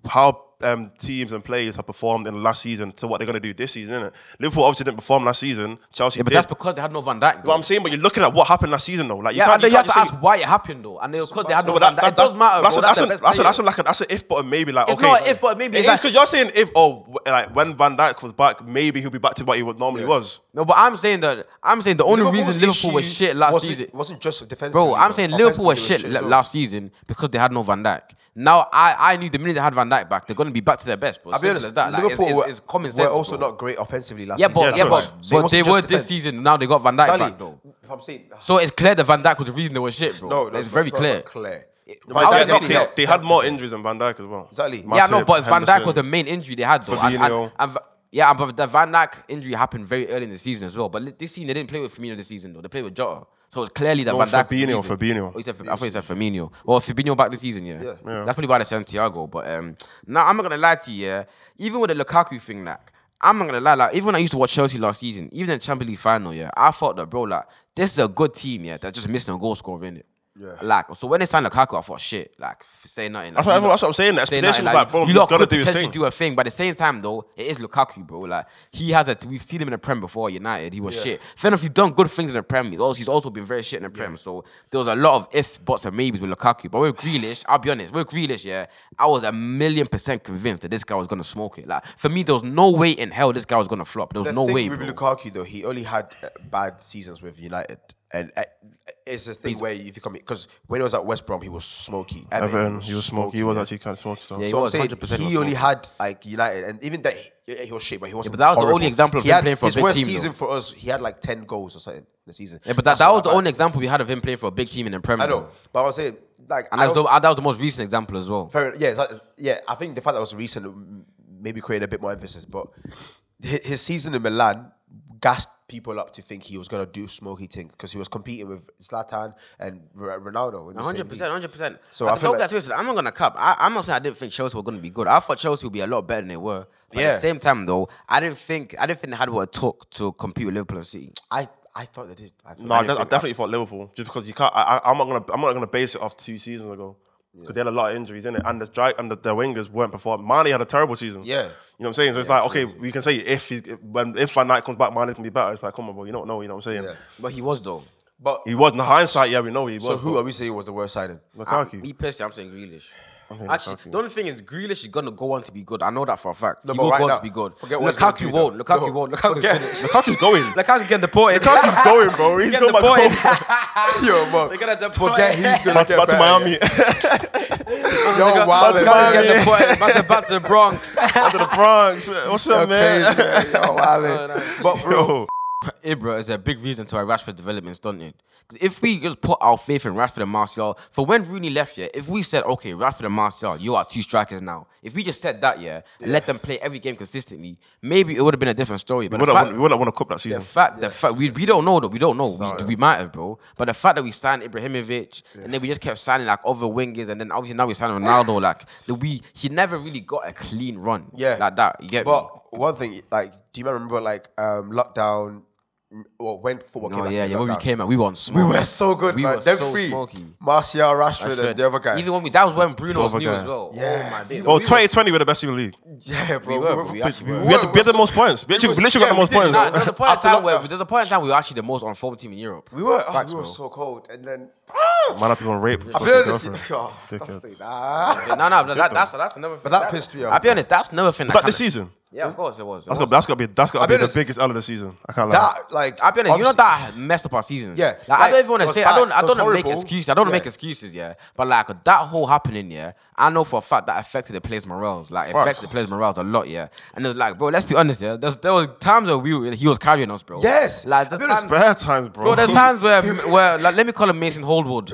S5: how um, teams and players have performed in the last season to what they're going to do this season, innit? Liverpool obviously didn't perform last season. Chelsea
S4: yeah, but
S5: did.
S4: that's because they had no Van Dijk.
S5: but I'm saying, but you're looking at what happened last season, though. Like, you
S4: yeah,
S5: can't,
S4: and then you
S5: can't
S4: have to
S5: just
S4: ask
S5: say-
S4: why it happened though, and because they had
S5: No,
S4: no
S5: but
S4: Van
S5: that,
S4: Dijk.
S5: that,
S4: It does matter.
S5: That's,
S4: bro,
S5: a, that's,
S4: the
S5: a,
S4: best
S5: that's, a,
S4: player.
S5: that's a, like a, that's an if, but a maybe. Like,
S4: It's
S5: okay,
S4: not an if, but maybe,
S5: It
S4: it's
S5: is
S4: like-
S5: because you're saying if, oh, w- like when Van Dijk was back, maybe he'll be back to what he would normally was.
S4: No, but I'm saying that I'm saying the only reason Liverpool was
S3: issue
S4: shit last
S3: wasn't-
S4: season.
S3: wasn't just defensive.
S4: Bro, I'm saying Liverpool was shit la- last season because they had no Van Dijk. Now I, I knew the minute they had Van Dijk back, they're gonna be back to their best. Bro.
S3: I'll be
S4: Simple
S3: honest.
S4: as that. Like, it's-
S3: Liverpool
S4: it's,
S3: were-
S4: it's common
S3: were
S4: sense.
S3: also
S4: bro.
S3: not great offensively last
S4: Yeah,
S3: season.
S4: but
S5: Yes,
S4: yeah,
S5: of
S4: but,
S5: course.
S3: So it
S4: but
S3: wasn't
S4: they
S3: just
S4: were
S3: defense.
S4: this season. Now they got Van Dijk
S3: Exactly.
S4: back though.
S3: I'm saying.
S4: So it's clear that Van Dijk was the reason they were shit, bro.
S3: No,
S4: it's very clear.
S3: Clear.
S4: Van Dijk
S5: They-
S4: didn't
S5: they,
S4: help.
S5: they had more injuries than Van Dijk as well.
S3: Exactly.
S5: Matip,
S4: yeah, no, but Van Dijk was the
S5: Henderson.
S4: main injury they had though. And, and,
S5: Fabinho.
S4: and Va- yeah, but the Van Dijk injury happened very early in the season as well. But li- this season they didn't play with Firmino this season though. They played with Jota. So it's clearly that
S5: No,
S4: Van Dijk.
S5: Fabinho,
S4: was the reason.
S5: Fabinho.
S4: Oh, you said, Fab- I thought you said Firmino. Well, Fabinho back this season, yeah.
S3: Yeah.
S5: Yeah.
S4: That's probably why they sent Thiago. But um, now I'm not gonna lie to you. Yeah, even with the Lukaku thing, like I'm not gonna lie. Like even when I used to watch Chelsea last season, even in the Champions League final, yeah, I thought that bro, like this is a good team, yeah, that's just missing a goal scorer in it.
S3: Yeah.
S4: Like, so when they signed Lukaku, I thought, shit, like, f- say nothing. Like,
S5: That's what,
S4: you lot-
S5: that's what I'm saying. The
S4: say
S5: expectation
S4: nothing,
S5: was like, bro,
S4: you
S5: he's
S4: lot
S5: gonna
S4: could
S5: do his
S4: potentially
S5: thing.
S4: do a thing, but at the same time, though, it is Lukaku, bro. Like, he has a, we've seen him in the Prem before, United, he was shit. Fair enough, he's done good things in the Prem. He's also, he's also been very shit in the Prem. So there was a lot of ifs, buts, and maybes with Lukaku. But with Grealish, I'll be honest, with Grealish, yeah, I was a million percent convinced that this guy was gonna smoke it. Like, for me, there was no way in hell this guy was gonna flop. There was
S3: The
S4: no
S3: thing
S4: way.
S3: with
S4: bro.
S3: Lukaku though, he only had uh, bad seasons with United, and uh, it's a thing where if you come because when he was at West Brom, he was smoky. Everton,
S5: Everton, he was smoky. He was actually kind of smoky. though.
S4: Yeah, he
S3: So I'm
S4: was,
S3: saying
S4: 100%
S3: he only
S4: was smoky.
S3: had like United, and even that he, yeah, he was shit, but he wasn't.
S4: but that was the
S3: horrible.
S4: only example of
S3: he
S4: him
S3: had,
S4: playing for a
S3: his
S4: big
S3: worst
S4: team, though.
S3: season for us. He had like ten goals or something in the season.
S4: Yeah, but that,
S3: That's
S4: that
S3: not
S4: was the
S3: bad.
S4: only example we had of him playing for a big team in the Premier.
S3: I know, but I was saying like
S4: And
S3: I
S4: that was,
S3: don't-
S4: the, uh, that was the most recent example as well.
S3: Fair, yeah, it's like- yeah. I think the fact that it was recent m- maybe created a bit more emphasis, but hi- his season in Milan gassed people up to think he was gonna do smoky things because he was competing with Zlatan and R- Ronaldo. In the same
S4: hundred
S3: league.
S4: percent, hundred percent.
S3: So
S4: So I
S3: I feel like-
S4: I'm not gonna cap. I, I'm not saying I didn't think Chelsea were gonna be good. I thought Chelsea would be a lot better than they were. But At
S3: Yeah.
S4: the same time, though, I didn't think I didn't think they had what it took to compete with Liverpool and City.
S3: I I thought they did. I thought
S5: No, I,
S3: they
S5: de-
S3: did.
S5: I definitely thought Liverpool just because you can't. I, I, I'm not gonna. I'm not gonna base it off two seasons ago because they had a lot of injuries in it, and the strike and the, their wingers weren't performing. Mane had a terrible season.
S3: Yeah.
S5: you know what I'm saying. So it's like okay, we can say if he, if- when if Van Dijk comes back, Mane can be better. It's like come on, bro, you don't know. You know what I'm saying?
S3: Yeah.
S4: But he was though.
S3: But
S5: He was in hindsight. Yeah, we know he was.
S3: so who
S5: but
S3: are we saying was the worst signing?
S5: Lukaku?
S4: Me personally, I'm saying Grealish.
S5: saying
S4: Actually,
S5: Lukaku.
S4: the only thing is Grealish is gonna go on to be good. I know that for a fact.
S3: No,
S4: he
S3: but
S4: will
S3: right
S4: go on
S3: now-
S4: to be good.
S3: forget what he's gonna
S4: Lukaku
S3: do
S4: won't.
S3: now.
S4: Lukaku
S3: No.
S4: won't. Lukaku's
S3: Forget-
S4: finished.
S5: Lukaku's going.
S4: Lukaku getting deported.
S5: Lukaku's going, bro. He's
S4: getting
S5: going back
S4: deported.
S5: home.
S3: Yo, bro.
S4: They're gonna deport.
S3: Forget he's gonna
S5: Back,
S3: get
S5: back to
S3: better,
S5: Miami.
S3: yeah. Yo, wild.
S5: to
S4: Lukaku's
S5: Miami.
S4: getting deported. Man's back to the Bronx.
S5: Back to the Bronx. What's
S3: Yo,
S5: up,
S3: crazy,
S5: man?
S3: man. Yo, wilding. But for real,
S5: Yo,
S4: Oh, Ibra is a big reason to our Rashford development stunting. Because if we just put our faith in Rashford and Martial, for when Rooney left, yeah, if we said, okay, Rashford and Martial, you are two strikers now. If we just said that, yeah, and let them play every game consistently, maybe it would have been a different story. But
S5: we
S4: the fact,
S5: wouldn't want to cup that season. Oh,
S4: the fact, the fact, we, we don't know though, we don't know, we, we might have, bro. But the fact that we signed Ibrahimovic and then we just kept signing like other wingers, and then obviously now we signed Ronaldo, like the we he never really got a clean run,
S3: Yeah.
S4: like that. You get me?
S3: But one thing, like, do you remember like um, lockdown? Well, when football came
S4: Oh
S3: out?
S4: yeah,
S3: in
S4: yeah. When we
S3: lockdown?
S4: came out, we were on smoke.
S3: We were so good,
S4: We
S3: man.
S4: were
S3: Them
S4: so
S3: three,
S4: smoky.
S3: Martial, Rashford, and the other guy.
S4: Even when we that was when Bruno was
S5: other
S4: new
S5: guy.
S4: as well.
S3: Yeah.
S4: Oh my days.
S5: Well, 2020 were the best in the league.
S3: yeah, bro.
S4: we were, but we actually were.
S5: We had the- we had the
S3: so-
S5: most points. We actually- we
S3: were-
S5: literally got
S3: yeah,
S5: the most
S3: we did.
S5: points.
S4: Nah, There was a point in
S3: After
S4: time where
S3: lockdown.
S4: there's a point in time we were actually the most unformed team in Europe.
S3: we were. oh,
S4: Facts,
S3: we were
S4: bro.
S3: so cold, and then
S5: Man, I have to go and rape.
S3: I'll be honest. Oh, don't say that.
S4: No, no, that, that's that's another. Thing.
S3: But that pissed me off,
S4: I'll be honest, that's another thing.
S5: But
S4: That
S5: this
S4: kinda-
S5: season,
S4: Yeah, of course it was. it was.
S5: that's got that's got to be that's got
S3: I'll
S5: to
S3: be
S5: be the
S3: honest.
S5: biggest out of the season. I can't lie.
S3: That like
S4: I'll be honest, you know
S3: obviously-
S4: that messed up our season.
S3: Yeah,
S4: Like, I
S3: like,
S4: don't even want
S3: it
S4: to
S3: was
S4: say I don't
S3: bad,
S4: I
S3: it was
S4: don't wanna make
S3: horrible.
S4: excuses. I don't wanna
S3: Yeah.
S4: make excuses, yeah. But like that whole happening, yeah, I know for a fact that affected the players' morals. Like
S5: Fuck.
S4: affected the players' morals a lot, yeah. And it was like, bro, let's be honest, yeah. There's, there were times where we were- he was carrying us, bro.
S3: Yes.
S4: Like
S3: I'll
S4: the
S3: be honest,
S4: time,
S5: Bad times, bro.
S4: Bro, there's times where, where like, let me call him Mason Holdwood,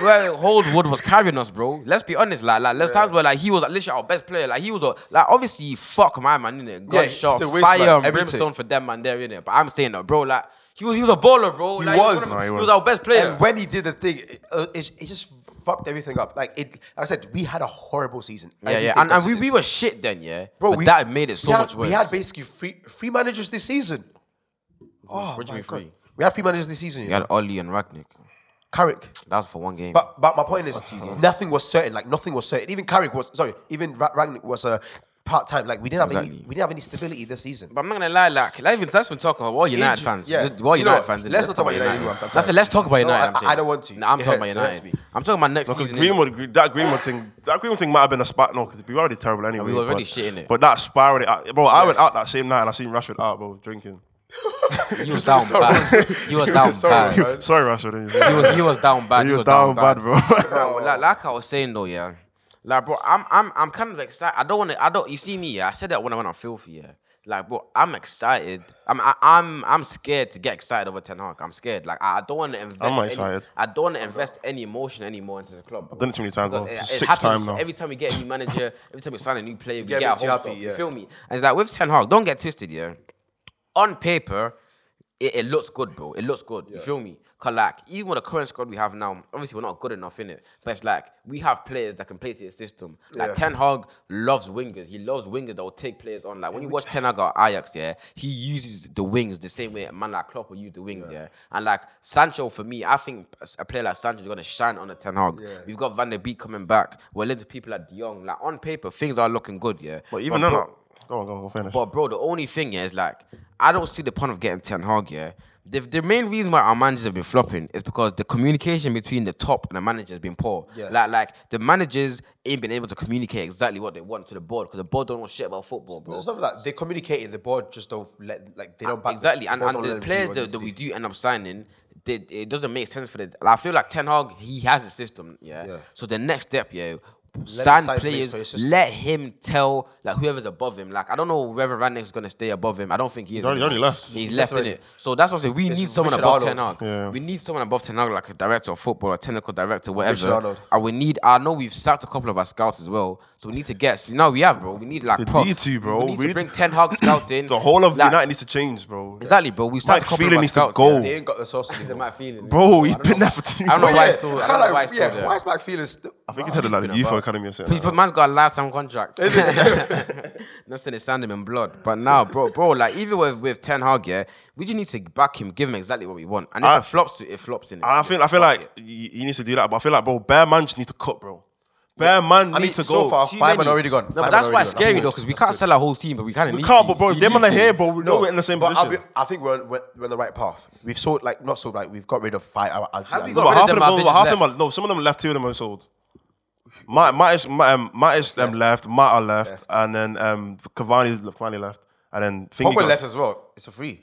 S4: where Holdwood was carrying us, bro. Let's be honest, like, like there's times where like he was like, literally our best player. Like he was a, like obviously fuck my man in it,
S3: Yeah,
S4: gunshot,
S3: he's a waste man,
S4: fire and
S3: everything.
S4: brimstone for them man there in it. But I'm saying that, bro, like he was he was a bowler, bro.
S3: He
S4: Like,
S3: was.
S4: one of-
S5: No, he
S4: he, was.
S5: was.
S4: our best player.
S3: And when he did the thing, it, uh, it, it just fucked everything up. Like it, like I said, we had a horrible season.
S4: yeah, yeah,
S3: Everything
S4: and, and we,
S3: considered.
S4: we were shit then, yeah.
S3: Bro,
S4: Bro, but
S3: we-
S4: that made it so
S3: we had,
S4: much worse.
S3: We had basically three three managers this season. Oh,
S4: What do you
S3: my
S4: mean
S3: God.
S4: three?
S3: We had three managers this season.
S4: we
S3: You know?
S4: had Ollie and Ragnick.
S3: Carrick.
S4: That was for one game.
S3: But but my point is, nothing was certain. Like nothing was certain. Even Carrick was sorry. Even Ra- Ragnick was a part time. Like we didn't have any.
S4: Exactly.
S3: We didn't have any stability this season.
S4: But I'm not gonna lie, like, like even that's been talking about all United
S3: Inju-
S4: fans.
S3: yeah.
S4: Just, all
S3: You know
S4: United
S3: what?
S4: fans. innit?
S3: Let's not talk about United anymore, I'm
S4: That's
S3: tired.
S4: it. Let's talk about
S3: No,
S4: United.
S3: I-
S4: I'm
S3: I- I
S4: saying.
S3: don't want to.
S4: Nah, I'm
S3: It
S4: talking
S3: hurts,
S4: about
S3: it hurts
S4: United.
S3: me.
S4: I'm talking about next
S5: because
S4: season. innit?
S5: Greenwood, Gre- that Greenwood thing, that Greenwood thing might have been a spark. No, because we were already terrible anyway.
S4: we were already
S5: but,
S4: shitting it.
S5: But that spiraled it. out. Bro, I went out that same night and I seen Rashford out, bro, drinking.
S4: He was down
S3: sorry.
S4: bad. He was down
S3: sorry,
S4: bad.
S3: man.
S5: Sorry, Rashford.
S4: He was he was down bad.
S5: You
S4: He
S5: were
S4: was down bad.
S5: bro.
S4: Nah,
S5: Oh.
S4: well, like, like I was saying though, yeah. Like, bro, I'm I'm I'm kind of excited. I don't want to. I don't. You see me? Yeah, I said that when I went on filthy. Yeah. Like, bro, I'm excited. I'm I, I'm I'm scared to get excited over Ten Hag. I'm scared. Like, I, I don't want to invest.
S5: I'm not
S4: any-
S5: excited.
S4: I don't want to invest any emotion anymore into the club. I've
S5: done it too many times, bro. Sixth time now.
S4: Every time we get a new manager, every time we sign a new player, we
S3: get
S4: get,
S3: a
S4: our
S3: bit
S4: hopes
S3: happy,
S4: up.
S3: yeah.
S4: You feel me? And it's like with Ten Hag, don't get twisted, yeah. On paper, it, it looks good, bro. It looks good. You feel me? Cause like even with the current squad we have now, obviously we're not good enough in it. But it's like we have players that can play to his system. Like
S3: Yeah.
S4: Ten Hag loves wingers. He loves wingers that will take players on. Like when you watch Ten Hag at Ajax, yeah, he uses the wings the same way a man like Klopp will use the wings, yeah. And like Sancho, for me, I think a player like Sancho is gonna shine on a Ten Hag. We've got Van der Beek coming back. We're little people like De Jong. Like on paper, things are looking good, yeah.
S5: But even
S4: bro-
S5: then, like- go on, go on, go finish.
S4: but bro, the only thing yeah, is like I don't see the point of getting Ten Hag. Yeah, the, the main reason why our managers have been flopping is because the communication between the top and the manager has been poor.
S3: Yeah.
S4: Like like the managers ain't been able to communicate exactly what they want to the board because the board don't know shit about football, bro.
S3: It's not that they communicated. The board just don't let like they don't back
S4: Ah, Exactly,
S3: the
S4: and,
S3: board
S4: and
S3: don't let them
S4: the
S3: do
S4: players
S3: what
S4: that,
S3: they
S4: that we
S3: do.
S4: do end up signing, they, it doesn't make sense for the. I feel like Ten Hag, he has a system, yeah.
S3: Yeah.
S4: So the next step, yeah,
S3: sign players
S4: sign players,
S3: for his system.
S4: let him tell like whoever's above him. Like I don't know whether Van Dijk's gonna stay above him. I don't think he is.
S5: already-
S4: man.
S5: he's already left.
S4: He's
S3: He's
S4: left
S3: left
S4: in it. So that's what I'm saying. We
S3: It's
S4: need someone
S3: Richard
S4: above Ten
S3: Arnold.
S4: Hag. We need someone above Ten Hag, like a director of football, a technical director,
S3: Richard
S4: whatever.
S3: Arnold.
S4: And we need. I know we've sacked a couple of our scouts as well, so we need to get. You know, we have, bro. We need like.
S5: They
S4: prof-
S5: need to, bro.
S4: We need
S5: We
S4: to
S5: need
S4: bring
S5: to-
S4: Ten Hag scouts in.
S5: the whole of
S4: Like,
S5: United needs to change, bro.
S4: Exactly, bro. We've started
S5: Mike
S4: covering
S5: Feely
S4: our
S5: needs to
S4: scouts,
S5: go.
S4: yeah.
S3: They ain't got the sauce anymore.
S4: Mike Feely.
S5: Bro,
S4: I
S5: he's
S4: don't
S5: been
S4: know.
S5: there for two
S4: I don't know
S5: years.
S4: why
S5: Yeah,
S4: he's still.
S3: I
S4: I
S3: kinda
S4: don't know why
S3: like-
S4: he's still
S3: yeah, why
S4: there.
S3: is Mike feeling? St-
S5: I think he's headed like the youth academy or something.
S4: But but man's got a lifetime contract. Nothing to sand him in blood. But now, bro, bro, like even with with Ten Hag, yeah, we just need to back him, give him exactly what we want, and if
S5: I-
S4: it flops, it flops in it.
S5: I feel I feel like he he needs to do that, but I feel like bro, bare man just need to cut, bro. Bare man
S3: I mean,
S5: need to
S3: so
S5: go.
S3: far,
S4: Too
S3: five man
S4: many.
S3: already gone.
S4: No,
S3: Five
S4: but
S3: man
S4: that's why
S3: already
S4: it's
S3: gone.
S4: scary
S3: That's
S4: though, because we can't sell our whole team, but we kind of
S5: We
S4: need.
S5: can't,
S4: to.
S5: but bro,
S4: You
S5: them
S4: need
S5: man are
S4: to.
S5: here, bro. We know
S3: No,
S5: we're in the same
S3: but I'll
S5: position.
S3: be, I think we're, we're, we're on the right path. We've sold like not sold like we've got rid of five. I, I,
S4: Have
S3: I-
S4: we
S5: No,
S4: got
S5: but
S4: rid of
S5: half of
S4: them
S5: them,
S4: out,
S5: no,
S4: they
S5: but
S4: just
S5: half of them, are- no, some of them left, two of them are sold. Ma- Matic, Ma- um, Matic, them left, Mata left, and then um, Cavani, Cavani left, and then Thingy
S3: Pogba
S5: got-
S3: left as well. It's a free.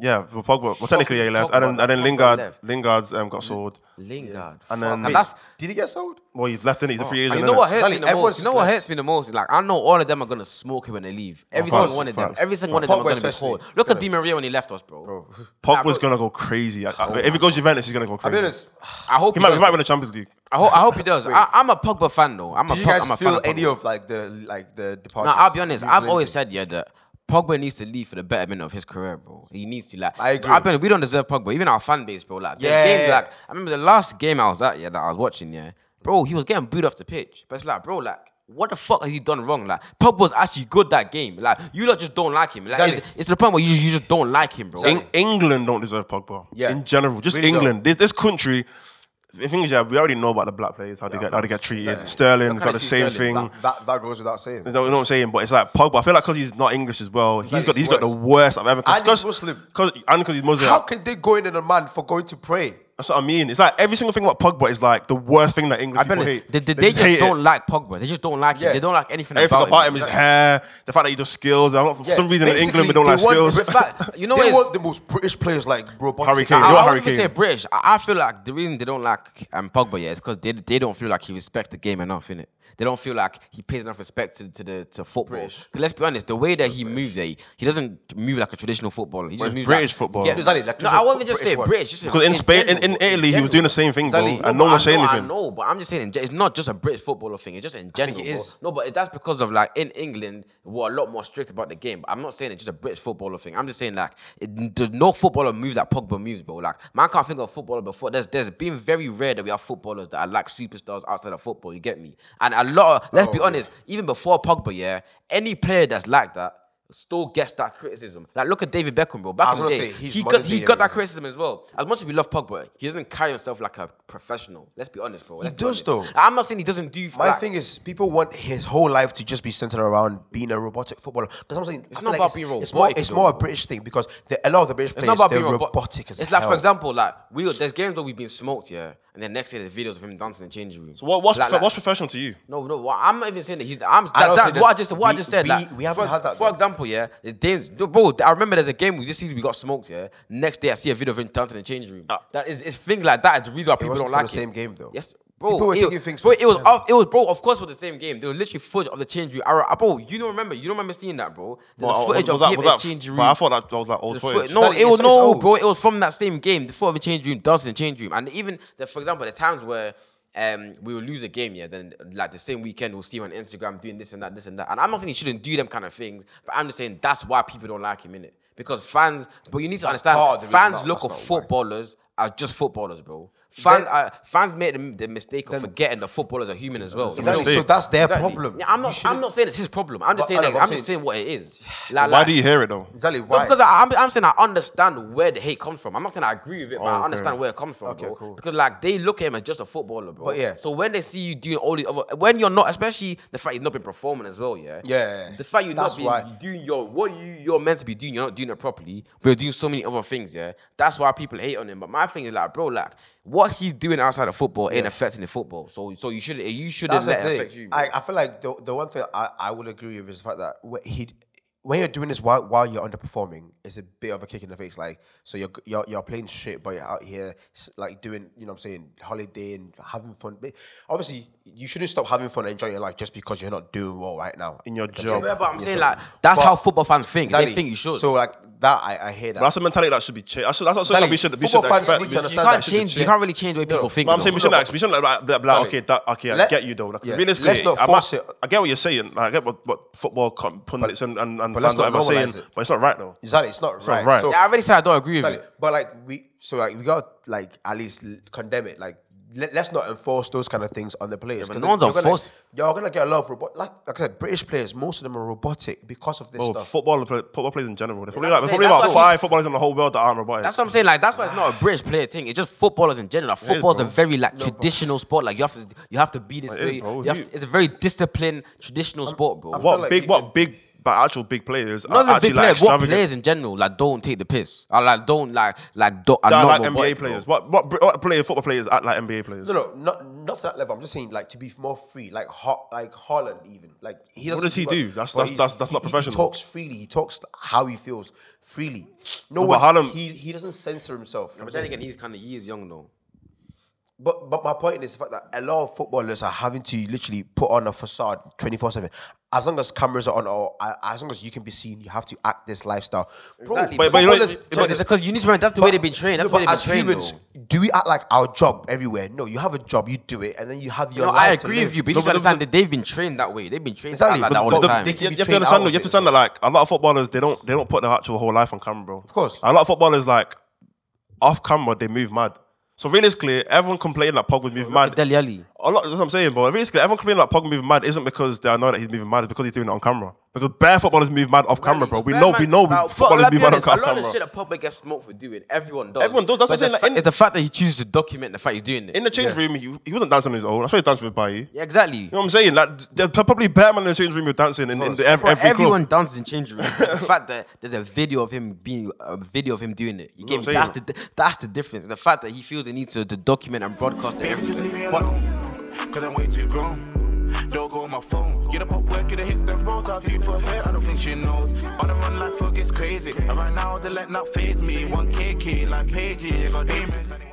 S5: Yeah, well, Pogba. Well, technically, yeah, he left,
S4: talk
S5: and then
S4: about
S5: and then
S4: that. Pogba
S5: Lingard,
S4: left.
S5: Lingard's um, got sold.
S4: Lingard,
S5: And
S4: and
S5: then-
S4: then
S5: Wait,
S4: that's.
S3: Did he get sold?
S5: Well, he's left, in he's a
S3: Ah,
S5: free agent.
S4: And you know
S5: innit?
S4: what hurts
S3: Exactly,
S4: me the
S3: everyone's
S4: most? You know
S3: just
S4: what
S3: left.
S4: hurts me the most? Is like I know all of them are gonna smoke him when they leave. Every
S5: facts,
S4: single one of them.
S5: facts,
S4: Every single one of
S3: facts.
S4: them are gonna be
S3: Pogba
S4: cold.
S3: especially.
S4: Look at Di Maria when he left us, bro.
S5: Pogba's
S4: bro.
S5: gonna go crazy. I- I- if he goes Juventus, he's gonna
S3: Oh
S5: go
S3: I'll
S5: crazy.
S3: be honest.
S4: I hope
S5: he might, he
S4: does.
S5: might win the Champions League.
S4: I hope, I hope he does. I, I'm a Pogba fan though. I'm a
S3: Did you
S4: Pog-
S3: guys
S4: I'm a fan
S3: feel
S4: of
S3: any
S4: Pogba.
S3: of like the like the
S4: No,
S3: departures?
S4: I'll be honest.
S3: Did you
S4: I've
S3: feel
S4: always
S3: anything?
S4: said yeah that Pogba needs to leave for the betterment of his career, bro. He needs to like.
S3: I agree.
S4: I'll be honest, we don't deserve Pogba. Even our fan base, bro. Like there's
S3: Yeah,
S4: games
S3: yeah,
S4: like I remember the last game I was at yeah that I was watching yeah, bro. He was getting booed off the pitch, but it's like bro like. What the fuck has he done wrong? Like Pogba was actually good that game. Like you lot just don't like him. Like
S3: Exactly.
S4: it's, it's to the point where you, you just don't like him, bro.
S5: Eng- England don't deserve Pogba.
S3: Yeah.
S5: In general, just
S3: Really don't.
S5: England. This, this country. The thing is, yeah, we already know about the black players how they get how they get treated. Sterling
S4: What
S5: got
S4: kind
S5: the
S4: of
S5: same
S4: treat Sterling?
S5: thing.
S3: That, that that goes without saying.
S5: You know, you know what I'm saying? But it's like Pogba. I feel like because he's not English as well, he's
S3: like
S5: got
S3: he's
S5: he's got the worst I've ever.
S3: And he's
S5: 'cause-
S3: Muslim.
S5: 'cause- and because he's Muslim.
S3: How can they go in on a man for going to pray?
S5: That's what I mean. It's like every single thing about Pogba is like the worst thing that English
S4: I bet
S5: people
S4: they,
S5: hate.
S4: they, they just,
S5: hate it.
S4: don't like Pogba. They just don't like
S3: Yeah.
S4: him. They don't like anything,
S5: Everything
S4: about,
S5: about him, his hair, the fact that he does skills. I don't, for
S3: Yeah,
S5: some reason in England we
S3: basically,
S5: don't like
S3: they want-
S5: skills.
S3: but
S4: But you know what
S3: they
S4: is-
S3: want the most British players like bro. Botic.
S5: Harry Kane.
S4: I,
S5: You know
S4: I
S5: Harry
S4: wouldn't even
S5: Kane?
S4: say British. I, I feel like the reason they don't like um, Pogba yeah is because they, they don't feel like he respects the game enough, innit? They don't feel like he pays enough respect to, to the to football. 'Cause Let's be honest, the way that he moves, yeah, he doesn't move like a traditional footballer. He just
S5: it's
S4: moves
S5: British
S4: like,
S5: football.
S4: Yeah,
S3: Exactly, like
S4: no, I
S3: traditional
S4: won't even just
S3: British
S4: say
S3: one.
S4: British. just
S5: Because in Spain, in, in
S4: general.
S5: Italy, he was doing the same thing, bro,
S3: Exactly.
S5: and no
S4: I
S5: one saying
S4: know,
S5: anything.
S4: I know, but I'm just saying in ge- it's not just a British footballer thing. It's just in general.
S3: it
S4: bro.
S3: is.
S4: No, but that's because of like in England we're a lot more strict about the game. But I'm not saying it's just a British footballer thing. I'm just saying like it, there's no footballer moves that Pogba moves, bro. Like man can't think of a footballer before. There's there's been very rare that we have footballers that are like superstars outside of football. You get me? And a lot.
S3: Oh,
S4: Of, let's be honest. Even before Pogba, yeah, any player that's like that. Still gets that criticism. Like, look at David Beckham, bro.
S3: was
S4: Back in the
S3: gonna
S4: day,
S3: say, he's
S4: he got
S3: modern
S4: he
S3: day,
S4: got that
S3: yeah.
S4: criticism as well. As much as we love Pogba, he doesn't carry himself like a professional. Let's be honest, bro. Let's be
S3: does,
S4: honest.
S3: though.
S4: I'm not saying he doesn't do.
S3: My
S4: like,
S3: thing is, people want his whole life to just be centered around being a robotic footballer. Because I'm saying it's
S4: not about being
S3: It's more,
S4: robotic,
S3: it's more a
S4: though.
S3: British thing because the, a lot of the British
S4: it's
S3: players
S4: not about
S3: they're
S4: being
S3: robotic,
S4: robotic.
S3: as
S4: It's
S3: hell.
S4: like, for example, like we there's games where we've been smoked, yeah, and then next day there's videos of him dancing in the changing room.
S5: So what, what's
S4: Like-
S5: prof-
S4: like-
S5: what's professional to you?
S4: No, no. Well, I'm not even saying that. He's, I'm that,
S3: I don't
S4: that,
S3: think
S4: what I
S3: that's-
S4: just what
S3: we-
S4: I just said.
S3: we-
S4: like,
S3: we haven't
S4: for,
S3: had that,
S4: For
S3: though.
S4: example, yeah, the Danes, the- bro. I remember there's a game we just see we got smoked. Yeah, next day I see a video of him dancing in the changing room. that is, it's things like that is the reason why people
S3: Ah. wasn't for
S4: don't like
S3: the same
S4: it.
S3: game, though.
S4: Yes, bro.
S3: People were
S4: it,
S3: taking things
S4: bro,
S3: from
S4: it was,
S3: them.
S4: off, it was, bro. Of course, it was the same game. There was literally footage of the changing room. I, I- bro, you don't remember? You don't remember seeing that, bro? The
S5: Well,
S4: footage
S5: was
S4: of
S5: that-
S4: him
S5: was
S4: in the
S5: that-
S4: changing room.
S5: But I thought that, that was like oh, old
S4: The foot-
S5: footage.
S4: no,
S3: Exactly,
S4: it was
S3: it's- it's
S4: no,
S3: old.
S4: bro. It was from that same game, the foot of a change room, dancing in change room, and even the, for example, the times where um we will lose a game, yeah, then like the same weekend we'll see him on Instagram doing this and that, this and that. And I'm not saying he shouldn't do them kind of things, but I'm just saying that's why people don't like him in it. because fans. But you need to
S3: That's
S4: understand,
S3: part of the reason
S4: fans
S3: why-
S4: look
S3: that's
S4: at
S3: not why.
S4: footballers as just footballers, bro. Fans,
S3: Then-
S4: uh, fans make the, the mistake of forgetting that footballers are human as well.
S3: Exactly,
S5: mistake.
S3: So that's their
S4: Exactly.
S3: problem.
S4: Yeah, I'm
S3: You
S4: not. I'm
S3: shouldn't-
S4: not saying it's his problem. I'm
S3: But
S4: just saying.
S3: I know,
S4: Like,
S3: but
S4: I'm,
S3: I'm
S4: just saying what it is. Like,
S5: Why
S4: like-
S5: do you hear it though?
S3: Exactly
S4: no,
S3: why?
S4: because I, I'm, I'm saying I understand where the hate comes from. I'm not saying I agree with it, but I
S5: okay.
S4: understand where it comes from,
S3: Okay,
S4: bro.
S3: cool.
S4: Because like they look at him as just a footballer, bro.
S3: But yeah.
S4: So when they see you doing all the other, when you're not, especially the fact you've not been performing as well, yeah.
S3: Yeah.
S4: The fact you're
S3: That's
S4: not being,
S3: why.
S4: doing your what you you're meant to be doing, you're not doing it properly. But you're doing so many other things, yeah. That's why people hate on him. But my thing is like, bro, like what he's doing outside of football ain't affecting the football. So so you shouldn't you shouldn't
S3: That's the
S4: let it affect
S3: thing.
S4: you. bro.
S3: I, I feel like the, the one thing I, I would agree with is the fact that wh- he, when you're doing this while, while you're underperforming, it's a bit of a kick in the face. Like, so you're you're, you're playing shit, but you're out here s- like doing, you know, what I'm saying, holiday and having fun. But obviously, you shouldn't stop having fun and enjoying your life just because you're not doing well right now
S5: In your
S3: That's
S5: job.
S3: it.
S4: Yeah, but I'm
S3: Yeah,
S4: saying
S3: so-
S4: like that's
S3: But-
S4: how football fans think.
S3: Exactly.
S4: They think you should.
S3: So like that, I, I hear that.
S5: That's a mentality that should be changed. That's, that's what I'm saying that we
S3: Exactly.
S5: should, we should
S3: Football fans
S5: expect.
S3: need to
S5: we-
S4: you
S3: understand
S4: can't
S3: that shouldn't
S4: change. You can't really change the way people think.
S5: But I'm saying we
S4: though.
S5: shouldn't like, we shouldn't like, like, like, like,
S3: Sorry.
S5: okay, that, okay, I
S3: Let-
S5: get you though. Like,
S3: yeah.
S5: realistically,
S3: Let's not
S5: I,
S3: force
S5: might-
S3: it.
S5: I get what you're saying. Like, I get what, what football com- pundits and, and, and
S3: but let's
S5: fans
S3: not
S5: whatever are saying,
S3: normalise it.
S5: but it's not right though.
S3: Exactly, it's not right.
S5: right.
S3: So,
S4: Yeah, I already said I don't agree with
S3: Exactly.
S4: it.
S3: But like we, so like we got to like at least l- condemn it. Like let, us not enforce those kind of things on the players.
S4: but
S3: 'cause
S4: no
S3: then
S4: one's
S3: you're gonna-
S4: enforced.
S3: You're gonna get a lot of robot. Like, like I said, British players, most of them are robotic because of this
S5: Well,
S3: stuff.
S5: Oh, football, play- football players in general. There's probably,
S4: that's
S5: like,
S4: what
S5: there's probably
S4: I'm saying.
S5: about
S4: That's what
S5: five footballers in the whole world that aren't robotic.
S4: That's what I'm saying. Like that's why it's not a British player thing. It's just footballers in general. Like, football's a
S5: bro.
S4: very like traditional sport. Like you have to you have to be this
S5: It is,
S4: way.
S5: bro.
S4: You have
S5: You-
S4: to- it's a very disciplined traditional sport, bro.
S3: feel
S5: what
S3: like
S5: big,
S3: you
S5: what big, but actual big players
S4: not
S5: are
S4: even
S5: actually
S4: big
S5: like
S4: players. What
S5: extravagant.
S4: players in general like don't take the piss. I like don't like like don't.
S5: They're
S4: are
S5: like
S4: not
S5: NBA
S4: robotic, bro.
S5: players. What, what, what player, football players act like NBA players?
S3: No, no, not not to that level. I'm just saying, like to be more free, like hot, like Haaland even. Like he
S5: What
S3: doesn't
S5: does he
S3: much,
S5: do? That's-
S3: but
S5: that's-
S3: he's-
S5: that's- that's not
S3: he-
S5: professional.
S3: He talks freely. He talks how he feels freely. No,
S5: No,
S3: one,
S5: but Haaland-
S3: he he doesn't censor himself.
S4: But then again, he's kind of he is young though.
S3: But but my point is the fact that a lot of footballers are having to literally put on a facade twenty four seven. As long as cameras are on, or a- as long as you can be seen, you have to act this lifestyle. Bro,
S4: Exactly,
S5: but- but you know-
S3: footballers-
S5: but-
S3: sorry,
S4: Because you need to remember that's the way they've been trained. That's
S3: no,
S4: why
S3: but
S4: they've been trained.
S3: humans,
S4: though.
S3: do we act like our job everywhere? No, you have a job, you do it, and then you have your.
S4: No,
S3: life
S4: I
S3: to
S4: agree with
S3: live.
S4: you, but you
S5: No,
S4: need to
S5: but the-
S4: understand that they've been trained that way. They've been trained to act
S3: Exactly,
S4: like
S3: but
S4: that all the
S5: But the-
S4: time.
S3: They can
S5: you,
S3: be
S5: you have to
S3: trained
S5: understand
S3: out
S5: though,
S3: of
S5: you have
S3: it
S5: to
S3: as
S5: understand that like a lot of footballers they don't they don't put their actual whole life on camera, bro. Of
S3: course.
S5: A lot of footballers like off camera they move mad. So realistically, everyone complaining that Pogba moving mad.
S4: Dele Alli.
S5: A lot that's what I'm saying, but realistically, everyone complaining that Pogba moving mad isn't because they know that he's moving mad, it's because he's doing it on camera. Because bare footballers move mad off camera, bro. We know we know
S4: Now,
S5: footballers
S4: let's
S5: move
S4: be
S5: mad on
S4: honest,
S5: off
S4: A lot of the
S5: camera.
S4: shit that public gets smoked for doing, everyone does.
S5: Everyone does. That's
S4: But
S5: what I'm
S4: the
S5: saying, like,
S4: fa-
S5: in-
S4: It's the fact that he chooses to document the fact he's doing it.
S5: In the change room, he, he wasn't dancing on his own. That's why he danced with Baye.
S4: yeah, exactly.
S5: You know what I'm saying? Like there's probably bare man in the change room who are dancing in, in the, ev-
S4: Bro,
S5: every
S4: everyone
S5: club.
S4: dances in change rooms. the fact that there's a video of him being a video of him doing it. You get
S5: what
S4: me?
S5: I'm
S4: That's the that's the difference. The fact that he feels the need to, to document and broadcast and
S1: Baby, just
S4: everything.
S1: leave me alone. Cause I'm way too grown. Don't go on my phone. Get up off work, get a hit them rolls. I'll do for her. I don't think she knows. On the run, life fuck gets crazy. And right now, they let not phase me. One KK like Paige. yeah, Got demons.